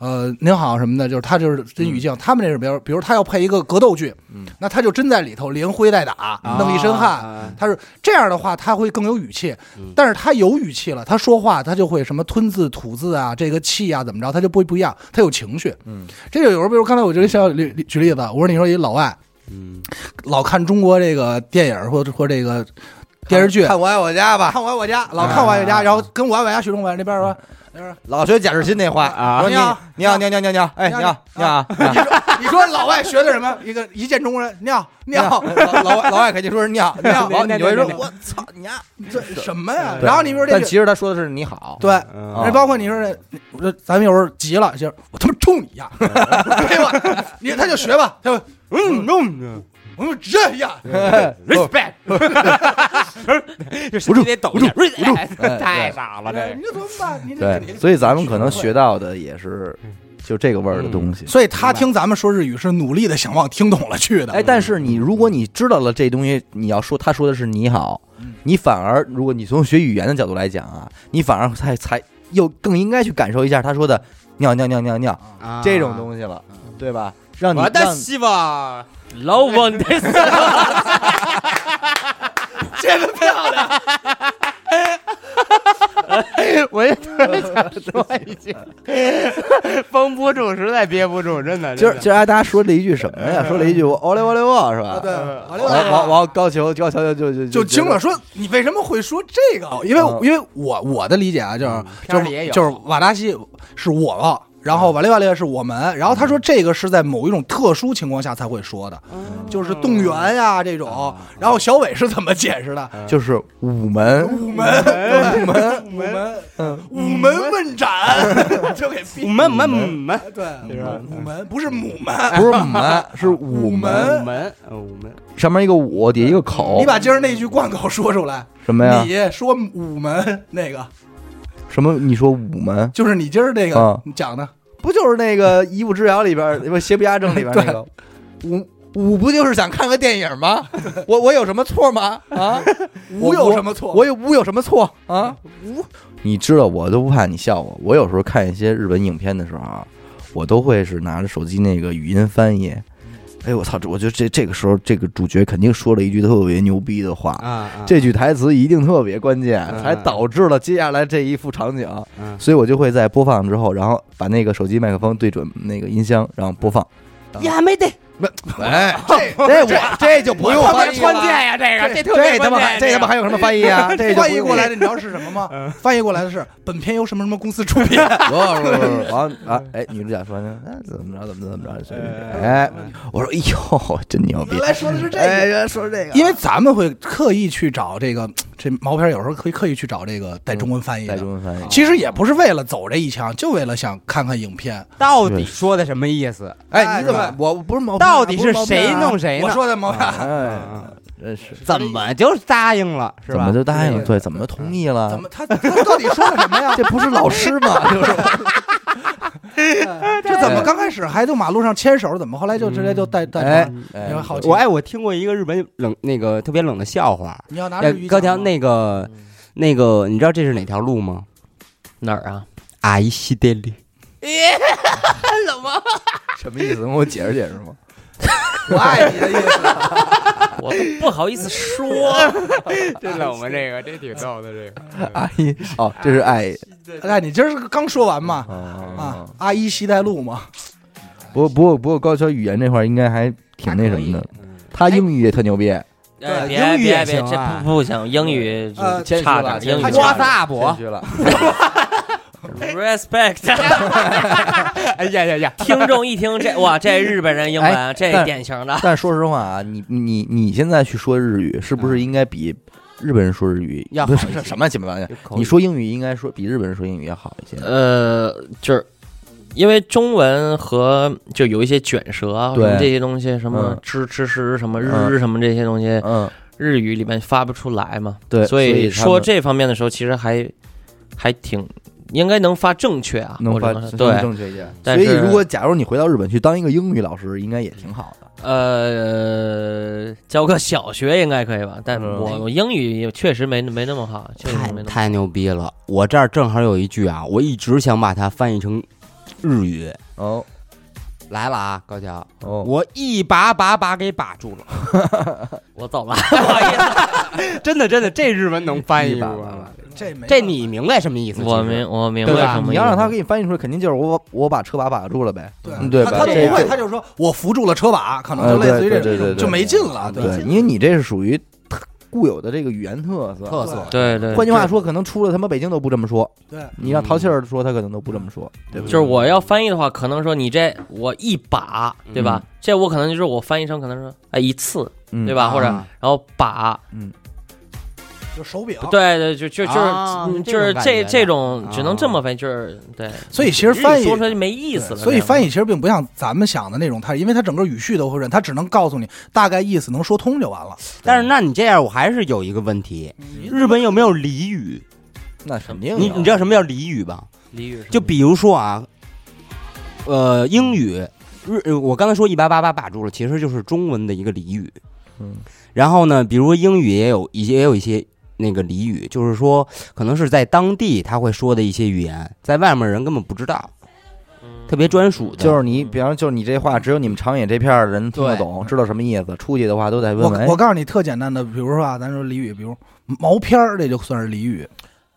[SPEAKER 3] 呃，您好什么的，就是他就是真语境。他们那是比如，比如他要配一个格斗剧，那他就真在里头连挥带打，弄一身汗。
[SPEAKER 4] 啊
[SPEAKER 3] 他是这样的话，他会更有语气。
[SPEAKER 2] 嗯
[SPEAKER 3] 但是他有语气了，他说话他就会什么吞字吐字啊，这个气啊怎么着，他就不会不一样，他有情绪。
[SPEAKER 2] 嗯
[SPEAKER 3] 这就有时候，比如刚才我就跟小举举例子，我说你说一老外
[SPEAKER 4] 嗯，
[SPEAKER 3] 老看中国这个电影或者或者这个电视剧，
[SPEAKER 6] 看我爱我家吧，
[SPEAKER 3] 啊看我爱我家，老
[SPEAKER 2] 啊
[SPEAKER 3] 看我爱我家，然后跟我爱我家学中文那边 说，
[SPEAKER 2] 老学贾志新那话
[SPEAKER 4] 啊
[SPEAKER 2] 说你
[SPEAKER 3] 尿
[SPEAKER 2] 你好，你好，你好，你好，哎，你
[SPEAKER 3] 尿
[SPEAKER 2] 好，你好，
[SPEAKER 3] 你说老外学的什么？一个一见中国人尿
[SPEAKER 2] 尿
[SPEAKER 3] 尿，
[SPEAKER 2] 老老 外老外肯定说是尿尿，然后你就会说我操你丫！
[SPEAKER 3] 这什么呀？
[SPEAKER 2] 对
[SPEAKER 3] 然后你比如这
[SPEAKER 2] 但
[SPEAKER 3] 个
[SPEAKER 2] 其实他说的是你好，啊
[SPEAKER 3] 对。
[SPEAKER 4] 嗯
[SPEAKER 3] 哎
[SPEAKER 2] 哎
[SPEAKER 3] 那包括你说这，我说咱们有时候急了，就是我他妈抽你呀， 对吧？你他就学吧，他就
[SPEAKER 4] 嗯嗯
[SPEAKER 3] 我就这样，
[SPEAKER 4] ，respect，就是你得抖一下，respect，太傻了这
[SPEAKER 3] 哎你。这怎么办？你这
[SPEAKER 2] 对，所以咱们可能学到的也是就这个味儿的东西。
[SPEAKER 3] 所以他听咱们说日语是努力的想往听懂了去的。
[SPEAKER 2] 哎，但是你如果你知道了这东西，你要说他说的是你好，你反而如果你从学语言的角度来讲啊，你反而才才又更应该去感受一下他说的尿尿尿尿尿
[SPEAKER 3] 啊
[SPEAKER 2] 这种
[SPEAKER 4] 西，
[SPEAKER 2] 东西了，对吧？让你
[SPEAKER 4] 我的
[SPEAKER 2] 让
[SPEAKER 4] 希望，
[SPEAKER 5] 老王的
[SPEAKER 6] 这个漂亮。
[SPEAKER 4] 我也突然想说一句，绷不住，实在憋不住，真的。
[SPEAKER 2] 今儿今儿哎大家说了一句什么呀？说了一句我哦嘞哦嘞哦是吧？
[SPEAKER 3] 对，
[SPEAKER 4] 呃
[SPEAKER 2] 完完完，高俅高佼就就就
[SPEAKER 3] 就惊了，，说你为什么会说这个？因为
[SPEAKER 2] 嗯
[SPEAKER 3] 因为我我的理解啊，就是
[SPEAKER 4] 嗯片
[SPEAKER 3] 就
[SPEAKER 4] 儿里也
[SPEAKER 3] 是
[SPEAKER 4] 有
[SPEAKER 3] 就是瓦达西是我，然后瓦列瓦列是我们，然后他说这个是在某一种特殊情况下才会说的，
[SPEAKER 4] 嗯
[SPEAKER 3] 就是动员呀这种。然后小伟是怎么解释的？
[SPEAKER 2] 就是午门
[SPEAKER 3] 午门午门午门午门问
[SPEAKER 2] 嗯
[SPEAKER 3] 斩就给
[SPEAKER 4] 我
[SPEAKER 3] 逼
[SPEAKER 4] 们我们我们
[SPEAKER 3] 对午门不是母门。
[SPEAKER 2] 不是午 门是午门，
[SPEAKER 4] 我们我们
[SPEAKER 2] 上面一个午，底下一个口
[SPEAKER 3] 你，把今儿那句贯口说出来，
[SPEAKER 2] 什么呀？
[SPEAKER 3] 你说午门那个，
[SPEAKER 2] 什么？你说午门
[SPEAKER 3] 就是你今儿那
[SPEAKER 2] 啊
[SPEAKER 3] 个你讲的，
[SPEAKER 2] 不就是那个《一步之遥》里边儿，不《邪不压正》里边儿 那个午午不就是想看个电影吗？ 我我有什么错吗？啊，
[SPEAKER 3] 午有什么错？
[SPEAKER 2] 我有我有什么错啊？我你知道我都不怕你笑我，我有时候看一些日本影片的时候啊，我都会是拿着手机那个语音翻译。哎我操！这我觉得这这个时候，这个主角肯定说了一句特别牛逼的话，
[SPEAKER 4] 啊
[SPEAKER 2] 这句台词一定特别关键，
[SPEAKER 4] 嗯
[SPEAKER 2] 才导致了接下来这一副场景。
[SPEAKER 4] 嗯
[SPEAKER 2] 所以我就会在播放之后，然后把那个手机麦克风对准那个音箱，然后播放。
[SPEAKER 4] 呀没得
[SPEAKER 2] 哎，这我这就不用
[SPEAKER 6] 我他妈
[SPEAKER 2] 翻译了
[SPEAKER 6] 关键
[SPEAKER 4] 呀，这
[SPEAKER 6] 这
[SPEAKER 4] 特
[SPEAKER 2] 这他妈还这他妈还有什么翻译啊？这就不
[SPEAKER 3] 翻译
[SPEAKER 2] 用
[SPEAKER 3] 过 来的你知道是什 么吗？翻译过来的是本片由什么什么公司出品。
[SPEAKER 2] 不哦是不是不是，然后啊，哎，女主角说呢，哎，怎么着怎么着怎么着谁，哎，我说哎呦，真牛逼
[SPEAKER 6] 原！来说的是这
[SPEAKER 2] 哎，
[SPEAKER 6] 个，
[SPEAKER 2] 人家说这个，
[SPEAKER 3] 因为咱们会刻意去找这个这毛片，有时候可以刻意去找这个带中文翻译
[SPEAKER 2] 带
[SPEAKER 3] 的。
[SPEAKER 2] 中文翻译，
[SPEAKER 3] 其实也不是为了走这一枪，就为了想看看影片。
[SPEAKER 4] 到底说的什么意思？
[SPEAKER 2] 哎，你怎么我不是毛病啊，
[SPEAKER 4] 到底
[SPEAKER 2] 不是
[SPEAKER 4] 是
[SPEAKER 2] 毛病啊
[SPEAKER 4] 谁弄谁
[SPEAKER 3] 我
[SPEAKER 4] 呢？
[SPEAKER 3] 说的毛片，
[SPEAKER 2] 哎，真是
[SPEAKER 4] 怎么就答应了？是
[SPEAKER 2] 怎
[SPEAKER 4] 吧？
[SPEAKER 2] 么就答应了？对，怎么就同意了？
[SPEAKER 3] 怎么他他到底说的 什么呀？
[SPEAKER 2] 哎这不是老师 吗？就是
[SPEAKER 3] 这怎么刚开始还就马路上牵手，怎么后来就直接就带带出
[SPEAKER 2] 哎
[SPEAKER 3] 来？，
[SPEAKER 2] 哎
[SPEAKER 3] 你要好奇
[SPEAKER 4] 我哎，我听过一个日本冷那个特别冷的笑话。
[SPEAKER 3] 你要拿
[SPEAKER 4] 哎
[SPEAKER 3] 日语
[SPEAKER 4] 高
[SPEAKER 3] 讲
[SPEAKER 4] 桥
[SPEAKER 3] 吗
[SPEAKER 4] 那个那个，你知道这是哪条路吗？
[SPEAKER 5] 哪儿啊？
[SPEAKER 4] 阿姨西德里。
[SPEAKER 2] 什么意思？能给我解释解释 吗？
[SPEAKER 3] 我爱你的意思，
[SPEAKER 5] 我都不好意思说，
[SPEAKER 4] 这冷吗？这个这挺逗的，这个
[SPEAKER 2] 阿姨，哦，这是爱
[SPEAKER 3] 哎，你今儿是刚说完嘛？
[SPEAKER 2] 啊
[SPEAKER 3] 啊。，阿依西带路嘛，
[SPEAKER 2] 不过不过不过，高桥语言这块儿应该还挺那什么的，他嗯英语也特牛逼。
[SPEAKER 5] 哎
[SPEAKER 4] 对
[SPEAKER 5] 别
[SPEAKER 4] 英语也
[SPEAKER 5] 别别，
[SPEAKER 4] 行啊
[SPEAKER 5] 这不不行，英语
[SPEAKER 3] 呃
[SPEAKER 2] 谦虚
[SPEAKER 5] 差
[SPEAKER 2] 了
[SPEAKER 5] 点，
[SPEAKER 2] 谦
[SPEAKER 5] 英
[SPEAKER 2] 虚
[SPEAKER 5] 语
[SPEAKER 2] 了
[SPEAKER 5] 差
[SPEAKER 4] 哇
[SPEAKER 5] 点
[SPEAKER 4] 萨博
[SPEAKER 2] 谦，虚了，
[SPEAKER 5] respect。
[SPEAKER 4] 哎呀呀呀！
[SPEAKER 5] 听众一听这 哇，这日本人英文，这
[SPEAKER 2] 但
[SPEAKER 5] 典型的。
[SPEAKER 2] 但说实话啊，你你你现在去说日语，是不是应该比日本人说日语
[SPEAKER 4] 要好
[SPEAKER 2] 不
[SPEAKER 4] 一
[SPEAKER 2] 是
[SPEAKER 4] 些
[SPEAKER 2] 什么鸡巴玩意儿？你说英语应该说比日本人说英语要好一些。
[SPEAKER 5] 呃，就是因为中文和就有一些卷舌啊，什
[SPEAKER 2] 对
[SPEAKER 5] 么这些东西，什么
[SPEAKER 2] 嗯
[SPEAKER 5] 知知识，什么
[SPEAKER 2] 嗯
[SPEAKER 5] 日什么这些东西，
[SPEAKER 2] 嗯，
[SPEAKER 5] 日语里面发不出来嘛。
[SPEAKER 2] 对，
[SPEAKER 5] 所
[SPEAKER 2] 以他们
[SPEAKER 5] 说这方面的时候，其实还还挺应该能发正确啊，
[SPEAKER 2] 能
[SPEAKER 5] 我
[SPEAKER 2] 发
[SPEAKER 5] 觉得
[SPEAKER 2] 能
[SPEAKER 5] 对，
[SPEAKER 2] 正确一点。所
[SPEAKER 5] 但是
[SPEAKER 2] 以如果假如你回到日本去当一个英语老师，应该也挺好的。
[SPEAKER 5] 呃，教个小学应该可以吧？但
[SPEAKER 2] 嗯
[SPEAKER 5] 我我英语也确实没没那么好，确实没
[SPEAKER 4] 太
[SPEAKER 5] 那么好。
[SPEAKER 4] 太牛逼了！我这儿正好有一句啊，我一直想把它翻译成日语。
[SPEAKER 2] 哦
[SPEAKER 4] 来了啊，高桥，
[SPEAKER 2] 哦，
[SPEAKER 4] 我一把把把给把住了。
[SPEAKER 5] 我走了， 不好意思，
[SPEAKER 4] 真的真的，这日文能翻
[SPEAKER 2] 一
[SPEAKER 4] 译
[SPEAKER 2] 把
[SPEAKER 4] 过
[SPEAKER 2] 把
[SPEAKER 4] 吗？
[SPEAKER 3] 这没
[SPEAKER 4] 这你明白什么意思？
[SPEAKER 5] 我
[SPEAKER 4] 其实
[SPEAKER 5] 明我明白
[SPEAKER 4] 对吧
[SPEAKER 5] 什么意思。
[SPEAKER 2] 你要让他给你翻译出来，肯定就是我我把车把把住了呗。嗯对
[SPEAKER 3] 啊他
[SPEAKER 2] 吧？
[SPEAKER 3] 他都
[SPEAKER 2] 这
[SPEAKER 3] 不会，
[SPEAKER 2] 这
[SPEAKER 3] 他就说我扶住了车把，可能
[SPEAKER 2] 呃
[SPEAKER 3] 就类似于
[SPEAKER 2] 对
[SPEAKER 3] 这
[SPEAKER 2] 对对对
[SPEAKER 3] 种，
[SPEAKER 2] 对嗯
[SPEAKER 3] 就没劲了，
[SPEAKER 2] 对，因为你这是属于特固有的这个语言特色。
[SPEAKER 4] 特色。
[SPEAKER 5] 对对，
[SPEAKER 2] 换句话说，可能出了他妈北京都不这么说。
[SPEAKER 3] 对，
[SPEAKER 2] 你让淘气儿说，他可能都不这么说，对不对？
[SPEAKER 5] 就是我要翻译的话，可能说你这我一把，对吧？这我可能就是我翻译成可能说哎一次，
[SPEAKER 2] 嗯
[SPEAKER 5] 对吧？或者
[SPEAKER 4] 啊
[SPEAKER 5] 然后把，
[SPEAKER 3] 就手柄。
[SPEAKER 5] 对对，就就就是、
[SPEAKER 4] 啊
[SPEAKER 5] 嗯
[SPEAKER 4] 这
[SPEAKER 5] 就
[SPEAKER 4] 种
[SPEAKER 5] 是
[SPEAKER 4] 感
[SPEAKER 5] 这
[SPEAKER 4] 觉
[SPEAKER 5] 这种
[SPEAKER 4] 啊
[SPEAKER 5] 只能这么翻，就是对。
[SPEAKER 3] 所以其实翻
[SPEAKER 5] 日语
[SPEAKER 3] 译
[SPEAKER 5] 说出来就没意思了，啊
[SPEAKER 3] 所以翻
[SPEAKER 5] 译
[SPEAKER 3] 译其实并不像咱们想的那种，他因为他整个语序都会认，他只能告诉你大概意思，能说通就完了。
[SPEAKER 4] 但是那你这样，我还是有一个问题：日本有没有俚语？
[SPEAKER 2] 那肯定有。
[SPEAKER 4] 你你知道什么叫俚语吧？
[SPEAKER 5] 俚语
[SPEAKER 4] 就比如说啊，呃，英语日，呃我刚才说一八八八把住了，其实就是中文的一个俚语。
[SPEAKER 2] 嗯，
[SPEAKER 4] 然后呢，比如说英语也有一些也有一些那个俚语，就是说可能是在当地他会说的一些语言，在外面人根本不知道，特别专属的。
[SPEAKER 2] 就是你，比方就是你这话，只有你们长野这片儿的人听得懂，知道什么意思。出去的话都得
[SPEAKER 3] 我
[SPEAKER 2] 问问。哎
[SPEAKER 3] 我告诉你特简单的，比如说啊，咱说俚语，比如毛片儿，这就算是俚语，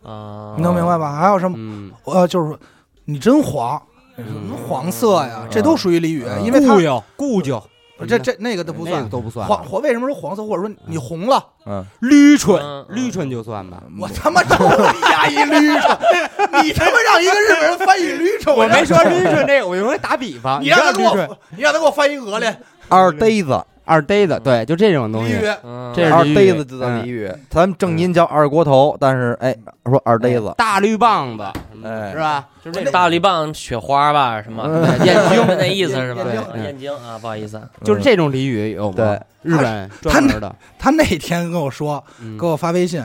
[SPEAKER 5] 啊，
[SPEAKER 3] 你能明白吧？还有什么
[SPEAKER 4] 哦嗯，
[SPEAKER 3] 呃，就是说你真黄，什么黄色呀，这都属于俚语，
[SPEAKER 2] 嗯
[SPEAKER 3] 因为他
[SPEAKER 4] 悠故旧，
[SPEAKER 3] 这这那个都不
[SPEAKER 4] 那
[SPEAKER 3] 算
[SPEAKER 4] 个。都不
[SPEAKER 2] 啊
[SPEAKER 4] 算。
[SPEAKER 3] 黄黄为什么说黄色，或者说你红了？
[SPEAKER 2] 嗯，
[SPEAKER 4] 捋蠢
[SPEAKER 5] 嗯，
[SPEAKER 4] 捋蠢就算吧。
[SPEAKER 3] 我他妈抽你丫一驴虫！ 你他妈让一个日本人翻译驴虫，
[SPEAKER 4] 我没
[SPEAKER 3] 让
[SPEAKER 4] 说 捋蠢这个，我就说打比方。
[SPEAKER 3] 嗯你让他
[SPEAKER 4] 知
[SPEAKER 3] 给
[SPEAKER 4] 道捋蠢
[SPEAKER 3] 我，你让他给我翻译鹅来
[SPEAKER 2] 二呆子，
[SPEAKER 4] 二呆子，对，就这种东
[SPEAKER 3] 俚
[SPEAKER 4] 西。
[SPEAKER 3] 语，
[SPEAKER 5] 嗯，
[SPEAKER 4] 这是
[SPEAKER 2] 二
[SPEAKER 4] 俚语
[SPEAKER 2] 呆子就叫俚嗯语。咱们正音叫二锅头，但是哎，说二呆子，
[SPEAKER 4] 大绿棒子，
[SPEAKER 2] 哎
[SPEAKER 4] 是吧？就是这
[SPEAKER 5] 这大绿棒雪花吧，什么
[SPEAKER 2] 嗯
[SPEAKER 5] 眼睛那意思是吧
[SPEAKER 2] 眼睛？
[SPEAKER 5] 对眼睛啊，不好意思啊，
[SPEAKER 4] 就是这种俚语有吗？
[SPEAKER 2] 对，
[SPEAKER 4] 日本
[SPEAKER 3] 他
[SPEAKER 4] 专门的。
[SPEAKER 3] 他那天跟我说，
[SPEAKER 4] 嗯
[SPEAKER 3] 给我发微信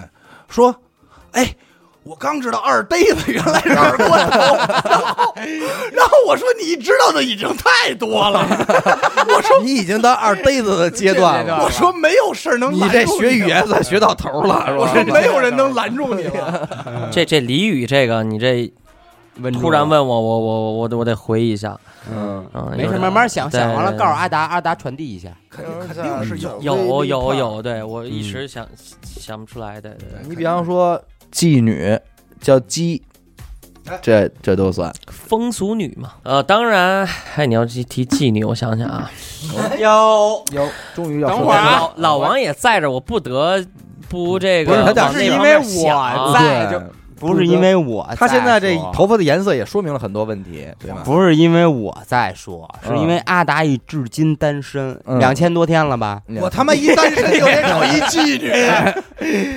[SPEAKER 3] 说，哎。我刚知道二呆子原来是二锅 头，然后然后我说你知道的已经太多 了，
[SPEAKER 2] 我说你已经到二呆子的阶段了。
[SPEAKER 3] 我说没有事儿能
[SPEAKER 2] 你
[SPEAKER 3] 拦
[SPEAKER 2] 这
[SPEAKER 3] 住
[SPEAKER 2] 学语言算学到头了，是吧？
[SPEAKER 3] 我说没有人能拦住你 了，
[SPEAKER 5] 这这俚语这个你这
[SPEAKER 4] 稳住
[SPEAKER 5] 突然
[SPEAKER 4] 了，
[SPEAKER 5] 问我，我我我得我得回忆一下，
[SPEAKER 2] 嗯，
[SPEAKER 5] 嗯，
[SPEAKER 4] 没
[SPEAKER 5] 有
[SPEAKER 4] 事，
[SPEAKER 5] 点
[SPEAKER 4] 慢慢想，
[SPEAKER 5] 对
[SPEAKER 4] 想完了
[SPEAKER 5] 对
[SPEAKER 4] 告诉阿达，阿达传递一下。
[SPEAKER 3] 肯定肯定是有
[SPEAKER 5] 有有有，对我
[SPEAKER 4] 嗯
[SPEAKER 5] 一时想想不出来，对对对，
[SPEAKER 2] 你比方说妓女叫鸡
[SPEAKER 3] 哎，
[SPEAKER 2] 这这都算。
[SPEAKER 5] 风俗女嘛，呃，当然，哎，你要提提妓女，我想想啊，
[SPEAKER 4] 有
[SPEAKER 6] 有，终于要
[SPEAKER 4] 等
[SPEAKER 6] 说
[SPEAKER 4] 会儿
[SPEAKER 6] 到
[SPEAKER 4] 啊
[SPEAKER 5] 老老王也在这儿，我不得不这个
[SPEAKER 2] 不是他
[SPEAKER 5] 往
[SPEAKER 2] 咋
[SPEAKER 5] 那
[SPEAKER 4] 是因
[SPEAKER 5] 方
[SPEAKER 4] 为
[SPEAKER 5] 面想啊
[SPEAKER 4] 我哎在，就不是因为我在说，
[SPEAKER 2] 他现在这头发的颜色也说明了很多问题，对吧？
[SPEAKER 4] 不是因为我在说，是因为阿达已至今单身
[SPEAKER 2] 嗯
[SPEAKER 4] 两千多天了吧？
[SPEAKER 3] 我他妈一单身就得找 一妓 女，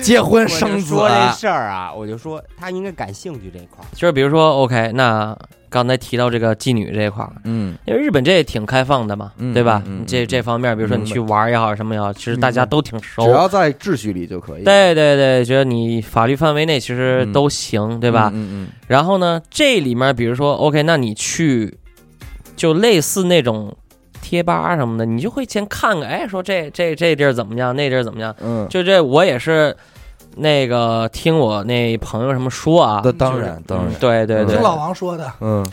[SPEAKER 2] 结婚
[SPEAKER 4] 我就
[SPEAKER 2] 生子
[SPEAKER 4] 说这事儿啊，我就说他应该感兴趣这一块儿。
[SPEAKER 5] 就是比如说，OK，那刚才提到这个妓女这一块儿，
[SPEAKER 2] 嗯，
[SPEAKER 5] 因为日本这也挺开放的嘛，
[SPEAKER 2] 嗯
[SPEAKER 5] 对吧？
[SPEAKER 2] 嗯嗯
[SPEAKER 5] 这
[SPEAKER 2] 嗯
[SPEAKER 5] 这方面，比如说你
[SPEAKER 2] 明白嗯
[SPEAKER 5] 去玩儿也好，什么也好，其实大家都挺熟
[SPEAKER 2] 只。要在秩序里就可以，
[SPEAKER 5] 对对对，觉得你法律范围内其实
[SPEAKER 2] 嗯
[SPEAKER 5] 都行，对吧？
[SPEAKER 2] 嗯嗯
[SPEAKER 5] 然后呢，这里面比如说，OK，那你去就类似那种贴吧什么的，你就会先看看，哎，说这这这地儿怎么样，那地儿怎么样？
[SPEAKER 2] 嗯，
[SPEAKER 5] 就这，我也是那个听我那朋友什么说啊，
[SPEAKER 2] 那当然当然，
[SPEAKER 5] 对对对
[SPEAKER 3] 听，老王说的。
[SPEAKER 2] 嗯，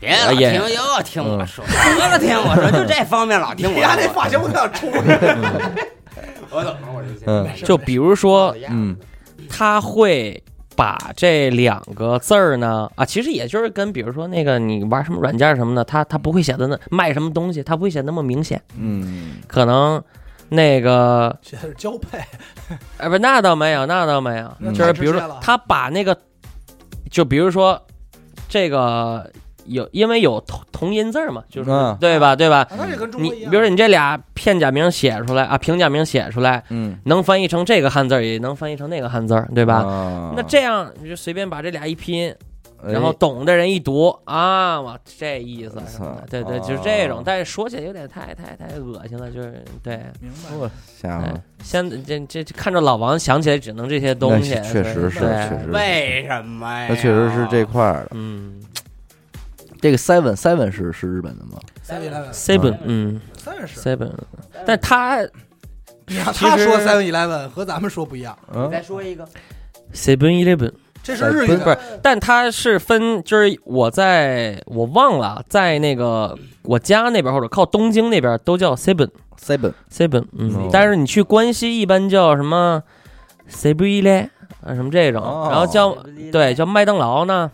[SPEAKER 4] 别老
[SPEAKER 5] 也
[SPEAKER 4] 听又要听我说，又要听我说，就这方面老 听我
[SPEAKER 6] 你家那
[SPEAKER 4] 说。
[SPEAKER 6] 发型我想
[SPEAKER 5] 嗯
[SPEAKER 6] 冲
[SPEAKER 4] 我怎么我这
[SPEAKER 2] 嗯
[SPEAKER 5] 就比如说
[SPEAKER 2] 嗯
[SPEAKER 5] 他会把这两个字儿呢，啊，其实也就是跟比如说那个你玩什么软件什么的，他他不会写的那卖什么东西，他不会写那么明显，
[SPEAKER 2] 嗯，
[SPEAKER 5] 可能那个
[SPEAKER 3] 这是交配，
[SPEAKER 5] 哎不，那倒没有，那倒没有，
[SPEAKER 2] 嗯
[SPEAKER 5] 就是比如
[SPEAKER 3] 太直接了
[SPEAKER 5] 说他把那个，就比如说这个有，因为有同同音字儿嘛，就是、
[SPEAKER 2] 嗯
[SPEAKER 5] 对吧，对吧？
[SPEAKER 3] 啊那这跟中
[SPEAKER 5] 你
[SPEAKER 3] 国一
[SPEAKER 5] 比
[SPEAKER 3] 样。
[SPEAKER 5] 如说你这俩片假名写出来啊，平假名写出来，
[SPEAKER 2] 嗯，
[SPEAKER 5] 能翻译成这个汉字儿，也能翻译成那个汉字儿，对
[SPEAKER 2] 对
[SPEAKER 5] 吧？？
[SPEAKER 3] 啊
[SPEAKER 5] 那这样你就随便把这俩一拼，
[SPEAKER 2] 啊哎
[SPEAKER 5] 然后懂的人一读啊，我这意思什么
[SPEAKER 2] 操
[SPEAKER 5] 的，对对，
[SPEAKER 2] 哦
[SPEAKER 5] 就是这种。但是说起来有点太太太恶心了，就是对。
[SPEAKER 3] 明白
[SPEAKER 2] 我家
[SPEAKER 5] 哎
[SPEAKER 2] 伙，
[SPEAKER 5] 现在这这这看着老王想起来只能这些东
[SPEAKER 2] 那
[SPEAKER 5] 西，
[SPEAKER 2] 确实
[SPEAKER 5] 对
[SPEAKER 2] 是，
[SPEAKER 5] 对
[SPEAKER 2] 确实是，
[SPEAKER 4] 为什么呀？
[SPEAKER 2] 那确实是这块儿的。
[SPEAKER 5] 嗯
[SPEAKER 2] 这个 Seven Seven 是是日本的吗？
[SPEAKER 3] 三
[SPEAKER 5] ，seven，嗯
[SPEAKER 2] 啊
[SPEAKER 3] 三十，
[SPEAKER 5] ，seven，但他
[SPEAKER 3] 你让
[SPEAKER 5] 其
[SPEAKER 3] 他
[SPEAKER 5] 实
[SPEAKER 3] 说 Seven Eleven 和咱们说不一样，
[SPEAKER 4] 你
[SPEAKER 2] 嗯
[SPEAKER 4] 再说一个，
[SPEAKER 5] seven eleven，
[SPEAKER 3] 这是日语
[SPEAKER 2] 不
[SPEAKER 5] 不
[SPEAKER 3] 的
[SPEAKER 5] 是，但他是分，就是我在我忘了，在那个我家那边或者靠东京那边都叫 seven
[SPEAKER 2] ，Seven
[SPEAKER 5] seven，
[SPEAKER 2] 哦
[SPEAKER 5] 嗯，但是你去关西一般叫什么 seven eleven 啊什么这种，
[SPEAKER 2] 哦
[SPEAKER 5] 然后叫对叫麦当劳呢，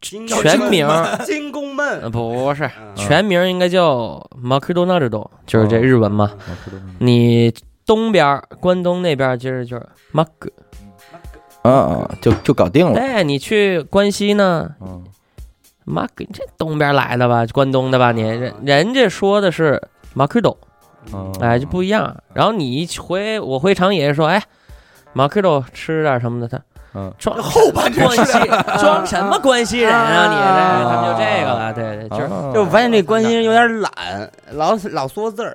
[SPEAKER 4] 金
[SPEAKER 5] 全名儿
[SPEAKER 4] 金宫闷
[SPEAKER 5] 呃，不是
[SPEAKER 4] 嗯
[SPEAKER 5] 全名应该叫 McDonald，就是这
[SPEAKER 2] 哦
[SPEAKER 5] 日文嘛。你东边儿关东那边儿其实就是马哥，
[SPEAKER 2] 啊啊，就就搞定了。
[SPEAKER 5] 哎，你去关西呢，
[SPEAKER 2] 嗯
[SPEAKER 5] 马哥，你这东边来的吧，关东的吧你，人人家说的是马克
[SPEAKER 2] 哦
[SPEAKER 5] 斗，
[SPEAKER 2] 啊
[SPEAKER 5] 哎，就不一样。然后你一回我回常爷爷说，哎，马克斗吃点什么的，他
[SPEAKER 2] 嗯
[SPEAKER 5] 装后半句关西装什么关西人啊你，这他们就这个了，对对，就是
[SPEAKER 2] 啊
[SPEAKER 4] 就我发现这关心人有点懒，老老缩字儿。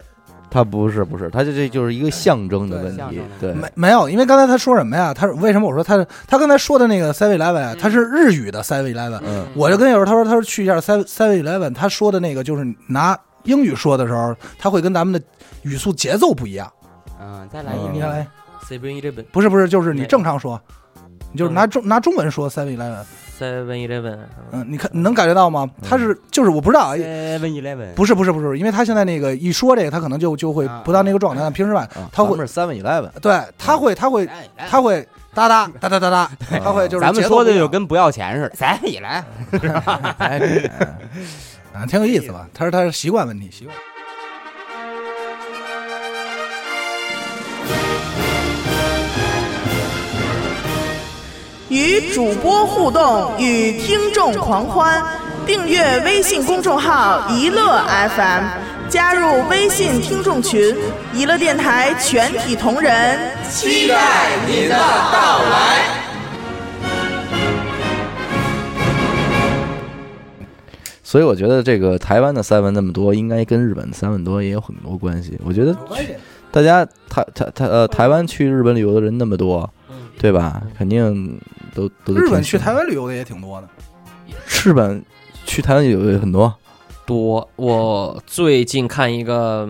[SPEAKER 2] 他不是不是，他就这就是一个象征的问
[SPEAKER 4] 对
[SPEAKER 2] 题
[SPEAKER 4] 象，征
[SPEAKER 2] 对，
[SPEAKER 3] 没没有，因为刚才他说什么呀？他为什么我说他是他刚才说的那个 Seven Eleven，他是日语的 Seven Eleven。
[SPEAKER 2] 嗯
[SPEAKER 3] 我就跟有时候他说他说去一下 Seven Seven Eleven，他说的那个就是拿英语说的时候，他会跟咱们的语速节奏不一样。
[SPEAKER 4] 嗯，再来一
[SPEAKER 2] 嗯
[SPEAKER 3] 你看，
[SPEAKER 4] 遍
[SPEAKER 3] 来，
[SPEAKER 5] seven eleven
[SPEAKER 3] 不是不是，就是你
[SPEAKER 5] 对
[SPEAKER 3] 正常说，你就是拿中拿中文说 Seven Eleven。
[SPEAKER 5] seven eleven，
[SPEAKER 3] 嗯，你看你能感觉到吗？
[SPEAKER 2] 嗯
[SPEAKER 3] 他是就是我不知道啊。
[SPEAKER 4] Seven Eleven，
[SPEAKER 3] 不是不是不是，因为他现在那个一说这个，他可能就就会不到那个状态。但平时吧，他会
[SPEAKER 2] 是 Seven Eleven，
[SPEAKER 3] 对，他会他会他会哒 哒哒哒哒哒，他会就是
[SPEAKER 4] 哎咱们
[SPEAKER 3] 节奏
[SPEAKER 4] 说的
[SPEAKER 3] 不一
[SPEAKER 4] 就
[SPEAKER 3] 样
[SPEAKER 4] 跟不要钱似的，Seven Eleven。
[SPEAKER 3] 啊，挺有意思吧？他说他是习惯问题，习惯。
[SPEAKER 7] 与主播互动，与听众狂欢。订阅微信公众号“一乐 FM”，加入微信听众群，一乐电台全体同仁期待您的到来。
[SPEAKER 2] 所以我觉得这个台湾的 Seven 那么多，应该跟日本的 Seven 多也有很多关系。我觉得大家台台台呃台湾去日本旅游的人那么多，对吧？
[SPEAKER 5] 嗯
[SPEAKER 2] 肯定都都
[SPEAKER 3] 日本
[SPEAKER 2] 挺喜
[SPEAKER 3] 去
[SPEAKER 2] 欢
[SPEAKER 3] 台湾旅游的也挺多的，
[SPEAKER 2] 日本去台湾旅游有很多，
[SPEAKER 5] 多。我最近看一个，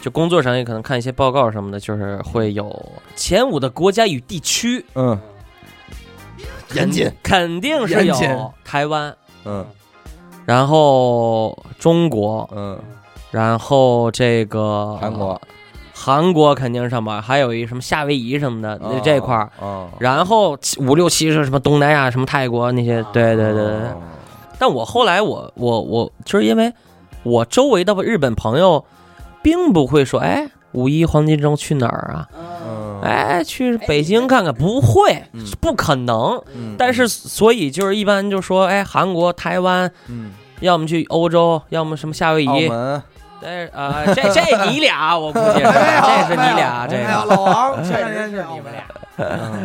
[SPEAKER 5] 就工作上也可能看一些报告什么的，就是会有前五的国家与地区，
[SPEAKER 2] 嗯
[SPEAKER 5] 肯肯定是
[SPEAKER 2] 严谨
[SPEAKER 5] 有台湾，
[SPEAKER 2] 嗯
[SPEAKER 5] 然后中国，
[SPEAKER 2] 嗯啊
[SPEAKER 5] 然后这个
[SPEAKER 2] 韩国，
[SPEAKER 5] 韩国肯定是上榜，还有一什么夏威夷什么的、那这块儿。
[SPEAKER 2] 啊，
[SPEAKER 5] 然后七五六七是什么东南
[SPEAKER 2] 哦
[SPEAKER 5] 亚、什么泰国那些，对对对对。但我后来我我我就是因为我周围的日本朋友并不会说，哎，五一黄金周去哪儿啊？
[SPEAKER 6] 嗯
[SPEAKER 2] 嗯
[SPEAKER 5] 哎，去北京看看，不会，
[SPEAKER 6] 嗯
[SPEAKER 5] 不可能。
[SPEAKER 2] 嗯
[SPEAKER 5] 但是，所以就是一般就说，哎，韩国、台湾，
[SPEAKER 2] 嗯，
[SPEAKER 5] 要么去欧洲，要么什么夏威
[SPEAKER 2] 澳
[SPEAKER 5] 夷。
[SPEAKER 2] 门
[SPEAKER 5] 但是啊、呃这这你俩，我估 计是这是你俩这
[SPEAKER 6] 哎哎呀，
[SPEAKER 5] 个。
[SPEAKER 6] 老王，确实是你们俩，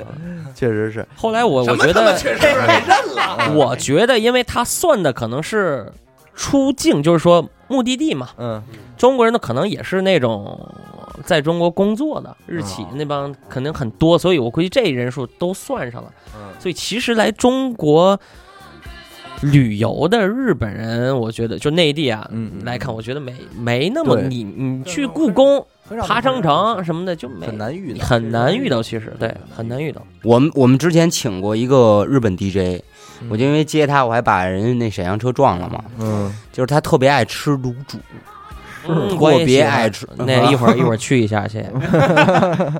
[SPEAKER 2] 确实是，
[SPEAKER 5] 后来我我觉得，
[SPEAKER 4] 哎
[SPEAKER 6] 啊
[SPEAKER 5] 我觉得，因为他算的可能是出境，就是说目的地嘛。
[SPEAKER 2] 嗯，
[SPEAKER 5] 中国人呢，可能也是那种在中国工作的日企那帮肯定很多，所以我估计这人数都算上了。所以其实来中国旅游的日本人，我觉得就内地啊，
[SPEAKER 2] 嗯嗯
[SPEAKER 5] 来看，我觉得没没那么
[SPEAKER 2] 对
[SPEAKER 5] 你你去故宫、
[SPEAKER 3] 很少
[SPEAKER 5] 爬长城什么的就没
[SPEAKER 2] 很难遇到。
[SPEAKER 5] 很难遇到，其实对很难遇到。
[SPEAKER 4] 我们我们之前请过一个日本 DJ，我就因为接他，我还把人家那沈阳车撞了嘛。
[SPEAKER 2] 嗯，
[SPEAKER 4] 就是他特别爱吃卤煮，
[SPEAKER 5] 嗯
[SPEAKER 4] 特
[SPEAKER 5] 我也
[SPEAKER 4] 别
[SPEAKER 5] 喜欢
[SPEAKER 4] 爱吃嗯
[SPEAKER 5] 那一会儿一会儿去一下去。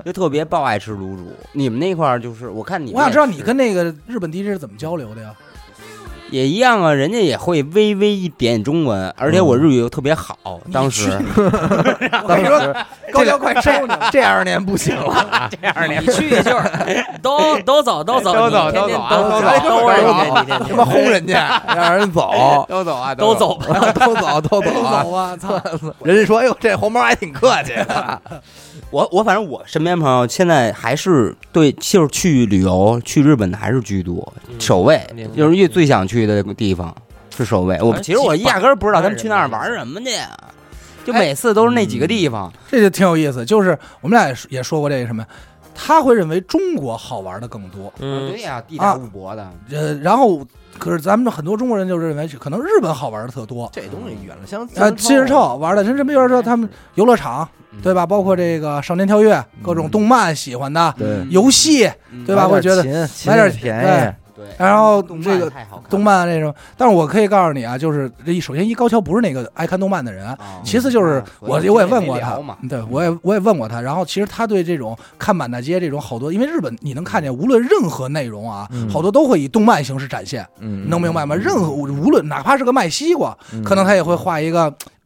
[SPEAKER 4] 就特别爆爱吃卤煮。你们那块儿就是，我看你们
[SPEAKER 3] 我想知道你
[SPEAKER 4] 也是
[SPEAKER 3] 跟那个日本 DJ 是怎么交流的呀？
[SPEAKER 4] 也一样啊，人家也会微微一点中文，而且我日语又特别好。当时
[SPEAKER 6] 我跟你说，高桥快收你了，
[SPEAKER 2] 这二十年不行了，
[SPEAKER 5] 你去就是都都走都走
[SPEAKER 4] 都走
[SPEAKER 5] 你天
[SPEAKER 4] 都
[SPEAKER 5] 天
[SPEAKER 4] 走啊
[SPEAKER 5] 都
[SPEAKER 4] 都
[SPEAKER 5] 走
[SPEAKER 4] 走
[SPEAKER 5] 都
[SPEAKER 4] 都
[SPEAKER 5] 是
[SPEAKER 4] 走
[SPEAKER 5] 你天 天
[SPEAKER 2] 他妈轰人家， 让人走，
[SPEAKER 4] 都走啊，
[SPEAKER 5] 都走吧。
[SPEAKER 2] 都走都走啊！
[SPEAKER 6] 我操！
[SPEAKER 2] 人家说，哎呦，这黄毛还挺客气，
[SPEAKER 4] 我我反正我身边朋友现在还是对，就是去旅游去日本的还是居多，首位
[SPEAKER 5] 嗯明白
[SPEAKER 4] 就是越最想去的地方是首位。我
[SPEAKER 5] 还是
[SPEAKER 4] 其实我
[SPEAKER 5] 几百
[SPEAKER 4] 压根儿不知道他们去那儿玩什么去，啊就
[SPEAKER 3] 哎
[SPEAKER 4] 每次都是那
[SPEAKER 5] 嗯
[SPEAKER 4] 几个地方。
[SPEAKER 3] 这就挺有意思，就是我们俩也说也说过这个什么，他会认为中国好玩的更多，
[SPEAKER 5] 嗯，
[SPEAKER 4] 对呀，地
[SPEAKER 3] 啊
[SPEAKER 4] 大物博的，
[SPEAKER 3] 呃，然后可是咱们很多中国人就认为可能日本好玩的特多，
[SPEAKER 2] 这东西远了相
[SPEAKER 3] 呃，七日臭玩的真是没有人说他们游乐场
[SPEAKER 4] 嗯
[SPEAKER 3] 对吧？包括这个少年跳跃，各种动漫喜欢的
[SPEAKER 2] 对
[SPEAKER 3] 游戏，对吧？我觉得，
[SPEAKER 2] 琴琴
[SPEAKER 3] 买点哎
[SPEAKER 2] 便宜，
[SPEAKER 4] 嗯对，
[SPEAKER 3] 然后
[SPEAKER 4] 动
[SPEAKER 3] 这个
[SPEAKER 4] 漫太好看
[SPEAKER 3] 动漫那种，但是我可以告诉你啊，就是这首先一高桥不是那个爱看动漫的人，啊
[SPEAKER 4] 了，
[SPEAKER 3] 其次就是我我
[SPEAKER 4] 所以
[SPEAKER 3] 也问过
[SPEAKER 4] 没
[SPEAKER 3] 他
[SPEAKER 4] 聊嘛，
[SPEAKER 3] 对我也我也问过他，然后其实他对这种看满大街这种好多，因为日本你能看见，无论任何内容啊，
[SPEAKER 2] 嗯
[SPEAKER 3] 好多都会以动漫形式展现，
[SPEAKER 2] 嗯，
[SPEAKER 3] 能明白吗？任何无论哪怕是个卖西瓜，
[SPEAKER 2] 嗯
[SPEAKER 3] 可能他也会画一个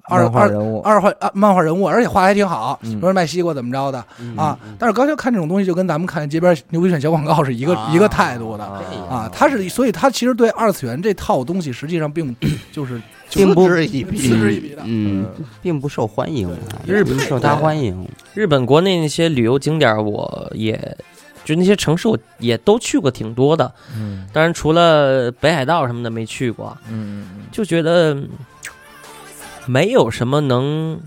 [SPEAKER 3] 二
[SPEAKER 2] 漫画
[SPEAKER 3] 二。
[SPEAKER 2] 人物，
[SPEAKER 3] 二画啊，漫画人物，而且画得还挺好，
[SPEAKER 2] 嗯
[SPEAKER 3] 说卖西瓜怎么着的
[SPEAKER 4] 嗯
[SPEAKER 3] 啊
[SPEAKER 4] 嗯？
[SPEAKER 3] 但是高桥看这种东西，就跟咱们看街边牛皮癣小广告是一个
[SPEAKER 4] 啊
[SPEAKER 3] 一个态度的
[SPEAKER 4] 这样
[SPEAKER 3] 啊。他是，所以他其实对二次元这套东西，实际上并就是
[SPEAKER 4] 并不
[SPEAKER 2] 嗤之以鼻
[SPEAKER 3] 嗤之以鼻的。
[SPEAKER 4] 嗯，并不受欢迎，啊
[SPEAKER 5] 日本
[SPEAKER 4] 不受他欢迎。
[SPEAKER 5] 日本国内那些旅游景点，我也就那些城市，我也都去过挺多的。
[SPEAKER 2] 嗯
[SPEAKER 5] 当然，除了北海道什么的没去过，
[SPEAKER 2] 嗯
[SPEAKER 5] 就觉得嗯没有什么能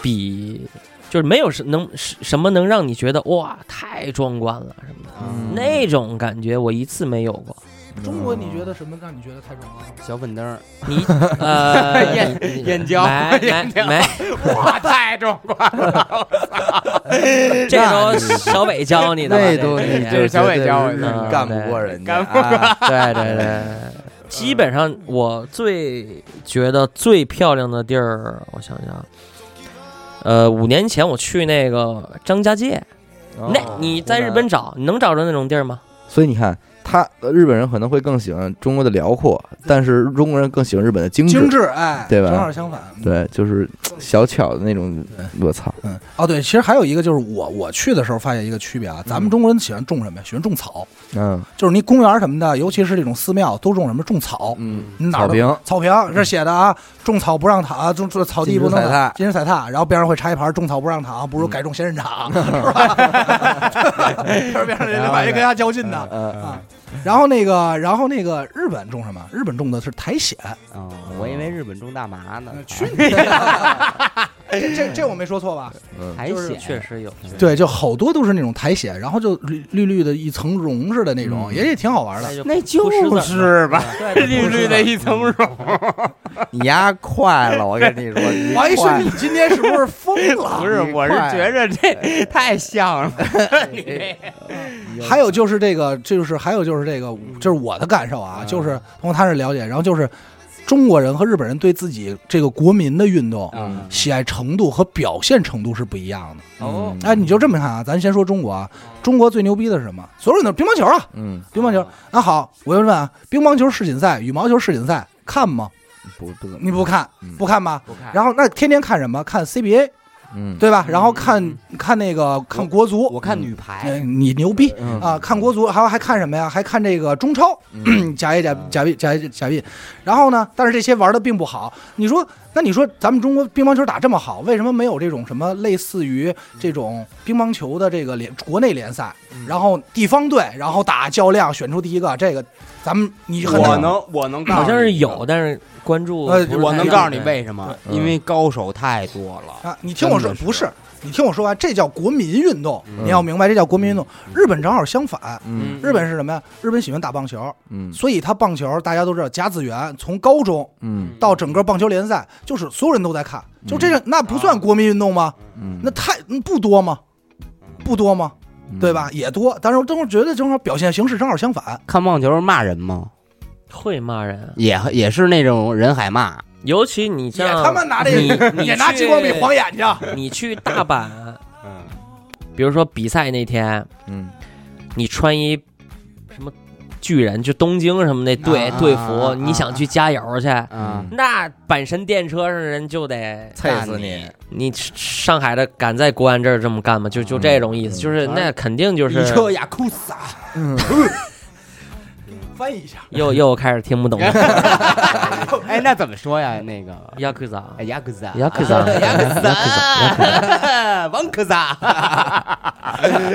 [SPEAKER 5] 比，就是没有什能什什么能让你觉得哇太壮观了什么的、
[SPEAKER 2] 嗯
[SPEAKER 5] 那种感觉，我一次没有过。
[SPEAKER 3] 中国，你觉得什么让你觉得太壮观了？
[SPEAKER 4] 小粉灯儿，
[SPEAKER 5] 你 呃，
[SPEAKER 4] 燕
[SPEAKER 5] 你
[SPEAKER 4] 燕郊
[SPEAKER 5] 没
[SPEAKER 4] 燕
[SPEAKER 5] 没
[SPEAKER 4] 郊
[SPEAKER 5] 没，
[SPEAKER 4] 哇，太壮观了！
[SPEAKER 5] 这都小北教你的
[SPEAKER 2] 嗯
[SPEAKER 5] 吧，
[SPEAKER 2] 那
[SPEAKER 5] 这
[SPEAKER 2] 东
[SPEAKER 5] 个
[SPEAKER 2] 西
[SPEAKER 5] 也
[SPEAKER 2] 就是
[SPEAKER 4] 小伟教我的
[SPEAKER 2] 干不过人家，
[SPEAKER 4] 干不过
[SPEAKER 2] 啊
[SPEAKER 5] 对对对， 基本上我最觉得最漂亮的地儿，我想想，呃，五年前我去那个张家界，
[SPEAKER 4] 哦
[SPEAKER 5] 那你在日本，找，你能找着那种地儿吗？
[SPEAKER 2] 哦所以你看。他呃日本人可能会更喜欢中国的辽阔，但是中国人更喜欢日本的精致
[SPEAKER 3] 精，致，哎，
[SPEAKER 2] 对吧
[SPEAKER 3] 正好相反，
[SPEAKER 2] 对，就是小巧的那种。我操，
[SPEAKER 3] 嗯，哦，对，其实还有一个就是我我去的时候发现一个区别啊，咱们中国人喜欢种什么呀？喜欢种草，
[SPEAKER 2] 嗯
[SPEAKER 3] 就是你公园什么的，尤其是这种寺庙，都种什么种草。
[SPEAKER 2] 嗯，
[SPEAKER 3] 你哪儿
[SPEAKER 2] 草
[SPEAKER 3] 都
[SPEAKER 2] 坪，
[SPEAKER 3] 草坪这写的啊，种草不让躺，啊种种草地不能
[SPEAKER 2] 禁止踩踏
[SPEAKER 3] 禁止踩踏，然后边上会插一牌，种草不让躺，
[SPEAKER 2] 嗯
[SPEAKER 3] 不如改种仙人 掌，是吧？ 就是边上人家把这跟他较劲的。
[SPEAKER 2] 嗯
[SPEAKER 3] 啊然后那个，然后那个日本种什么？日本种的是苔藓，
[SPEAKER 4] 哦，我以为日本种大麻呢，
[SPEAKER 3] 呃 去你的！这这这我没说错吧？
[SPEAKER 4] 苔
[SPEAKER 3] 就是
[SPEAKER 4] 藓
[SPEAKER 5] 确实有，
[SPEAKER 3] 对，就好多都是那种苔藓，然后就绿绿绿的一层绒似的那
[SPEAKER 2] 嗯
[SPEAKER 3] 种，也也挺好玩的。
[SPEAKER 4] 那
[SPEAKER 5] 不识字
[SPEAKER 4] 就
[SPEAKER 5] 儿
[SPEAKER 4] 是吧，
[SPEAKER 5] 对
[SPEAKER 4] 绿绿的一层绒，
[SPEAKER 2] 你丫快了，我跟你说，你
[SPEAKER 3] 王医
[SPEAKER 2] 快
[SPEAKER 3] 生，你今天是不是疯了？
[SPEAKER 4] 不是，我是觉着这太像了，
[SPEAKER 3] 还有就是这个，这就是还有就是这个，
[SPEAKER 4] 嗯
[SPEAKER 3] 就是我的感受啊，就是通过他这了解，然后就是中国人和日本人对自己这个国民的运动
[SPEAKER 4] 嗯
[SPEAKER 3] 喜爱程度和表现程度是不一样的。
[SPEAKER 2] 哦
[SPEAKER 3] 哎，你就这么看啊？咱先说中国啊，
[SPEAKER 4] 嗯
[SPEAKER 3] 中国最牛逼的是什么？所有人都是乒乓球啊，
[SPEAKER 2] 嗯
[SPEAKER 4] 哦
[SPEAKER 3] 乒乓球啊好，我就问啊，乒乓球世锦赛、羽毛球世锦赛看吗？
[SPEAKER 2] 嗯不不怎么
[SPEAKER 3] 你不看
[SPEAKER 2] 嗯
[SPEAKER 3] 不看吧？
[SPEAKER 4] 不看。
[SPEAKER 3] 然后那天天看什么？看 CBA
[SPEAKER 2] 嗯
[SPEAKER 3] 对吧？然后
[SPEAKER 4] 嗯
[SPEAKER 3] 看看那个看国足，
[SPEAKER 4] 我呃看
[SPEAKER 2] 嗯
[SPEAKER 4] 女
[SPEAKER 3] 哎
[SPEAKER 4] 排，
[SPEAKER 3] 你牛逼
[SPEAKER 2] 嗯
[SPEAKER 3] 啊！看国足，还有还看什么呀？还看这个中超，
[SPEAKER 2] 嗯
[SPEAKER 3] 甲 A 甲甲 B 甲 A 甲 B，然后呢，但是这些玩的并不好。你说，那你说咱们中国乒乓球打这么好，为什么没有这种什么类似于这种乒乓球的这个联国内联赛，
[SPEAKER 2] 嗯
[SPEAKER 3] 然后地方队，然后打较量选出第一个，这个咱们你很
[SPEAKER 4] 我
[SPEAKER 3] 难。
[SPEAKER 4] 能我能告诉
[SPEAKER 5] 好
[SPEAKER 4] 你
[SPEAKER 5] 像是有，但是关注
[SPEAKER 3] 呃
[SPEAKER 5] 不是
[SPEAKER 4] 我
[SPEAKER 5] 太
[SPEAKER 4] 能
[SPEAKER 5] 多
[SPEAKER 4] 告诉你
[SPEAKER 5] 对
[SPEAKER 4] 为什么，
[SPEAKER 2] 对
[SPEAKER 4] 因为高手太多了。
[SPEAKER 3] 啊，你听我说，
[SPEAKER 4] 真的是
[SPEAKER 3] 不是，你听我说完，这叫国民运动，
[SPEAKER 4] 嗯
[SPEAKER 3] 你要明白，这叫国民运动。日本正好相反，
[SPEAKER 2] 嗯
[SPEAKER 3] 日本是什么呀？日本喜欢打棒球，
[SPEAKER 2] 嗯
[SPEAKER 3] 所以他棒球大家都知道，甲子园从高中
[SPEAKER 2] 嗯
[SPEAKER 3] 到整个棒球联赛，就是所有人都在看，就这个那不算国民运动吗？
[SPEAKER 2] 嗯，
[SPEAKER 3] 那太嗯不多吗？不多吗？对吧？也多，但是我正好觉得正好表现形式正好相反。
[SPEAKER 4] 看棒球骂人吗？
[SPEAKER 5] 会骂人，
[SPEAKER 4] 也也是那种人海骂，
[SPEAKER 5] 尤其你
[SPEAKER 3] 也
[SPEAKER 5] 像
[SPEAKER 3] 他妈拿这
[SPEAKER 5] 你
[SPEAKER 3] 个，
[SPEAKER 5] 你
[SPEAKER 3] 也拿
[SPEAKER 5] 去
[SPEAKER 3] 激光笔嗯晃眼睛。
[SPEAKER 5] 你去大阪，比如说比赛那天，
[SPEAKER 2] 嗯？
[SPEAKER 5] 你穿一什么巨人，就东京什么那队
[SPEAKER 4] 啊
[SPEAKER 5] 队
[SPEAKER 4] 啊啊
[SPEAKER 5] 服，你想去加油去，
[SPEAKER 4] 嗯，
[SPEAKER 5] 那阪神电车上人就得
[SPEAKER 2] 菜
[SPEAKER 4] 干
[SPEAKER 2] 死
[SPEAKER 4] 你
[SPEAKER 2] 你！
[SPEAKER 5] 你上海的敢在国安这儿这么干吗？就就
[SPEAKER 3] 嗯
[SPEAKER 5] 这种意思，就是那肯定就
[SPEAKER 4] 一
[SPEAKER 5] 是
[SPEAKER 4] 车雅库萨，
[SPEAKER 3] 翻译一下，
[SPEAKER 5] 又又开始听不懂了。
[SPEAKER 4] 哎，那怎么说呀？那个
[SPEAKER 5] 亚克萨，
[SPEAKER 4] 哎雅库萨，
[SPEAKER 5] 亚 克萨，
[SPEAKER 4] 雅库萨，王库萨，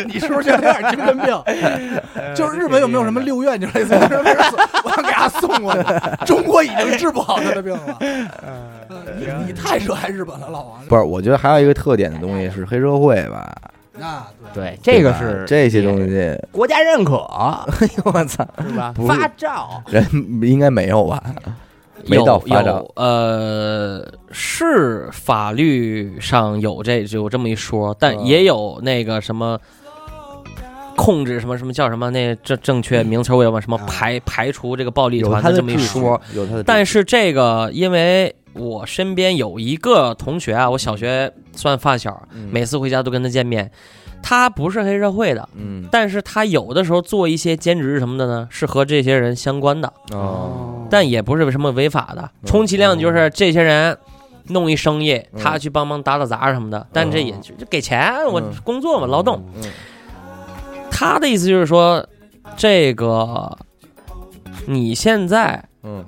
[SPEAKER 3] 你是不是有点精神病？ 就是日本有没有什么六院，就类似于这种病 我想给他送 过去。中国已经治不好他的病了。
[SPEAKER 2] 嗯
[SPEAKER 3] 你你太热爱日本了，老王。
[SPEAKER 2] 不是，我觉得还有一个特点的东西是黑社会吧，
[SPEAKER 3] 那对
[SPEAKER 4] 对，这
[SPEAKER 2] 对
[SPEAKER 4] 个
[SPEAKER 2] 吧
[SPEAKER 4] 是
[SPEAKER 2] 这些东西，
[SPEAKER 4] 国家认可
[SPEAKER 5] 哎
[SPEAKER 2] 我操，
[SPEAKER 4] 是吧？
[SPEAKER 2] 不是
[SPEAKER 4] 发照，
[SPEAKER 2] 人应该没有吧？没
[SPEAKER 5] 有
[SPEAKER 2] 到发展
[SPEAKER 5] 有呃，是法律上有这有这么一说，但也有那个什么
[SPEAKER 2] 嗯
[SPEAKER 5] 控制什么什么叫什么那正正确名词儿我也忘了什么
[SPEAKER 4] 啊
[SPEAKER 5] 排排除这个暴力
[SPEAKER 2] 嗯有
[SPEAKER 5] 团
[SPEAKER 2] 他
[SPEAKER 5] 的
[SPEAKER 2] 的
[SPEAKER 5] 这么一
[SPEAKER 2] 秩序
[SPEAKER 5] 说，，
[SPEAKER 2] 有他的秩序，
[SPEAKER 5] 但是这个因为。我身边有一个同学啊，我小学算发小，
[SPEAKER 2] 嗯
[SPEAKER 5] 每次回家都跟他见面。他不是黑社会的，
[SPEAKER 2] 嗯
[SPEAKER 5] 但是他有的时候做一些兼职什么的呢，是和这些人相关的。
[SPEAKER 2] 哦，
[SPEAKER 5] 但也不是什么违法的，
[SPEAKER 2] 嗯
[SPEAKER 5] 充其量就是这些人弄一生意，
[SPEAKER 2] 嗯
[SPEAKER 5] 他去帮忙打打杂什么的，但这也就就给钱，我
[SPEAKER 2] 嗯
[SPEAKER 5] 工作嘛，劳动。
[SPEAKER 2] 嗯
[SPEAKER 5] 他的意思就是说，这个你现在，
[SPEAKER 2] 嗯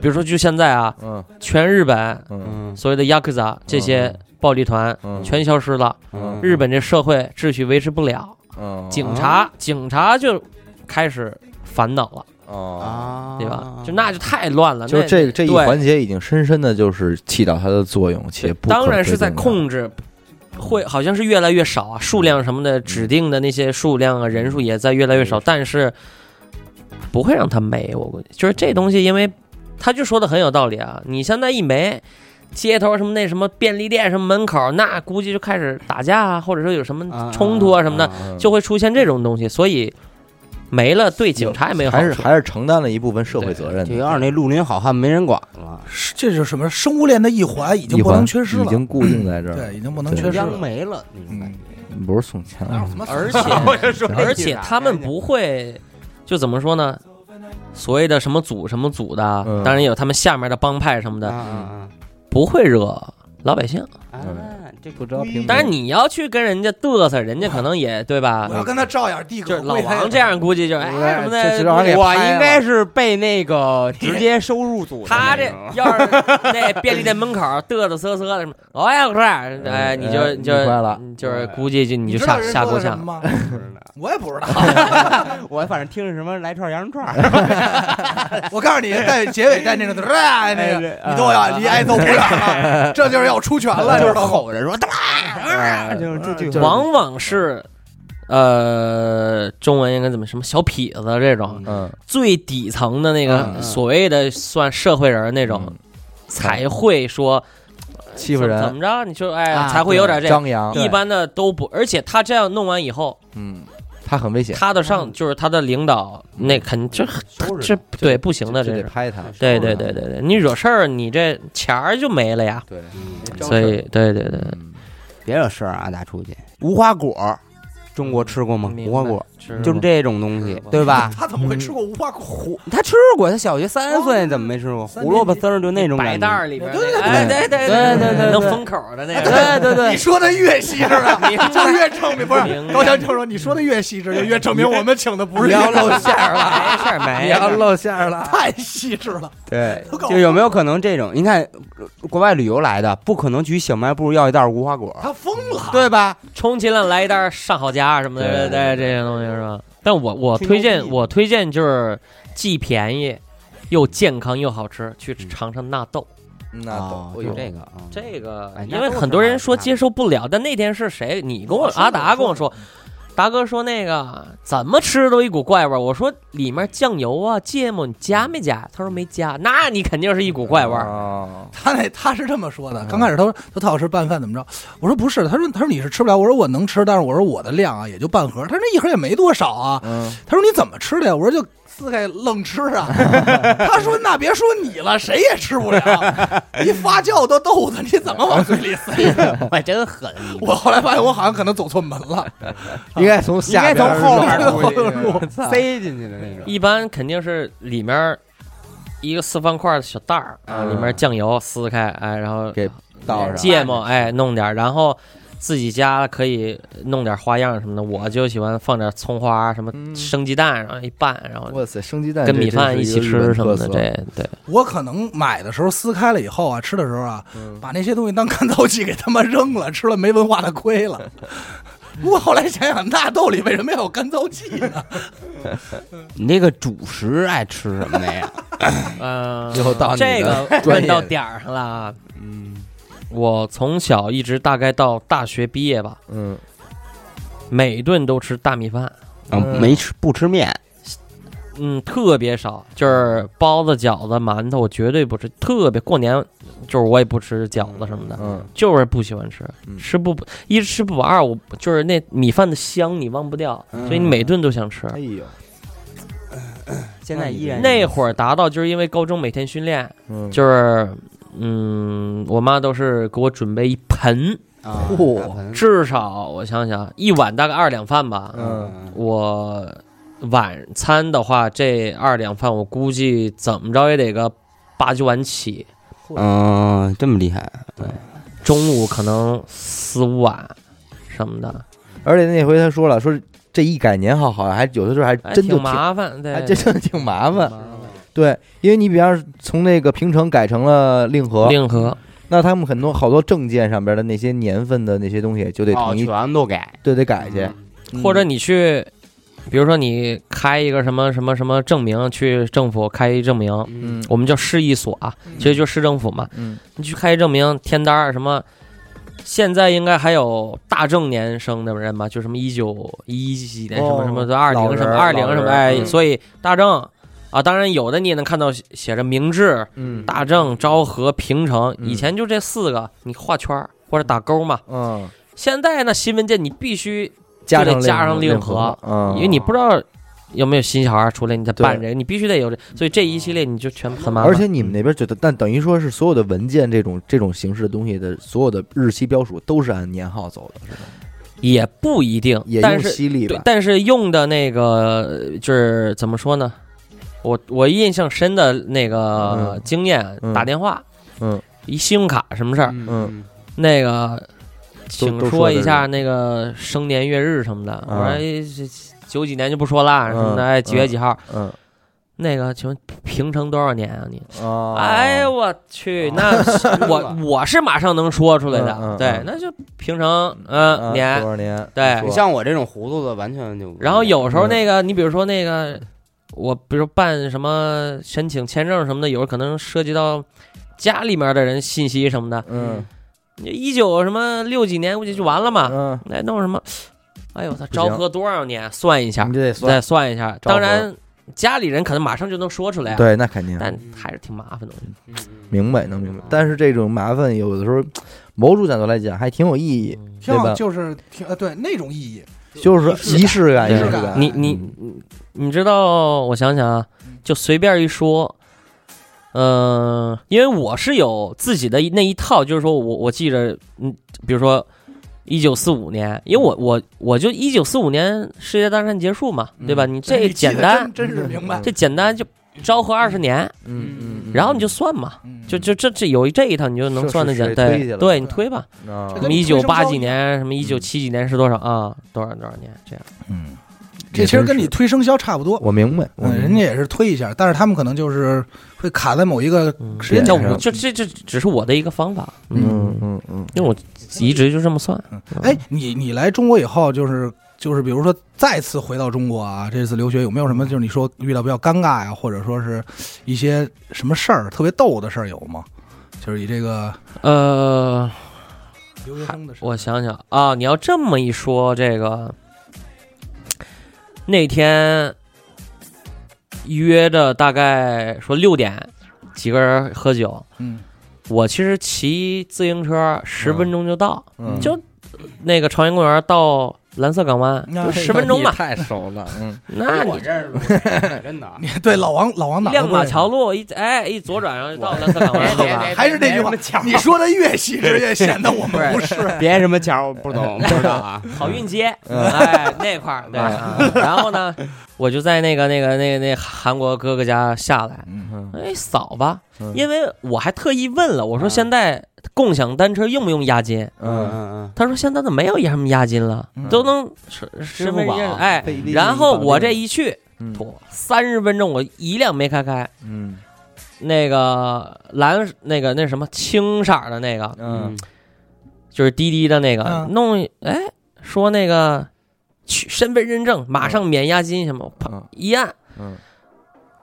[SPEAKER 5] 比如说就现在啊，
[SPEAKER 2] 嗯
[SPEAKER 5] 全日本
[SPEAKER 2] 嗯
[SPEAKER 4] 嗯，
[SPEAKER 5] 所谓的亚克萨这些暴力团
[SPEAKER 2] 嗯，
[SPEAKER 5] 全消失了，
[SPEAKER 4] 嗯
[SPEAKER 5] 日本这社会秩序维持不了，
[SPEAKER 2] 嗯
[SPEAKER 5] 警察警察就开始烦恼了，
[SPEAKER 2] 哦，
[SPEAKER 4] 啊，
[SPEAKER 5] 对吧？就那就太乱了，
[SPEAKER 2] 就
[SPEAKER 5] 啊那
[SPEAKER 2] 这这一
[SPEAKER 5] 对
[SPEAKER 2] 环节已经深深的就是起到它的作用，且不
[SPEAKER 5] 当
[SPEAKER 2] 可
[SPEAKER 5] 然是
[SPEAKER 2] 推
[SPEAKER 5] 在
[SPEAKER 2] 动的
[SPEAKER 5] 控制，会好像是越来越少啊，数量什么的
[SPEAKER 2] 嗯
[SPEAKER 5] 指定的那些数量啊，人数也在越来越少，但是不会让它没，我估计就是这东西，因为他就说的很有道理啊，你现在一没。街头什么那什么便利店什么门口，那估计就开始打架啊，或者说有什么冲突啊什么的，
[SPEAKER 2] 嗯
[SPEAKER 4] 的
[SPEAKER 5] 就会出现这种东西。所以没了对警察也没有好
[SPEAKER 2] 还是
[SPEAKER 5] 处。
[SPEAKER 2] 还是承担了一部分社会责任
[SPEAKER 4] 就
[SPEAKER 2] 的，
[SPEAKER 4] 有点那绿林好汉没人管了，
[SPEAKER 3] 是这是什么生物链的一环，已
[SPEAKER 2] 已
[SPEAKER 3] 经不能缺失了，
[SPEAKER 2] 已经固定在这儿，
[SPEAKER 3] 对，已经不能缺失
[SPEAKER 4] 央
[SPEAKER 3] 了。
[SPEAKER 4] 没了那种感觉。
[SPEAKER 2] 不是宋江，
[SPEAKER 3] 哪有啊什么
[SPEAKER 5] 嗯而
[SPEAKER 3] 死法
[SPEAKER 5] 且
[SPEAKER 4] 说
[SPEAKER 5] 而且他们不会，就怎么说呢？所谓的什么组什么组的，
[SPEAKER 2] 嗯
[SPEAKER 5] 当然也有他们下面的帮派什么的，嗯
[SPEAKER 4] 啊
[SPEAKER 5] 不会惹老百姓。
[SPEAKER 4] 啊啊！这不
[SPEAKER 2] 知道平
[SPEAKER 5] 但是你要去跟人家嘚瑟，人家可能也对吧
[SPEAKER 3] 我？要跟他照眼递
[SPEAKER 5] 就
[SPEAKER 3] 个
[SPEAKER 5] 是老王这样，估计就是哎什么
[SPEAKER 2] 这这让人
[SPEAKER 5] 的。
[SPEAKER 2] 给
[SPEAKER 4] 我
[SPEAKER 2] 拍了
[SPEAKER 4] 应该是被那个直接收入组的
[SPEAKER 5] 他
[SPEAKER 4] 那
[SPEAKER 5] 这
[SPEAKER 4] 种，
[SPEAKER 5] 要是那便利店门口嘚嘚瑟瑟的什么，老外快点儿，哎，你就
[SPEAKER 2] 哎
[SPEAKER 5] 你就
[SPEAKER 2] 你乖了
[SPEAKER 5] 就是估计就你
[SPEAKER 3] 你
[SPEAKER 5] 就
[SPEAKER 3] 知道
[SPEAKER 5] 下
[SPEAKER 3] 人
[SPEAKER 5] 下
[SPEAKER 3] 说
[SPEAKER 5] 够
[SPEAKER 3] 的什
[SPEAKER 5] 呛
[SPEAKER 3] 么
[SPEAKER 5] 了。
[SPEAKER 3] 吗？
[SPEAKER 4] 不知道
[SPEAKER 3] 我也不知道。
[SPEAKER 4] 我反正听着什么来串羊肉串儿，
[SPEAKER 3] 我告诉你，在结尾带那个嘚儿啊那个，
[SPEAKER 4] 哎
[SPEAKER 3] 你都要离挨揍不远 了，这就是要出拳了，
[SPEAKER 4] 就
[SPEAKER 3] 知
[SPEAKER 4] 是
[SPEAKER 3] 道吗？
[SPEAKER 4] 吼着说哒啦，就是这就
[SPEAKER 5] 往往是，呃，中文应该怎么什么小痞子这种
[SPEAKER 2] 嗯
[SPEAKER 5] 最底层的那
[SPEAKER 4] 嗯
[SPEAKER 5] 个
[SPEAKER 4] 嗯
[SPEAKER 5] 所谓的算社会人儿那种
[SPEAKER 2] 嗯，
[SPEAKER 5] 才会说
[SPEAKER 2] 欺负
[SPEAKER 5] 怎怎
[SPEAKER 2] 人，
[SPEAKER 5] 么着，你就哎
[SPEAKER 4] 啊
[SPEAKER 5] 才会有点这。
[SPEAKER 2] 张扬，
[SPEAKER 5] 一般的都不，而且他这样弄完以后，
[SPEAKER 2] 嗯，他很危险，
[SPEAKER 5] 他的上就是他的领导，那肯这
[SPEAKER 4] 收
[SPEAKER 5] 这
[SPEAKER 4] 拾
[SPEAKER 5] 对不行的，
[SPEAKER 2] 就
[SPEAKER 5] 这
[SPEAKER 2] 得
[SPEAKER 5] 是。
[SPEAKER 2] 拍他，
[SPEAKER 5] 对对对对对，你惹事儿，你这钱儿就没了呀。
[SPEAKER 2] 对，
[SPEAKER 5] 所以，对对对，
[SPEAKER 2] 嗯
[SPEAKER 4] 别惹事儿啊，大出去。无花果中国吃过吗？无
[SPEAKER 5] 明
[SPEAKER 4] 花
[SPEAKER 5] 白
[SPEAKER 4] 果，
[SPEAKER 5] 吃
[SPEAKER 4] 就是
[SPEAKER 5] 过
[SPEAKER 4] 这种东西
[SPEAKER 5] 吃，过
[SPEAKER 4] 对吧？
[SPEAKER 6] 他怎么
[SPEAKER 5] 嗯
[SPEAKER 6] 会吃过无花果？
[SPEAKER 4] 他吃过，他小学三岁怎么没吃过
[SPEAKER 6] 三
[SPEAKER 4] 胡萝卜丝儿？就那种
[SPEAKER 5] 白
[SPEAKER 4] 感
[SPEAKER 5] 袋
[SPEAKER 4] 觉。
[SPEAKER 5] 儿里边
[SPEAKER 6] 对对
[SPEAKER 5] 那个哎
[SPEAKER 4] 对对对对对
[SPEAKER 5] 能
[SPEAKER 4] 对
[SPEAKER 5] 封口的那个，
[SPEAKER 4] 对对
[SPEAKER 6] 你
[SPEAKER 4] 对，
[SPEAKER 6] 说的越细致啊，就越证明不
[SPEAKER 5] 明
[SPEAKER 6] 是
[SPEAKER 5] 白
[SPEAKER 6] 高强就说你说的越细致，就越证明我们请的不是
[SPEAKER 4] 要露
[SPEAKER 6] 馅
[SPEAKER 4] 馅儿了，没事儿没
[SPEAKER 2] 你
[SPEAKER 4] 事
[SPEAKER 2] 要
[SPEAKER 4] 儿。
[SPEAKER 2] 露馅儿了。
[SPEAKER 6] 太细致了。
[SPEAKER 4] 对
[SPEAKER 6] 都搞
[SPEAKER 4] 就有没有可能这种？你看国外旅游来的，不可能去小卖部要一袋儿无花果，
[SPEAKER 3] 啊
[SPEAKER 6] 他疯了，
[SPEAKER 4] 对吧？
[SPEAKER 5] 充其量来一袋上好佳什么
[SPEAKER 2] 对
[SPEAKER 5] 的，对这些东西是吧？但我我
[SPEAKER 4] 吹
[SPEAKER 5] 推
[SPEAKER 4] 牛
[SPEAKER 5] 荐
[SPEAKER 4] 逼
[SPEAKER 5] 我推荐就是既便宜又健康又好吃，去
[SPEAKER 4] 嗯
[SPEAKER 5] 尝尝纳豆。
[SPEAKER 2] 嗯那
[SPEAKER 4] 哦
[SPEAKER 2] 都哎
[SPEAKER 4] 就
[SPEAKER 2] 有
[SPEAKER 4] 这个，嗯
[SPEAKER 5] 这个
[SPEAKER 4] 哎，纳
[SPEAKER 5] 因为
[SPEAKER 4] 豆
[SPEAKER 5] 很
[SPEAKER 4] 是
[SPEAKER 5] 多
[SPEAKER 4] 好
[SPEAKER 5] 人
[SPEAKER 4] 吃
[SPEAKER 5] 说
[SPEAKER 4] 的
[SPEAKER 5] 接受不了，但那天是谁？你跟我阿达跟我说，达哥说那个怎么吃都一股怪味儿。我说里面酱油啊、芥末你加没加？他说没加，那你肯定是一股怪味儿。
[SPEAKER 2] 儿。
[SPEAKER 3] 他那他是这么说
[SPEAKER 2] 嗯
[SPEAKER 3] 的，刚开始他说他特好吃拌饭怎么着？我说不是，他说他说你是吃不了，我说我能吃，但是我说我的量啊也就半盒，他说那一盒也没多少啊，
[SPEAKER 2] 嗯，
[SPEAKER 3] 他说你怎么吃的呀？我说就撕开愣吃 啊。他说那别说你了，谁也吃不了，一发酵都豆子，你怎么往嘴里塞？
[SPEAKER 5] 我真狠，
[SPEAKER 3] 我后来发现我好像可能走错门了，
[SPEAKER 2] 应该从下边儿
[SPEAKER 4] 应该从后
[SPEAKER 2] 入
[SPEAKER 4] 边儿
[SPEAKER 2] 我操
[SPEAKER 4] 塞进去的那种。
[SPEAKER 5] 一般肯定是里面一个四方块的小袋儿，啊，
[SPEAKER 2] 嗯
[SPEAKER 5] 里面酱油撕开，哎，然后
[SPEAKER 2] 给啊倒上。
[SPEAKER 5] 芥末哎弄点儿，然后自己家可以弄点花样什么的。我就喜欢放点葱花，什么
[SPEAKER 2] 嗯
[SPEAKER 5] 生鸡蛋，然后一拌，然后
[SPEAKER 2] 哇塞，生鸡蛋
[SPEAKER 5] 跟
[SPEAKER 2] 这
[SPEAKER 5] 米
[SPEAKER 2] 真是
[SPEAKER 5] 饭一
[SPEAKER 2] 个
[SPEAKER 5] 起
[SPEAKER 2] 日本
[SPEAKER 5] 吃什么的。
[SPEAKER 2] 特色
[SPEAKER 5] 对对，
[SPEAKER 3] 我可能买的时候撕开了以后啊，吃的时候啊，
[SPEAKER 2] 嗯
[SPEAKER 3] 把那些东西当干燥剂给他妈扔了，吃了没文化的亏了。 不过后来想想，纳豆里为什么要有干燥剂 呢？
[SPEAKER 4] 你这个主食爱吃什么 呀？
[SPEAKER 5] 嗯、
[SPEAKER 2] 最后到你
[SPEAKER 5] 这
[SPEAKER 2] 的
[SPEAKER 5] 个
[SPEAKER 2] 专
[SPEAKER 5] 问
[SPEAKER 2] 业
[SPEAKER 5] 到点儿上了啊。嗯，我从小一直大概到大学毕业吧，
[SPEAKER 2] 嗯，
[SPEAKER 5] 每顿都吃大米饭。
[SPEAKER 4] 啊，没吃不吃面，
[SPEAKER 5] 嗯，特别少，就是包子、饺子、馒头，我绝对不吃。特别过年，就是我也不吃饺子什么的，
[SPEAKER 2] 嗯
[SPEAKER 5] 就是不喜欢吃，
[SPEAKER 2] 嗯
[SPEAKER 5] 吃不一吃不饱，二我就是那米饭的香你忘不掉，所以你每顿都想吃。
[SPEAKER 2] 嗯哎呦，
[SPEAKER 4] 现在依然
[SPEAKER 5] 那会儿达到就是因为高中每天训练，
[SPEAKER 2] 嗯
[SPEAKER 5] 就是嗯，我妈都是给我准备一盆，
[SPEAKER 4] 啊
[SPEAKER 2] 嚯
[SPEAKER 4] 大盆
[SPEAKER 5] 至少我想想一碗大概二两饭吧，
[SPEAKER 4] 嗯，
[SPEAKER 5] 我晚餐的话，这二两饭我估计怎么着也得个八九碗起。
[SPEAKER 4] 嗯，这么厉害，
[SPEAKER 5] 中午可能四五碗什么的，
[SPEAKER 2] 而且那回他说了，说这一改年好好，还有的时候还
[SPEAKER 5] 哎，
[SPEAKER 2] 真就
[SPEAKER 5] 挺哎麻烦，对
[SPEAKER 2] 还，真的挺麻
[SPEAKER 5] 挺
[SPEAKER 2] 烦。
[SPEAKER 5] 烦。
[SPEAKER 2] 对，因为你比方说从那个平城改成了令和，
[SPEAKER 5] 令和，
[SPEAKER 2] 那他们很多好多证件上边的那些年份的那些东西就得
[SPEAKER 4] 哦
[SPEAKER 2] 统一，
[SPEAKER 4] 全都改
[SPEAKER 2] 对，得改去。嗯
[SPEAKER 5] 或者你去，比如说你开一个什么什么什么证明，去政府开一证明，
[SPEAKER 4] 嗯
[SPEAKER 2] 嗯
[SPEAKER 5] 我们叫市一所啊，其实就是市政府嘛。
[SPEAKER 2] 嗯
[SPEAKER 5] 你去开证明、填单儿什么，现在应该还有大正年生的人吧？就什么一九一几年什么
[SPEAKER 2] 哦
[SPEAKER 5] 什么的二
[SPEAKER 2] 老
[SPEAKER 5] 零什么
[SPEAKER 2] 人
[SPEAKER 5] 二零什
[SPEAKER 2] 老
[SPEAKER 5] 么
[SPEAKER 2] 人
[SPEAKER 5] 哎，
[SPEAKER 2] 嗯
[SPEAKER 5] 所以大正啊，当然有的你也能看到写写着明治、
[SPEAKER 2] 嗯
[SPEAKER 5] 大正、昭和、平成，
[SPEAKER 2] 嗯
[SPEAKER 5] 以前就这四个，你画圈儿或者打勾嘛。
[SPEAKER 2] 嗯，
[SPEAKER 5] 现在呢，新文件你必须，
[SPEAKER 2] 加
[SPEAKER 5] 就得
[SPEAKER 2] 上
[SPEAKER 5] 加上令
[SPEAKER 2] 令
[SPEAKER 5] 和
[SPEAKER 2] 嗯，
[SPEAKER 5] 因为你不知道。有没有新小孩儿出来？你再办
[SPEAKER 2] 对
[SPEAKER 5] 这个，你必须得有这，所以这一系列你就全很麻烦。
[SPEAKER 2] 而且你们那边觉得，但等于说是所有的文件这种这种形式的东西的所有的日期标属都是按年号走的，是吧
[SPEAKER 5] 也不一定，
[SPEAKER 2] 也
[SPEAKER 5] 但
[SPEAKER 2] 用
[SPEAKER 5] 是
[SPEAKER 2] 犀利
[SPEAKER 5] 对
[SPEAKER 2] 吧，？
[SPEAKER 5] 但是用的那个呃就是怎么说呢？我我印象深的那个
[SPEAKER 2] 嗯
[SPEAKER 5] 经验，
[SPEAKER 2] 嗯
[SPEAKER 5] 打电话，
[SPEAKER 2] 嗯，
[SPEAKER 5] 一信用卡什么事儿，
[SPEAKER 2] 嗯
[SPEAKER 5] 那个，请
[SPEAKER 2] 都
[SPEAKER 5] 说
[SPEAKER 2] 说
[SPEAKER 5] 一
[SPEAKER 2] 的
[SPEAKER 5] 下
[SPEAKER 2] 是
[SPEAKER 5] 那个生年月日什么的。我
[SPEAKER 2] 嗯
[SPEAKER 5] 说哎这九几年就不说啦，什么的，
[SPEAKER 2] 嗯
[SPEAKER 5] 哎，几月几号？
[SPEAKER 2] 嗯
[SPEAKER 5] 那个，请问平成多少年啊？你？
[SPEAKER 2] 哦
[SPEAKER 5] 哎呦我去， 那我我是马上能说出来
[SPEAKER 2] 嗯
[SPEAKER 5] 的，
[SPEAKER 2] 嗯
[SPEAKER 5] 对
[SPEAKER 2] 嗯，
[SPEAKER 5] 那就平成，嗯，年
[SPEAKER 2] 多，少年？
[SPEAKER 5] 对
[SPEAKER 4] 你哎像我这种糊涂的，完全就嗯
[SPEAKER 5] 然后有
[SPEAKER 2] 嗯
[SPEAKER 5] 时候那个，你比如说那个，我比如说办什么申请签证什么的，有时候可能涉及到家里面的人信息什么的。
[SPEAKER 2] 嗯
[SPEAKER 5] 一九什么六几年估计就完了嘛，
[SPEAKER 2] 嗯，
[SPEAKER 5] 那弄什么？哎呦，他
[SPEAKER 2] 行
[SPEAKER 5] 昭和多少年？算一下
[SPEAKER 2] 你，就得算
[SPEAKER 5] 再算一下。
[SPEAKER 2] 昭和
[SPEAKER 5] 当然，家里人可能马上就能说出来，啊
[SPEAKER 2] 对，那肯定
[SPEAKER 5] 但还是挺麻烦的。
[SPEAKER 2] 明白能明白。但是这种麻烦有的时候，某种角度来讲还挺有意义，
[SPEAKER 5] 嗯
[SPEAKER 3] 挺
[SPEAKER 2] 对
[SPEAKER 3] 好，
[SPEAKER 2] 吧
[SPEAKER 3] 就是挺呃对那种意义，
[SPEAKER 2] 就是说仪式感，
[SPEAKER 5] 仪
[SPEAKER 2] 仪
[SPEAKER 5] 式
[SPEAKER 2] 式
[SPEAKER 3] 感
[SPEAKER 2] 感。
[SPEAKER 5] 你你
[SPEAKER 3] 嗯
[SPEAKER 5] 你知道，我想想啊，就随便一说，嗯、因为我是有自己的那一套，就是说我我记着，嗯，比如说一九四五年，因
[SPEAKER 3] 嗯
[SPEAKER 5] 为我我我就一九四五年世界大战结束嘛，对吧？你这
[SPEAKER 3] 嗯你记得
[SPEAKER 5] 简单，
[SPEAKER 3] 真真是明白。
[SPEAKER 5] 这简单就昭和二十年，
[SPEAKER 2] 嗯嗯嗯，
[SPEAKER 5] 然后你就算嘛，
[SPEAKER 3] 嗯
[SPEAKER 5] 就就这这有这一套你就能
[SPEAKER 2] 是
[SPEAKER 5] 算得
[SPEAKER 2] 是
[SPEAKER 5] 下
[SPEAKER 2] 是推下
[SPEAKER 5] 对
[SPEAKER 2] 来
[SPEAKER 5] 对，你推吧，
[SPEAKER 2] 啊
[SPEAKER 3] 这
[SPEAKER 5] 什
[SPEAKER 3] 跟
[SPEAKER 5] 么
[SPEAKER 3] 你
[SPEAKER 5] 一
[SPEAKER 3] 推
[SPEAKER 5] 九
[SPEAKER 3] 升高
[SPEAKER 5] 八
[SPEAKER 3] 一
[SPEAKER 5] 几
[SPEAKER 3] 样
[SPEAKER 5] 年，什么一九七几年是多少啊？多少多少年这样？
[SPEAKER 3] 嗯，这其实跟你推生肖差不多。
[SPEAKER 2] 我明白，我
[SPEAKER 3] 嗯，人家也是推一下，但是他们可能就是会卡在某一个
[SPEAKER 5] 嗯，
[SPEAKER 3] 时间
[SPEAKER 5] 叫
[SPEAKER 3] 点
[SPEAKER 5] 我
[SPEAKER 3] 上。
[SPEAKER 5] 这这这只是我的一个方法，
[SPEAKER 2] 嗯嗯嗯，
[SPEAKER 5] 因为我一直就这么算。
[SPEAKER 3] 哎，你你来中国以后，就是就是，比如说再次回到中国啊，这次留学有没有什么就是你说遇到比较尴尬呀、或者说是一些什么事儿特别逗的事儿有吗？就是以这个
[SPEAKER 5] 呃，
[SPEAKER 3] 留学生的事儿，
[SPEAKER 5] 我想想啊，你要这么一说，这个那天约的大概说六点几个人喝酒，
[SPEAKER 3] 嗯
[SPEAKER 5] 我其实骑自行车十分钟就到，
[SPEAKER 2] 嗯
[SPEAKER 5] 就那个朝阳公园到蓝色港湾
[SPEAKER 3] 那
[SPEAKER 5] 就啊十分钟吧，
[SPEAKER 2] 太熟了，嗯，
[SPEAKER 5] 那
[SPEAKER 4] 我
[SPEAKER 5] 你
[SPEAKER 4] 这儿真的啊，
[SPEAKER 3] 对老王老王哪儿都
[SPEAKER 5] 亮
[SPEAKER 3] 不认
[SPEAKER 5] 马
[SPEAKER 3] 识
[SPEAKER 5] 桥路一哎一左转，然后就到蓝色港 湾，对吧？
[SPEAKER 3] 还是那句话
[SPEAKER 4] 别什么
[SPEAKER 3] 你说的越细致，越显得我们不是。
[SPEAKER 4] 桥， 别什么桥，不懂不知道啊。
[SPEAKER 5] 好运街，哎，那块儿对、啊。
[SPEAKER 4] 嗯
[SPEAKER 5] 然后呢，我就在那个那个那个那韩国哥哥家下来，
[SPEAKER 2] 嗯
[SPEAKER 5] 哎，扫吧
[SPEAKER 2] 嗯，
[SPEAKER 5] 因为我还特意问了，我说
[SPEAKER 4] 啊
[SPEAKER 5] 现在共享单车用不用押金？
[SPEAKER 4] 嗯
[SPEAKER 2] 嗯，
[SPEAKER 4] 嗯
[SPEAKER 5] 他说现在怎么没有什么押金了，都能身身份
[SPEAKER 4] 支付宝
[SPEAKER 5] 证哎。然后我这一去，
[SPEAKER 2] 嗯
[SPEAKER 5] 妥，三十分钟我一辆没开开，
[SPEAKER 2] 嗯
[SPEAKER 5] 那个蓝那个那什么青色儿的那个，
[SPEAKER 2] 嗯，
[SPEAKER 5] 就是滴滴的那个、
[SPEAKER 3] 嗯
[SPEAKER 5] 弄，哎，说那个取身份认证马上免押金什么，我啪、
[SPEAKER 2] 嗯
[SPEAKER 5] 一按
[SPEAKER 2] 嗯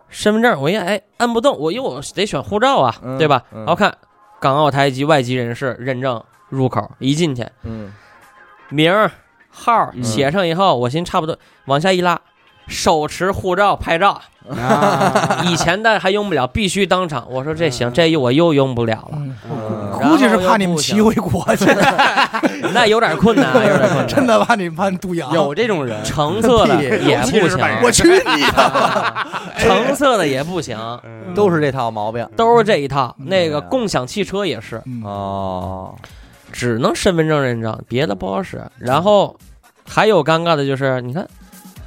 [SPEAKER 5] 身份证，我一按，哎，按不动，我因为我得选护照啊，
[SPEAKER 2] 嗯
[SPEAKER 5] 对吧？
[SPEAKER 2] 嗯
[SPEAKER 5] 然后看港澳台及外籍人士认证入口，一进去
[SPEAKER 2] 嗯，
[SPEAKER 5] 名儿号儿
[SPEAKER 4] 嗯
[SPEAKER 5] 写上以后，我寻思差不多，往下一拉。手持护照拍照，
[SPEAKER 4] 嗯啊
[SPEAKER 5] 以前的还用不了，必须当场。我说这行，这我又用不了了，
[SPEAKER 4] 嗯
[SPEAKER 3] 估计是怕你们骑回国去，
[SPEAKER 5] 那有点困难，啊有点
[SPEAKER 2] 嗯
[SPEAKER 5] 困难。
[SPEAKER 3] 真的怕你们怕你毒羊。
[SPEAKER 4] 有这种人，
[SPEAKER 5] 橙色的也不行，
[SPEAKER 3] 我去你的！
[SPEAKER 5] 橙色的也不行，
[SPEAKER 2] 嗯
[SPEAKER 4] 嗯
[SPEAKER 2] 都是这套毛病
[SPEAKER 5] 都是这一套。那个
[SPEAKER 2] 嗯
[SPEAKER 5] 共享汽车也是，
[SPEAKER 3] 嗯
[SPEAKER 2] 哦，
[SPEAKER 5] 只能身份证认证，别的不好使。然后还有尴尬的就是，你看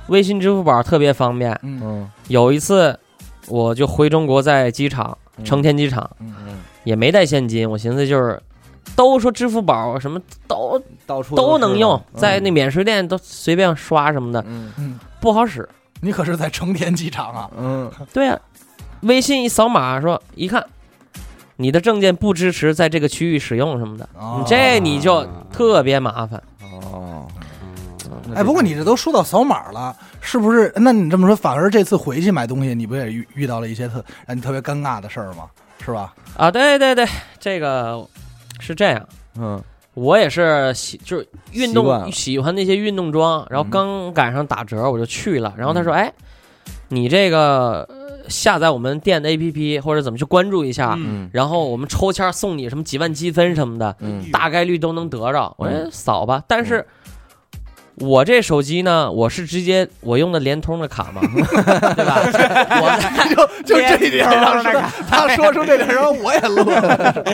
[SPEAKER 5] 微信、支付宝特别方便。
[SPEAKER 3] 嗯
[SPEAKER 2] 嗯
[SPEAKER 5] 有一次我就回中国，在机场
[SPEAKER 2] 嗯
[SPEAKER 5] 成田机场
[SPEAKER 2] 嗯，
[SPEAKER 5] 也没带现金，我寻思就是。都说支付宝什么都
[SPEAKER 2] 到处
[SPEAKER 5] 都能用，在那免税店都随便刷什么的，
[SPEAKER 2] 嗯
[SPEAKER 3] 嗯，
[SPEAKER 5] 不好使。
[SPEAKER 3] 你可是在成田机场啊，
[SPEAKER 2] 嗯
[SPEAKER 5] 对啊，微信一扫码说一看，你的证件不支持在这个区域使用什么的，
[SPEAKER 3] 哦
[SPEAKER 5] 你这你就特别麻烦。
[SPEAKER 2] 哦，
[SPEAKER 3] 哎，不过你这都说到扫码了，是不是？那你这么说，反而这次回去买东西，你不也遇遇到了一些特让你特别尴尬的事儿吗？是吧？
[SPEAKER 5] 啊，对对对，这个是这样。
[SPEAKER 2] 嗯
[SPEAKER 5] 我也是喜，就是运
[SPEAKER 2] 习惯了
[SPEAKER 5] 动喜欢那些运动装，然后
[SPEAKER 2] 嗯
[SPEAKER 5] 刚赶上打折，我就去了。然后他说：“哎，你这个呃下载我们店的 APP 或者怎么去关注一下，
[SPEAKER 2] 嗯
[SPEAKER 5] 然后我们抽签送你什么几万积分什么的。”
[SPEAKER 2] 嗯
[SPEAKER 5] 大概率都能得着。我
[SPEAKER 2] 嗯
[SPEAKER 5] 说扫吧，但是我这手机呢，我是直接我用的联通的 卡嘛，对吧？我在
[SPEAKER 3] 就这一点儿，他说出这点儿，然后我也乐了。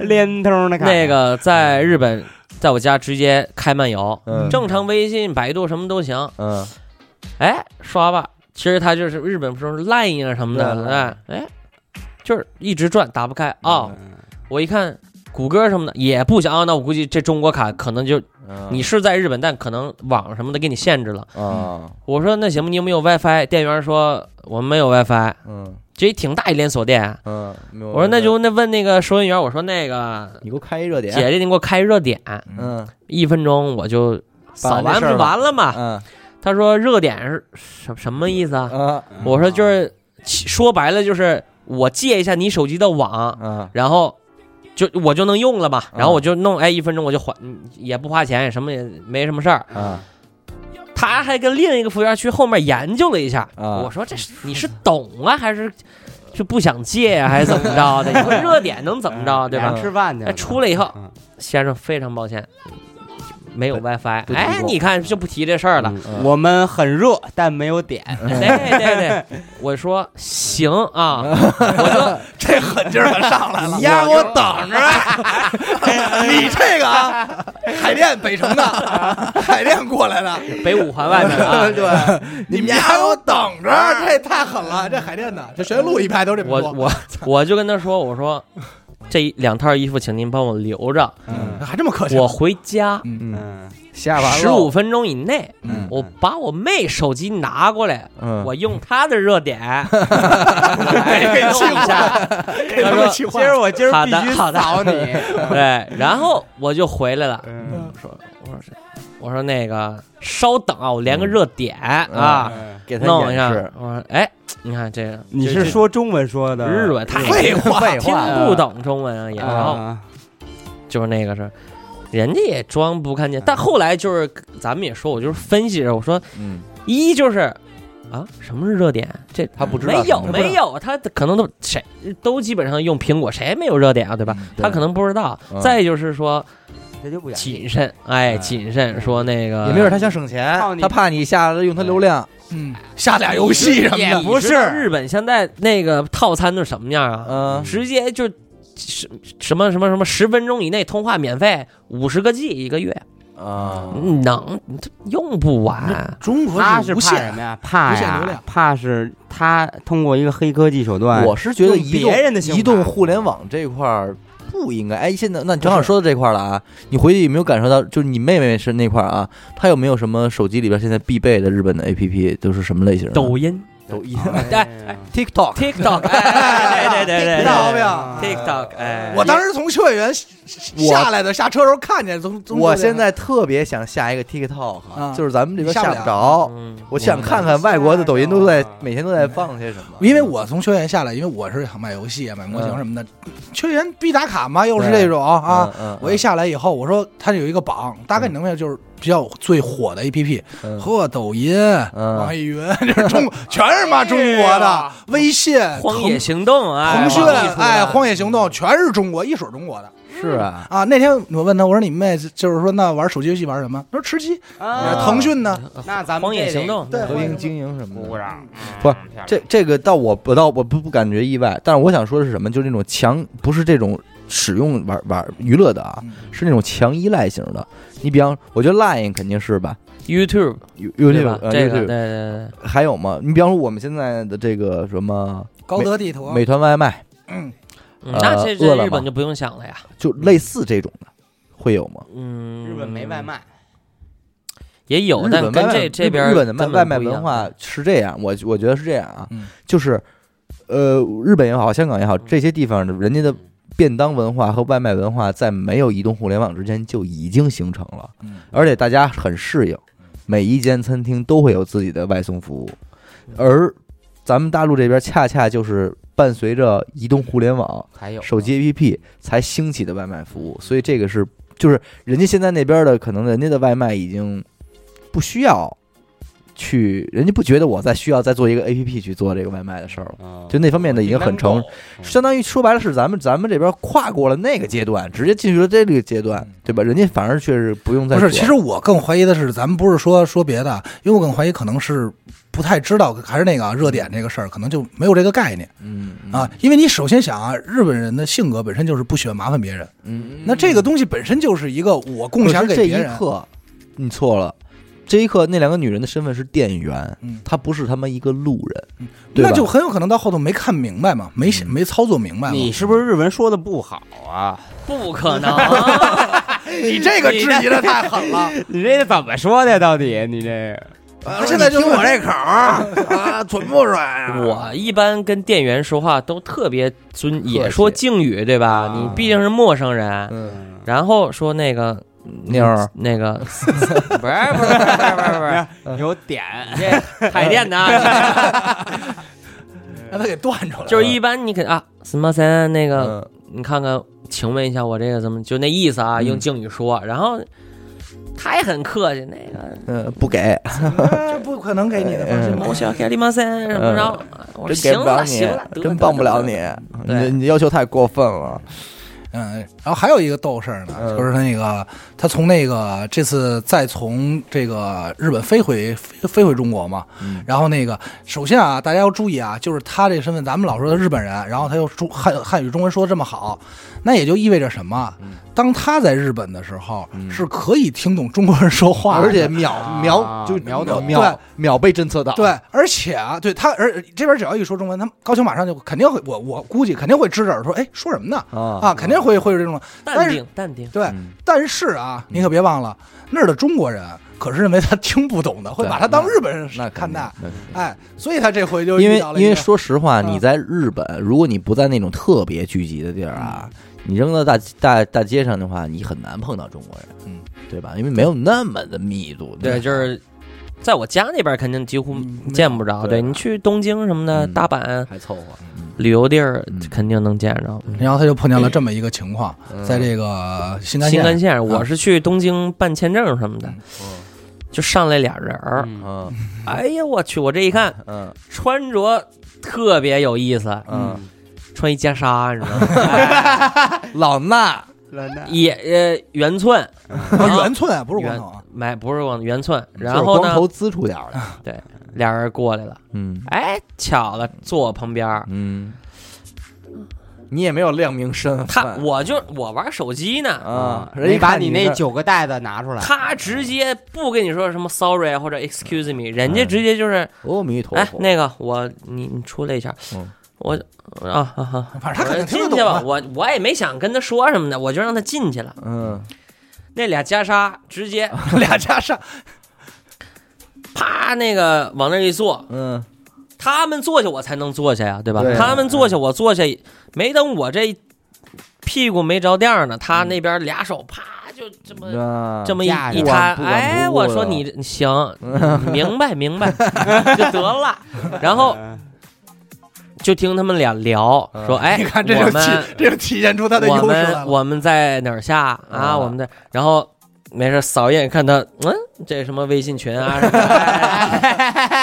[SPEAKER 4] 连通的卡，
[SPEAKER 5] 那个在日本，在我家直接开漫游，
[SPEAKER 2] 嗯
[SPEAKER 5] 正常微信、百度什么都行。
[SPEAKER 2] 嗯
[SPEAKER 5] 哎，刷吧，其实它就是日本不是 Line 啊什么
[SPEAKER 2] 对
[SPEAKER 5] 的，哎哎，就是一直转打不开
[SPEAKER 2] 嗯
[SPEAKER 5] 啊、
[SPEAKER 4] 哦，
[SPEAKER 5] 我一看。谷歌什么的也不行啊，那我估计这中国卡可能就
[SPEAKER 2] 嗯，
[SPEAKER 5] 你是在日本，但可能网什么的给你限制了。
[SPEAKER 2] 啊
[SPEAKER 5] 我说那行吧，你有没有 WiFi？店员说我们没有 WiFi，
[SPEAKER 2] 嗯
[SPEAKER 5] 这挺大一连锁店。
[SPEAKER 2] 嗯，我
[SPEAKER 5] 我说那就那问那个收银员，我说那个
[SPEAKER 2] 你给我开一热点，
[SPEAKER 5] 姐姐你给我开热点，
[SPEAKER 2] 嗯
[SPEAKER 5] 一分钟我就
[SPEAKER 2] 把
[SPEAKER 5] 扫
[SPEAKER 2] 那
[SPEAKER 5] 完
[SPEAKER 2] 事
[SPEAKER 5] 不
[SPEAKER 2] 儿
[SPEAKER 5] 就完了嘛。
[SPEAKER 2] 嗯
[SPEAKER 5] 他说热点是什什么意思啊？
[SPEAKER 2] 啊
[SPEAKER 5] 我说就是说白了就是我借一下你手机的网，
[SPEAKER 2] 啊
[SPEAKER 5] 然后。就我就能用了嘛，然后
[SPEAKER 2] 嗯
[SPEAKER 5] 我就弄，哎，一分钟我就还，嗯也不花钱，也什么也没什么事儿。
[SPEAKER 2] 啊
[SPEAKER 5] 他还跟另一个服务员去后面研究了一下，
[SPEAKER 2] 啊
[SPEAKER 5] 我说这是你是懂啊，还是就不想借呀、还是怎么着的？你说热点能怎么着，对
[SPEAKER 2] 嗯
[SPEAKER 4] 俩
[SPEAKER 5] 吧
[SPEAKER 4] 人？吃饭去
[SPEAKER 5] 哎，
[SPEAKER 4] 了，
[SPEAKER 5] 出来以后
[SPEAKER 4] 嗯，
[SPEAKER 5] 先生非常抱歉，没有 WiFi，
[SPEAKER 2] 不提
[SPEAKER 5] 哎，
[SPEAKER 2] 供
[SPEAKER 5] 你看就不提这事儿了。
[SPEAKER 4] 嗯我们很热，但没有点。
[SPEAKER 2] 嗯
[SPEAKER 5] 对对对，我说行啊，
[SPEAKER 2] 嗯
[SPEAKER 5] 我
[SPEAKER 3] 这狠劲儿可上来了，
[SPEAKER 6] 丫给我等着！
[SPEAKER 3] 你这个啊，海淀北 城的，海淀过来的，
[SPEAKER 5] 就北五环外面 啊，
[SPEAKER 3] 对，你们丫给我等着，这也太狠了，这海淀的，这学路一排都这么
[SPEAKER 5] 我
[SPEAKER 3] 多，
[SPEAKER 5] 我我就跟他说，我说这两套衣服，请您帮我留着，
[SPEAKER 3] 嗯还这么客气，
[SPEAKER 5] 我回家
[SPEAKER 2] 啊嗯，
[SPEAKER 4] 嗯，
[SPEAKER 2] 下完
[SPEAKER 5] 十五分钟以内，
[SPEAKER 2] 嗯
[SPEAKER 5] 我把我妹手机拿过来，
[SPEAKER 2] 嗯，
[SPEAKER 5] 我用她的热点
[SPEAKER 3] 哎
[SPEAKER 5] 来弄一 下，
[SPEAKER 3] 给
[SPEAKER 5] 他
[SPEAKER 3] 他
[SPEAKER 5] 们
[SPEAKER 3] 们
[SPEAKER 5] 气
[SPEAKER 3] 气
[SPEAKER 4] 今儿我今儿
[SPEAKER 5] 好
[SPEAKER 4] 必
[SPEAKER 5] 的
[SPEAKER 4] 须
[SPEAKER 5] 好的
[SPEAKER 4] 扫你。
[SPEAKER 5] 对，然后我就回来了，
[SPEAKER 4] 嗯
[SPEAKER 5] 我说我说那个稍等啊，我连个热点啊，
[SPEAKER 2] 嗯
[SPEAKER 3] 嗯
[SPEAKER 2] 给他
[SPEAKER 5] 弄一
[SPEAKER 2] 演
[SPEAKER 5] 下
[SPEAKER 2] 示，，
[SPEAKER 5] 我说哎，你看这个，
[SPEAKER 4] 你
[SPEAKER 5] 这
[SPEAKER 4] 是说中文说的？
[SPEAKER 5] 日文太
[SPEAKER 3] 废话
[SPEAKER 2] 废
[SPEAKER 5] 听
[SPEAKER 2] 话，
[SPEAKER 5] 不懂中文啊也，然后
[SPEAKER 4] 啊，
[SPEAKER 5] 就是那个是。人家也装不看见，但后来就是咱们也说，我就是分析着，我说
[SPEAKER 2] 嗯，
[SPEAKER 5] 一就是啊，什么是热点？这
[SPEAKER 2] 他不知道
[SPEAKER 5] 没有
[SPEAKER 2] 什么是
[SPEAKER 5] 没有，他可能都谁都基本上用苹果，谁没有热点啊？对吧？
[SPEAKER 2] 嗯对
[SPEAKER 5] 他可能不知道
[SPEAKER 2] 嗯。
[SPEAKER 5] 再就是说
[SPEAKER 4] 这就不演。
[SPEAKER 5] 谨慎，哎，
[SPEAKER 4] 嗯
[SPEAKER 5] 谨慎说那个
[SPEAKER 2] 也没准他想省钱
[SPEAKER 4] 靠，你
[SPEAKER 2] 他怕你下了用他流量，
[SPEAKER 3] 嗯，下俩游戏什么
[SPEAKER 5] 也
[SPEAKER 3] 的，
[SPEAKER 5] 不是日本现在那个套餐都什么样啊？
[SPEAKER 2] 嗯，
[SPEAKER 5] 直接就什什么什么什么十分钟以内通话免费，五十个 G 一个月，
[SPEAKER 2] 啊，
[SPEAKER 5] 嗯能用不完。
[SPEAKER 3] 中国
[SPEAKER 4] 他
[SPEAKER 3] 是
[SPEAKER 4] 是
[SPEAKER 3] 无
[SPEAKER 4] 怕什
[SPEAKER 3] 限
[SPEAKER 4] 么呀？怕
[SPEAKER 3] 无限流
[SPEAKER 4] 呀
[SPEAKER 3] 量，
[SPEAKER 4] 怕是他通过一个黑科技手段，
[SPEAKER 2] 我是觉得
[SPEAKER 4] 用
[SPEAKER 2] 移
[SPEAKER 4] 别人
[SPEAKER 2] 动
[SPEAKER 4] 的信用
[SPEAKER 2] 移动互联网这块儿不应该。哎，现在那你正好说到这块儿了啊，你回去有没有感受到，就是你妹妹是那块儿啊，她有没有什么手机里边现在必备的日本的 APP 都是什么类型的？
[SPEAKER 5] 抖音、
[SPEAKER 2] 抖音、
[SPEAKER 5] 哎
[SPEAKER 4] 哎
[SPEAKER 2] TikTok，
[SPEAKER 5] TikTok，哎，对对对对
[SPEAKER 3] 大
[SPEAKER 5] 对
[SPEAKER 2] 啊
[SPEAKER 3] 病。
[SPEAKER 5] ，TikTok，哎，
[SPEAKER 3] 我当时从修学园下来的，下车时候看见，从从
[SPEAKER 2] 我现在特别想下一个 TikTok，
[SPEAKER 3] 啊
[SPEAKER 2] 就是咱们这边
[SPEAKER 3] 下
[SPEAKER 2] 下
[SPEAKER 3] 不了
[SPEAKER 2] 不着。
[SPEAKER 5] 嗯，
[SPEAKER 2] 我想看看外国的抖音都在
[SPEAKER 4] 我
[SPEAKER 2] 每天都在放些什么，
[SPEAKER 3] 因为我从修学园下来，因为我是想买游戏啊、买模型什么的，修学园必打卡嘛，又是这种啊。
[SPEAKER 2] 嗯，嗯
[SPEAKER 3] 我一下来以后，我说它有一个榜，大概你能明白就是比较最火的 APP，
[SPEAKER 2] 嗯
[SPEAKER 3] 和抖音、
[SPEAKER 2] 嗯
[SPEAKER 3] 网易云， 这是中全是妈中国的，微信、
[SPEAKER 5] 荒野
[SPEAKER 3] 腾
[SPEAKER 5] 行动啊，
[SPEAKER 3] 腾讯，哎，
[SPEAKER 5] 荒
[SPEAKER 3] 荒野行动全是中国一水儿中国的
[SPEAKER 2] 是啊，
[SPEAKER 3] 啊。那天我问他，我说你妹就是说那玩手机游戏玩什么？他说吃鸡。我说
[SPEAKER 4] 啊，
[SPEAKER 3] 腾讯呢？
[SPEAKER 4] 那咱们
[SPEAKER 5] 啊荒
[SPEAKER 4] 这
[SPEAKER 5] 野
[SPEAKER 4] 得
[SPEAKER 5] 行动，
[SPEAKER 3] 对
[SPEAKER 2] 合营经营什么的
[SPEAKER 4] 鼓。掌，
[SPEAKER 2] 不是
[SPEAKER 4] 嗯
[SPEAKER 2] 嗯这这个倒我不倒我不不感觉意外，但是我想说的是什么？就是那种强不是这种使用玩玩娱乐的啊，
[SPEAKER 3] 嗯
[SPEAKER 2] 是那种强依赖型的。你比方，我觉得 Line 肯定是吧
[SPEAKER 5] YouTube
[SPEAKER 2] ，You
[SPEAKER 5] 对
[SPEAKER 2] YouTube
[SPEAKER 5] 吧？
[SPEAKER 2] 呃
[SPEAKER 5] 这个对
[SPEAKER 2] YouTube
[SPEAKER 5] 对
[SPEAKER 2] 还有吗？你比方说我们现在的这个什么
[SPEAKER 3] 高德地图
[SPEAKER 2] 美团外卖，
[SPEAKER 5] 对，
[SPEAKER 2] 呃
[SPEAKER 5] 嗯那这
[SPEAKER 2] 饿
[SPEAKER 5] 这
[SPEAKER 2] 了
[SPEAKER 5] 日本
[SPEAKER 2] 吗
[SPEAKER 5] 就不用想了呀。
[SPEAKER 2] 就类似这种的，会有吗？
[SPEAKER 5] 嗯，
[SPEAKER 4] 日本没外卖，
[SPEAKER 5] 也有，
[SPEAKER 2] 日
[SPEAKER 5] 但
[SPEAKER 2] 本外
[SPEAKER 5] 跟
[SPEAKER 2] 卖
[SPEAKER 5] 这这边儿
[SPEAKER 2] 日本的卖
[SPEAKER 5] 根本
[SPEAKER 2] 外卖
[SPEAKER 5] 不一样嗯
[SPEAKER 2] 文化是这样，我我觉得是这样啊，
[SPEAKER 3] 嗯
[SPEAKER 2] 就是呃，日本也好，香港也好，这些地方的人家的便当文化和外卖文化，在没有移动互联网之前就已经形成了，
[SPEAKER 3] 嗯
[SPEAKER 2] 而且大家很适应，
[SPEAKER 5] 嗯
[SPEAKER 2] 每一间餐厅都会有自己的外送服务，而咱们大陆这边恰恰就是伴随着移动互联网，
[SPEAKER 4] 才有
[SPEAKER 2] 手机 APP 才兴起的外卖服务，所以这个是就是人家现在那边的可能人家的外卖已经不需要去，人家不觉得我再需要再做一个 APP 去做这个外卖的事儿了，
[SPEAKER 4] 嗯，
[SPEAKER 3] 哦
[SPEAKER 4] 哦
[SPEAKER 2] 就那方面的已经很成，相当于说白了是咱们咱们这边跨过了那个阶段，直接进入了这个阶段，对吧？人家反而确实不用再
[SPEAKER 3] 嗯不是，
[SPEAKER 2] 做
[SPEAKER 3] 其实我更怀疑的是，咱们不是说说别的，因为我更怀疑可能是不太知道，还是那个啊热点这个事儿，可能就没有这个概念
[SPEAKER 2] 嗯
[SPEAKER 3] 啊。因为你首先想啊，日本人的性格本身就是不喜欢麻烦别人，
[SPEAKER 2] 嗯，
[SPEAKER 3] 那这个东西本身就是一个我共享
[SPEAKER 2] 可
[SPEAKER 3] 给
[SPEAKER 2] 是这
[SPEAKER 3] 别
[SPEAKER 2] 一
[SPEAKER 3] 人。
[SPEAKER 2] 刻你错了，这一刻那两个女人的身份是店员，
[SPEAKER 3] 嗯
[SPEAKER 2] 她不是他们一个路人，对吧嗯
[SPEAKER 3] 那就很有可能到后头没看明白嘛，没、没操作明白嘛。
[SPEAKER 4] 你是不是日文说的不好啊？
[SPEAKER 5] 不可能，
[SPEAKER 3] 你这个质疑 的太狠了，
[SPEAKER 4] 你这怎么说的？到底啊你这
[SPEAKER 3] 他啊现在就听我这口啊，蠢不蠢？
[SPEAKER 5] 我一般跟店员说话都特别尊，也说敬语，对吧？
[SPEAKER 4] 啊
[SPEAKER 5] 你毕竟是陌生 人，
[SPEAKER 2] 嗯，
[SPEAKER 5] 然后说那个嗯
[SPEAKER 2] 妞儿
[SPEAKER 5] 那个不是不是不是不是不是
[SPEAKER 4] 个有点
[SPEAKER 5] 这海淀 的啊，
[SPEAKER 3] 让他给断出来了。
[SPEAKER 5] 就是一般你肯啊什么森那个，
[SPEAKER 2] 嗯
[SPEAKER 5] 你看看，请问一下我这个怎么就那意思啊？
[SPEAKER 2] 嗯
[SPEAKER 5] 用敬语说，然后他也很客气，那个
[SPEAKER 2] 嗯，不给，
[SPEAKER 3] 啊不可能给你的，放心吧。
[SPEAKER 5] 毛小凯里马森什么
[SPEAKER 2] 嗯
[SPEAKER 5] 然后我说
[SPEAKER 2] 真给
[SPEAKER 5] 行
[SPEAKER 2] 不了
[SPEAKER 5] 了
[SPEAKER 2] 你
[SPEAKER 5] 行了，，得
[SPEAKER 2] 真
[SPEAKER 5] 得
[SPEAKER 2] 帮不
[SPEAKER 5] 得
[SPEAKER 2] 了
[SPEAKER 5] 得
[SPEAKER 2] 你，
[SPEAKER 5] 对
[SPEAKER 2] 你你要求太过分了。
[SPEAKER 3] 嗯，然后还有一个逗事儿呢，
[SPEAKER 6] 嗯
[SPEAKER 3] 就是那个他从那个这次再从这个日本飞回飞飞回中国嘛，
[SPEAKER 6] 嗯
[SPEAKER 3] 然后那个首先啊，大家要注意啊，就是他这个身份，咱们老说他日本人，然后他又中汉汉语中文说的这么好，那也就意味着什么？
[SPEAKER 6] 嗯
[SPEAKER 3] 当他在日本的时候，是可以听懂中国人说话的，
[SPEAKER 6] 而且秒秒
[SPEAKER 4] 啊
[SPEAKER 6] 就
[SPEAKER 4] 秒
[SPEAKER 6] 秒
[SPEAKER 4] 懂
[SPEAKER 6] 秒秒被侦测到，
[SPEAKER 3] 对，而且啊，对他，而这边只要一说中文，他们高俅马上就肯定会，我我估计肯定会支着耳朵说，哎，说什么呢？
[SPEAKER 2] 啊，
[SPEAKER 6] 嗯
[SPEAKER 3] 啊，肯定会会有这种，
[SPEAKER 5] 淡
[SPEAKER 3] 但
[SPEAKER 5] 定
[SPEAKER 3] 是
[SPEAKER 5] 淡定，
[SPEAKER 3] 对
[SPEAKER 2] 嗯，
[SPEAKER 3] 但是啊，你可别忘了，那儿的中国人可是认为他听不懂的，会把他当日本人
[SPEAKER 2] 那
[SPEAKER 3] 看待，
[SPEAKER 2] 肯定。
[SPEAKER 3] 哎，所以他这回就
[SPEAKER 2] 因为
[SPEAKER 3] 遇到了一
[SPEAKER 2] 因为
[SPEAKER 3] 个
[SPEAKER 2] 说实话，
[SPEAKER 3] 嗯
[SPEAKER 2] 你在日本，如果你不在那种特别聚集的地儿啊，你扔到大大大街上的话，你很难碰到中国人，
[SPEAKER 3] 嗯，
[SPEAKER 2] 对吧？因为没有那么的密度，
[SPEAKER 5] 对，就是在我家那边肯定几乎见不着，
[SPEAKER 2] 嗯对啊
[SPEAKER 5] 对你去东京什么的，
[SPEAKER 2] 嗯
[SPEAKER 5] 大阪
[SPEAKER 4] 还凑合。
[SPEAKER 5] 旅游地儿
[SPEAKER 2] 嗯
[SPEAKER 5] 肯定能见着。
[SPEAKER 3] 然后他就碰见了这么一个情况，在这个新干
[SPEAKER 5] 新干
[SPEAKER 3] 线，
[SPEAKER 2] 啊
[SPEAKER 5] 线，我是去东京办签证什么的，就上来俩人儿，
[SPEAKER 4] 嗯
[SPEAKER 2] 嗯
[SPEAKER 5] 哎呀我去，我这一看
[SPEAKER 2] 嗯
[SPEAKER 5] 穿着特别有意思，
[SPEAKER 2] 嗯，
[SPEAKER 5] 穿一袈裟，你知道吗？
[SPEAKER 2] 老衲
[SPEAKER 4] 嗯
[SPEAKER 5] 也呃圆寸，然
[SPEAKER 3] 啊
[SPEAKER 5] 后
[SPEAKER 3] 圆寸啊不是光
[SPEAKER 5] 圆
[SPEAKER 3] 头啊，
[SPEAKER 5] 买不是光圆寸，
[SPEAKER 2] 嗯就
[SPEAKER 5] 然
[SPEAKER 2] 是
[SPEAKER 5] 后
[SPEAKER 2] 光
[SPEAKER 5] 呢
[SPEAKER 2] 头滋出点儿来，
[SPEAKER 5] 俩人过来了，
[SPEAKER 2] 嗯
[SPEAKER 5] 哎巧了坐我旁边儿，
[SPEAKER 2] 嗯，
[SPEAKER 6] 你也没有亮明身
[SPEAKER 5] 他
[SPEAKER 2] 嗯
[SPEAKER 6] 份
[SPEAKER 5] 我就我玩手机呢，
[SPEAKER 2] 啊人
[SPEAKER 4] 嗯
[SPEAKER 2] 家
[SPEAKER 4] 人家把
[SPEAKER 2] 看
[SPEAKER 4] 你
[SPEAKER 2] 你
[SPEAKER 4] 那
[SPEAKER 2] 这
[SPEAKER 4] 九个袋子拿出来，
[SPEAKER 5] 他直接不跟你说什么 sorry 啊或者 excuse me，人家直接就是，
[SPEAKER 2] 阿弥陀
[SPEAKER 5] 哎，
[SPEAKER 2] 佛，
[SPEAKER 5] 那个我你你出来一下
[SPEAKER 2] 嗯，
[SPEAKER 5] 我啊啊 啊，
[SPEAKER 3] 反正他肯
[SPEAKER 5] 我
[SPEAKER 3] 定听
[SPEAKER 5] 进
[SPEAKER 3] 得
[SPEAKER 5] 去
[SPEAKER 3] 懂
[SPEAKER 5] 吧，
[SPEAKER 3] 啊。
[SPEAKER 5] 我我也没想跟他说什么的，我就让他进去了。
[SPEAKER 2] 嗯
[SPEAKER 5] 那俩袈裟直接
[SPEAKER 3] 俩加上，
[SPEAKER 5] 啪那个往那儿一坐，
[SPEAKER 2] 嗯
[SPEAKER 5] 他们坐下我才能坐下呀，对吧？
[SPEAKER 2] 对啊
[SPEAKER 5] 他们坐下我坐下，没等我这屁股没着地儿呢，他那边俩手啪就这么。
[SPEAKER 2] 啊，
[SPEAKER 5] 这么一
[SPEAKER 4] 架着
[SPEAKER 5] 一摊，
[SPEAKER 2] 不管不管
[SPEAKER 5] 哎，
[SPEAKER 2] 不
[SPEAKER 5] 我
[SPEAKER 3] 啊
[SPEAKER 2] 顾
[SPEAKER 5] 说
[SPEAKER 2] 的
[SPEAKER 5] 你你行，你明白明白 就得了。然后就听他们俩聊，说哎，
[SPEAKER 3] 嗯 你看这就
[SPEAKER 5] 我
[SPEAKER 3] 体
[SPEAKER 5] 们
[SPEAKER 3] 这就体现出他的优
[SPEAKER 5] 我
[SPEAKER 3] 势来
[SPEAKER 5] 们
[SPEAKER 3] 了。嗯
[SPEAKER 5] 我们在哪儿下啊？我们在，然后没事扫一眼看他，嗯，这什么微信群啊？什么的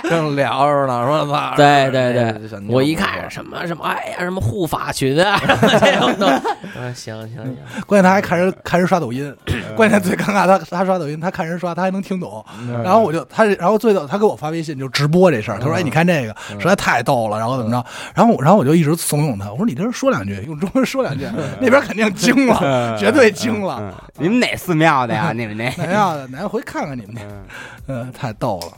[SPEAKER 2] 正聊着呢，说哎吧，
[SPEAKER 5] 对对对
[SPEAKER 2] 这小，妞
[SPEAKER 5] 我一
[SPEAKER 2] 不错
[SPEAKER 5] 看什么什么，哎呀，什么护法群啊，什么这种 都，
[SPEAKER 3] 啊
[SPEAKER 5] 我说行行行，
[SPEAKER 3] 关键他还看
[SPEAKER 2] 嗯
[SPEAKER 3] 人看人刷 抖音，关键最尴尬他他刷抖音，他看人刷他还能听懂，
[SPEAKER 2] 嗯
[SPEAKER 3] 然后我就他然后最早他给我发微信就直播这事儿，他说哎你看这个
[SPEAKER 2] 嗯
[SPEAKER 3] 实在太逗了，然后怎么着，然后我然后我就一直怂恿他，我说你跟人说两句，用中文说两句，
[SPEAKER 2] 嗯
[SPEAKER 3] 那边肯定惊了， 绝对惊了，
[SPEAKER 4] 嗯，你们哪寺庙 的呀？你们那
[SPEAKER 3] 哪样的哪回看看你们去， 嗯，太逗了。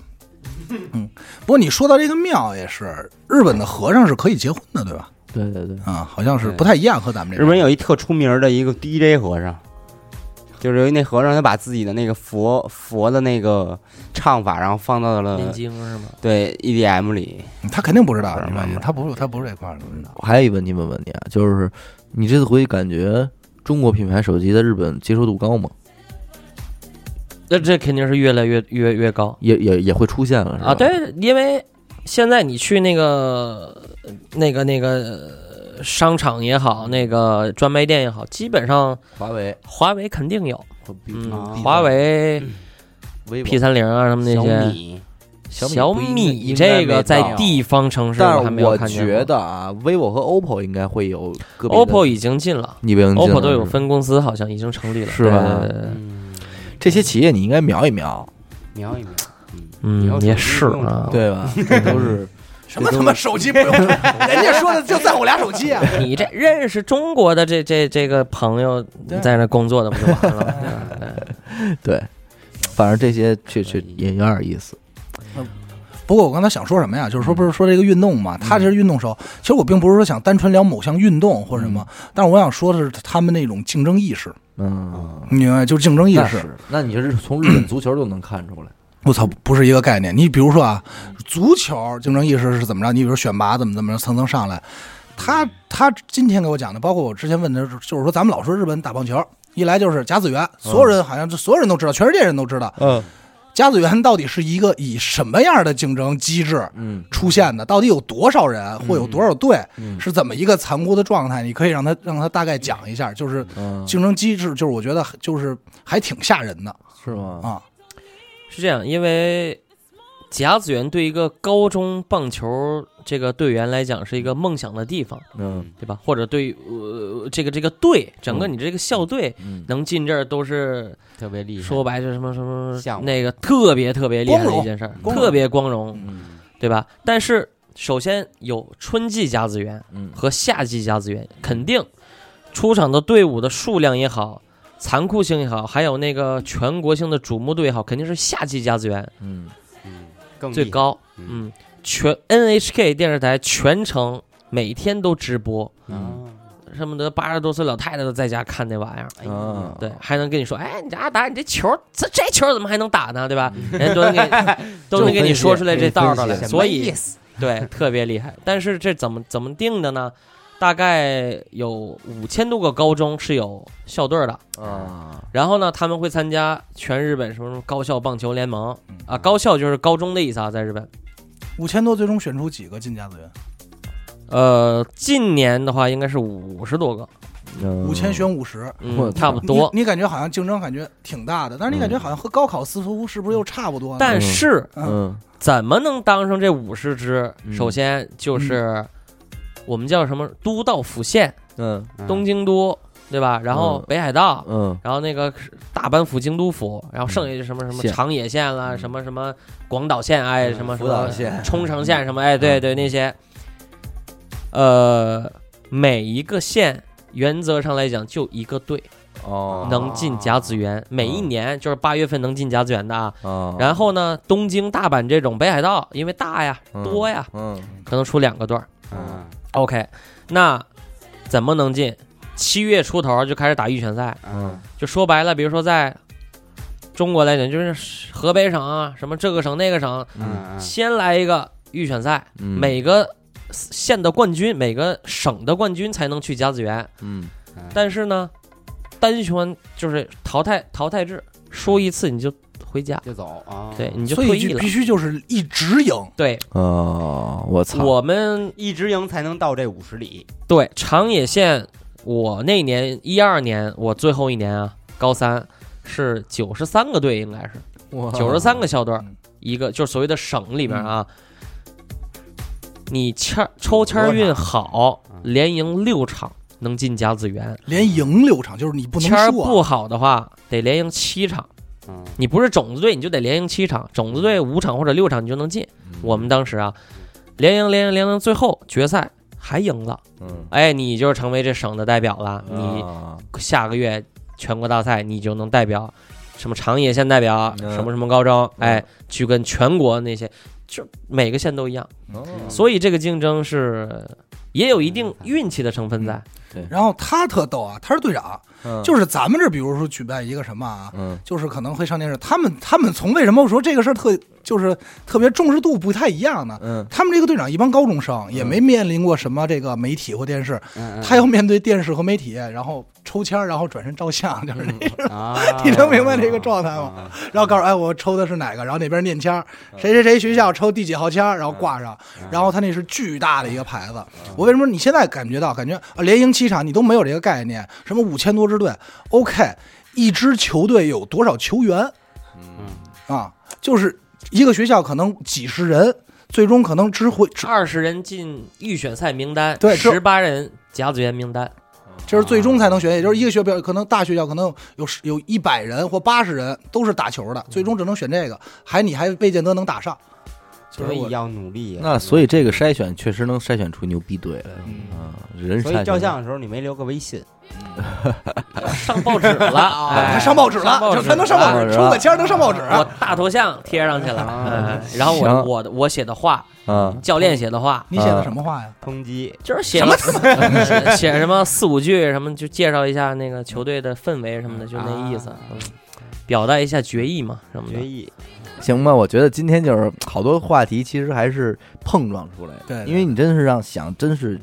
[SPEAKER 3] 嗯，不过你说到这个庙也是，日本的和尚是可以结婚的，对吧？
[SPEAKER 2] 对对对，
[SPEAKER 3] 啊，好像是不太一样，和咱们这
[SPEAKER 4] 日本有一特出名儿的一个 DJ 和尚，就是有一那和尚，他把自己的那个佛佛的那个唱法，然后放到了
[SPEAKER 5] 念经是吗？
[SPEAKER 4] 对 EDM 里。
[SPEAKER 3] 有嗯他肯定不知道，你
[SPEAKER 4] 慢慢
[SPEAKER 3] 他不是他不是这块儿的，嗯不知道。
[SPEAKER 2] 我还有一问题问问你啊，就是你这次回去感觉中国品牌手机在日本接受度高吗？
[SPEAKER 5] 那这肯定是越来越越越高
[SPEAKER 2] 也也也会出现了是吧
[SPEAKER 5] 啊！对，因为现在你去那个那个那个呃商场也好，那个专卖店也好，基本上
[SPEAKER 2] 华为、
[SPEAKER 5] 华为肯定有，嗯，
[SPEAKER 4] 啊
[SPEAKER 5] 华为
[SPEAKER 2] 嗯
[SPEAKER 5] P 三零啊什么那
[SPEAKER 4] 小
[SPEAKER 5] 些。
[SPEAKER 4] 米，
[SPEAKER 2] 小米
[SPEAKER 5] 小
[SPEAKER 2] 不应
[SPEAKER 5] 米
[SPEAKER 2] 应该
[SPEAKER 5] 这
[SPEAKER 2] 没
[SPEAKER 5] 个
[SPEAKER 2] 到
[SPEAKER 5] 在地方城市
[SPEAKER 2] 但
[SPEAKER 5] 还没
[SPEAKER 2] 是
[SPEAKER 5] 有
[SPEAKER 2] 我
[SPEAKER 5] 看见过。
[SPEAKER 2] 觉得啊，vivo 和 oppo 应该会有个别的
[SPEAKER 5] OPPO 已经进了
[SPEAKER 2] 你别忘记了
[SPEAKER 5] ，OPPO 都有
[SPEAKER 2] 啊是吧
[SPEAKER 5] 分公司，好像已经成立了，
[SPEAKER 2] 是吧
[SPEAKER 5] 对对对对
[SPEAKER 4] 嗯，
[SPEAKER 2] 这些企业，你应该瞄一瞄，
[SPEAKER 4] 瞄一瞄，嗯，你要
[SPEAKER 5] 嗯，
[SPEAKER 4] 手
[SPEAKER 5] 也
[SPEAKER 4] 机
[SPEAKER 5] 是
[SPEAKER 4] 不用
[SPEAKER 5] 啊。
[SPEAKER 2] 对吧？ 这都是
[SPEAKER 3] 什么他妈手机不用？人家说的就在乎俩手机啊！
[SPEAKER 5] 你这认识中国的这这这个朋友
[SPEAKER 3] 对
[SPEAKER 5] 在那工作的不就完 了吗？对吧
[SPEAKER 2] 对，反正这些确确也有点意思。
[SPEAKER 3] 不过我刚才想说什么呀？就是说不是说这个运动嘛？他这是运动手，其实我并不是说想单纯聊某项运动或者什么，但是我想说的是他们那种竞争意识，
[SPEAKER 2] 嗯，
[SPEAKER 3] 你明白？就是竞争意
[SPEAKER 2] 那
[SPEAKER 3] 识。
[SPEAKER 2] 是，那你是从日本足球就能看出来，
[SPEAKER 3] 我操，不是一个概念。你比如说啊，足球竞争意识是怎么着？你比如说选拔怎么怎么着，层层上来。他他今天给我讲的，包括我之前问他，就是说咱们老说日本打棒球，一来就是甲子园，所有人好像所有人都知道，全世界人都知道，
[SPEAKER 2] 嗯
[SPEAKER 3] 甲子园到底是一个以什么样的竞争机制？
[SPEAKER 2] 嗯，
[SPEAKER 3] 出现的，到底有多少人或有多少队，是怎么一个残酷的状态？你可以让他让他大概讲一下，就是
[SPEAKER 2] 嗯
[SPEAKER 3] 竞争机制，就是我觉得就是还挺吓人的
[SPEAKER 2] 是吗？
[SPEAKER 3] 啊。
[SPEAKER 5] 是这样，因为甲子园对一个高中棒球这个队员来讲是一个梦想的地方，
[SPEAKER 2] 嗯
[SPEAKER 5] 对吧？或者对呃这个这个队，整个你这个校队
[SPEAKER 2] 嗯，
[SPEAKER 5] 能进这儿都是
[SPEAKER 4] 特别厉害。
[SPEAKER 5] 说白是什么什么
[SPEAKER 4] 向往
[SPEAKER 5] 那个特别特别厉害的一件事儿，
[SPEAKER 3] 光荣光荣
[SPEAKER 5] 特别光荣，
[SPEAKER 2] 嗯
[SPEAKER 5] 对吧？但是首先有春季甲子园
[SPEAKER 2] 嗯
[SPEAKER 5] 和夏季甲子园，肯定出场的队伍的数量也好。残酷性也好，还有那个全国性的瞩目度也好，肯定是夏季甲子园
[SPEAKER 2] 嗯，
[SPEAKER 4] 嗯，更
[SPEAKER 5] 最
[SPEAKER 4] 厉害。
[SPEAKER 5] 高。
[SPEAKER 4] 嗯
[SPEAKER 5] 嗯，全 NHK 电视台全程每天都直播，
[SPEAKER 4] 啊
[SPEAKER 2] 嗯
[SPEAKER 5] 恨不得八十多岁老太太都在家看那玩意儿。
[SPEAKER 4] 哎呀
[SPEAKER 2] 啊
[SPEAKER 5] 对，还能跟你说，哎，你这阿达，你这球，这这球怎么还能打呢？对吧？人家都能给你都能给你说出来这道道来，
[SPEAKER 2] 这
[SPEAKER 5] 所
[SPEAKER 4] 什么意
[SPEAKER 5] 以
[SPEAKER 4] 思
[SPEAKER 5] 对特别厉害。但是这怎么怎么定的呢？大概有五千多个高中是有校队的，
[SPEAKER 2] 啊，
[SPEAKER 5] 然后呢，他们会参加全日本什么什么高校棒球联盟
[SPEAKER 3] 嗯
[SPEAKER 5] 啊，高校就是高中的意思啊，在日本。
[SPEAKER 3] 五千多最终选出几个进甲子园？
[SPEAKER 5] 呃，近年的话应该是五十多个，
[SPEAKER 2] 嗯
[SPEAKER 3] 五千选五十，
[SPEAKER 2] 我操
[SPEAKER 5] 嗯，差不多。
[SPEAKER 3] 你你感觉好像竞争感觉挺大的，但是你感觉
[SPEAKER 2] 嗯
[SPEAKER 3] 好像和高考似乎是不是又差不多呢？
[SPEAKER 5] 但是
[SPEAKER 2] 嗯
[SPEAKER 5] 怎么能当上这五十支？
[SPEAKER 2] 嗯
[SPEAKER 5] 首先就是我们叫什么都道府县，
[SPEAKER 2] 嗯
[SPEAKER 5] 东京都，对吧？然后
[SPEAKER 2] 嗯
[SPEAKER 5] 北海道，
[SPEAKER 2] 嗯
[SPEAKER 5] 然后那个大阪府、京都府，然后剩下就什么什么
[SPEAKER 2] 县
[SPEAKER 5] 长野县啦，
[SPEAKER 2] 嗯
[SPEAKER 5] 什么什么广岛县，哎，什么什
[SPEAKER 2] 福
[SPEAKER 5] 么
[SPEAKER 2] 岛县嗯
[SPEAKER 5] 冲绳县什么，哎，对对，那些，呃，每一个县原则上来讲就一个队。
[SPEAKER 2] 哦
[SPEAKER 5] 能进甲子园，每一年就是八月份能进甲子园的啊。
[SPEAKER 2] 啊，
[SPEAKER 5] 然后呢，东京、大阪这种北海道，因为大呀、
[SPEAKER 2] 嗯
[SPEAKER 5] 多呀，
[SPEAKER 2] 嗯
[SPEAKER 5] 可能出两个队儿。
[SPEAKER 4] 啊
[SPEAKER 5] OK，那怎么能进？七月出头就开始打预选赛，
[SPEAKER 2] 嗯
[SPEAKER 4] 啊
[SPEAKER 5] 就说白了，比如说在中国来讲，就是河北省啊，什么这个省那个省，
[SPEAKER 2] 嗯
[SPEAKER 4] 啊！
[SPEAKER 5] 先来一个预选赛，
[SPEAKER 2] 嗯
[SPEAKER 5] 每个县的冠军，每个省的冠军才能去甲子园。
[SPEAKER 2] 嗯
[SPEAKER 5] 但是呢，单圈就是淘汰淘汰制，输一次你就回家，
[SPEAKER 4] 就走啊！
[SPEAKER 5] 对，，你就
[SPEAKER 3] 所
[SPEAKER 5] 退
[SPEAKER 3] 以
[SPEAKER 5] 役
[SPEAKER 3] 就
[SPEAKER 5] 了
[SPEAKER 3] 必。须就是一直赢，
[SPEAKER 5] 对
[SPEAKER 2] 哦，我操，
[SPEAKER 5] 我们
[SPEAKER 4] 一直赢才能到这五十里。
[SPEAKER 5] 对长野县，我那年一二年，我最后一年啊，高三是九十三个队，应该是九十三个校队儿
[SPEAKER 3] 哦嗯，
[SPEAKER 5] 一个就是所谓的省里边啊。
[SPEAKER 3] 嗯
[SPEAKER 5] 你签儿抽签儿运好
[SPEAKER 4] 嗯，
[SPEAKER 5] 连赢六场能进甲子园；
[SPEAKER 3] 连赢六场，就是你不能
[SPEAKER 5] 签儿
[SPEAKER 3] 输啊
[SPEAKER 5] 不好的话，得连赢七场。
[SPEAKER 4] 嗯
[SPEAKER 5] 你不是种子队，你就得连赢七场，种子队五场或者六场你就能进。我们当时啊，连赢连赢连赢，最后决赛还赢了，
[SPEAKER 2] 嗯，
[SPEAKER 5] 哎，你就是成为这省的代表了。你
[SPEAKER 2] 啊
[SPEAKER 5] 下个月全国大赛，你就能代表什么长野县代表
[SPEAKER 2] 嗯
[SPEAKER 5] 什么什么高中，
[SPEAKER 2] 嗯
[SPEAKER 5] 哎，去跟全国那些，就每个县都一样。
[SPEAKER 2] 嗯
[SPEAKER 5] 所以这个竞争是也有一定运气的成分在。
[SPEAKER 3] 然后他特逗啊，他是队长，
[SPEAKER 2] 嗯
[SPEAKER 3] 就是咱们这比如说举办一个什么啊，
[SPEAKER 2] 嗯
[SPEAKER 3] 就是可能会上电视，他们他们从为什么说这个事儿特就是特别重视度不太一样呢？
[SPEAKER 2] 嗯
[SPEAKER 3] 他们这个队长一帮高中生，
[SPEAKER 5] 嗯
[SPEAKER 3] 也没面临过什么这个媒体或电视，
[SPEAKER 4] 嗯
[SPEAKER 3] 他要面对电视和媒体，然后抽签儿，然后转身照相，就是那种。
[SPEAKER 4] 啊
[SPEAKER 3] ，
[SPEAKER 5] 哎
[SPEAKER 3] 你能明白这个状态吗？然后告诉哎，我抽的是哪个，然后那边念签儿，谁谁谁学校抽第几号签儿，然后挂上，然后他那是巨大的一个牌子。我为什么你现在感觉到感觉啊，连赢七场你都没有这个概念？什么五千多支队？OK，一支球队有多少球员？嗯啊，就是一个学校可能几十人，最终可能只会只
[SPEAKER 5] 二十人进预选赛名单，
[SPEAKER 3] 对这
[SPEAKER 5] 十八人甲子园名单。
[SPEAKER 3] 就是最终才能学，也就是一个学校可能大学校可能有十有一百人或八十人都是打球的，最终只能选这个，还你还未见得能打上，就
[SPEAKER 4] 所
[SPEAKER 3] 是我
[SPEAKER 4] 以要努力啊。
[SPEAKER 2] 那所以这个筛选确实能筛选出牛逼队来，嗯，人
[SPEAKER 4] 所
[SPEAKER 2] 筛
[SPEAKER 4] 以
[SPEAKER 2] 选
[SPEAKER 4] 照相的时候你没留个微信，
[SPEAKER 5] 上报纸了
[SPEAKER 3] 还
[SPEAKER 2] 哎
[SPEAKER 5] 啊
[SPEAKER 3] 哎上报纸了，
[SPEAKER 5] 报
[SPEAKER 3] 就全都上报纸，
[SPEAKER 2] 了
[SPEAKER 3] 出个签儿都上报纸。啊
[SPEAKER 5] 我大头像贴上去了，
[SPEAKER 4] 啊
[SPEAKER 5] 哎然后我
[SPEAKER 2] 行
[SPEAKER 5] 我的我写的话，
[SPEAKER 2] 啊，
[SPEAKER 5] 教练写的话，
[SPEAKER 3] 你写的什么话呀？
[SPEAKER 4] 抨击
[SPEAKER 5] 就是写了写写什么四五句什么，就介绍一下那个球队的氛围什么的，就那意思
[SPEAKER 4] 啊，
[SPEAKER 5] 嗯表达一下决议嘛什么
[SPEAKER 4] 决
[SPEAKER 5] 的。
[SPEAKER 4] 议，
[SPEAKER 2] 行吧，我觉得今天就是好多话题，其实还是碰撞出来的，
[SPEAKER 3] 对对
[SPEAKER 2] 因为你真是让想，真是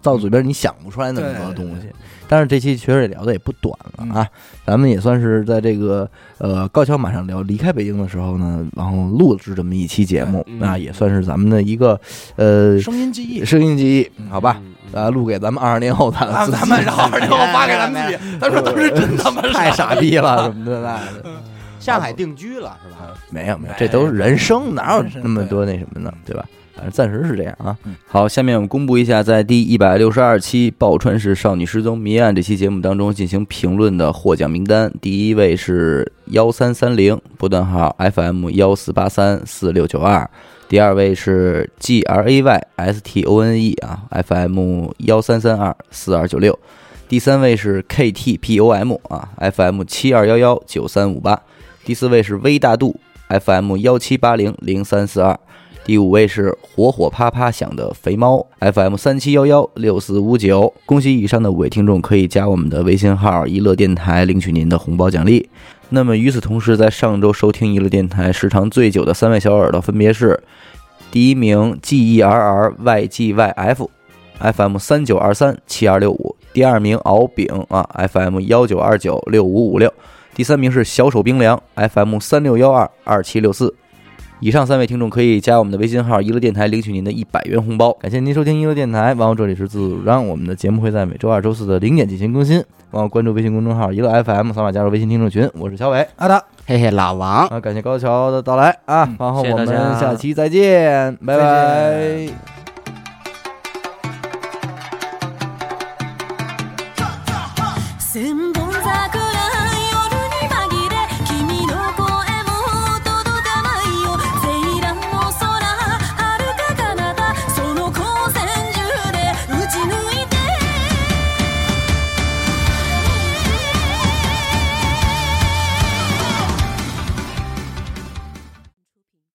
[SPEAKER 2] 到嘴边你想不出来那么多东西。但是这期确实也聊的也不短了啊，咱们也算是在这个呃高桥马上聊离开北京的时候呢，然后录制这么一期节目，
[SPEAKER 4] 嗯
[SPEAKER 2] 那也算是咱们的一个呃
[SPEAKER 3] 声音记忆。
[SPEAKER 2] 声音记忆，好吧？
[SPEAKER 4] 嗯，嗯
[SPEAKER 2] 啊，录给咱们二十年后咱
[SPEAKER 3] 啊，
[SPEAKER 2] 自己
[SPEAKER 3] 咱 哎们然后然后发给咱们自己，咱说当时真他妈
[SPEAKER 2] 太傻逼了什么的那的。啊
[SPEAKER 4] 上海定居了是吧？
[SPEAKER 2] 没有没有，这都是人生，哪有
[SPEAKER 3] 人生
[SPEAKER 2] 那么多那什么呢？对吧？反正暂时是这样啊
[SPEAKER 3] 嗯。
[SPEAKER 2] 好，下面我们公布一下，在第一百六十二期《报川市少女失踪谜案》这期节目当中进行评论的获奖名单，第一位是幺三三零波段号 FM 幺四八三四六九二，第二位是 G R A Y S T O N E 啊 FM 幺三三二四二九六，第三位是 K T P O M 啊 FM 七二幺幺九三五八，第四位是微大度 FM 幺七八零零三四二，第五位是火火啪啪响的肥猫 FM 三七幺幺六四五九。恭喜以上的五位听众可以加我们的微信号“一乐电台”领取您的红包奖励。那么与此同时，在上周收听一乐电台时长最久的三位小耳朵分别是第一名 G E R R Y G Y F FM 三九二三七二六五，第二名敖丙啊 FM 幺九二九六五五六，第三名是小手冰凉 FM 三六幺二二七六四。以上三位听众可以加我们的微信号“一乐电台”领取您的一百元红包。感谢您收听一乐电台，然后这里是自主张，我们的节目会在每周二、周四的零点进行更新。然后关注微信公众号“一乐 FM”，扫码加入微信听众群。我是小伟
[SPEAKER 3] 阿达，
[SPEAKER 4] 嘿嘿，老王，
[SPEAKER 2] 啊，感谢高桥的到来啊
[SPEAKER 3] 嗯，
[SPEAKER 2] 然后
[SPEAKER 5] 谢谢
[SPEAKER 2] 我
[SPEAKER 5] 大
[SPEAKER 2] 们
[SPEAKER 5] 家
[SPEAKER 2] 下期再见，拜
[SPEAKER 3] 再
[SPEAKER 2] 拜。
[SPEAKER 1] 千本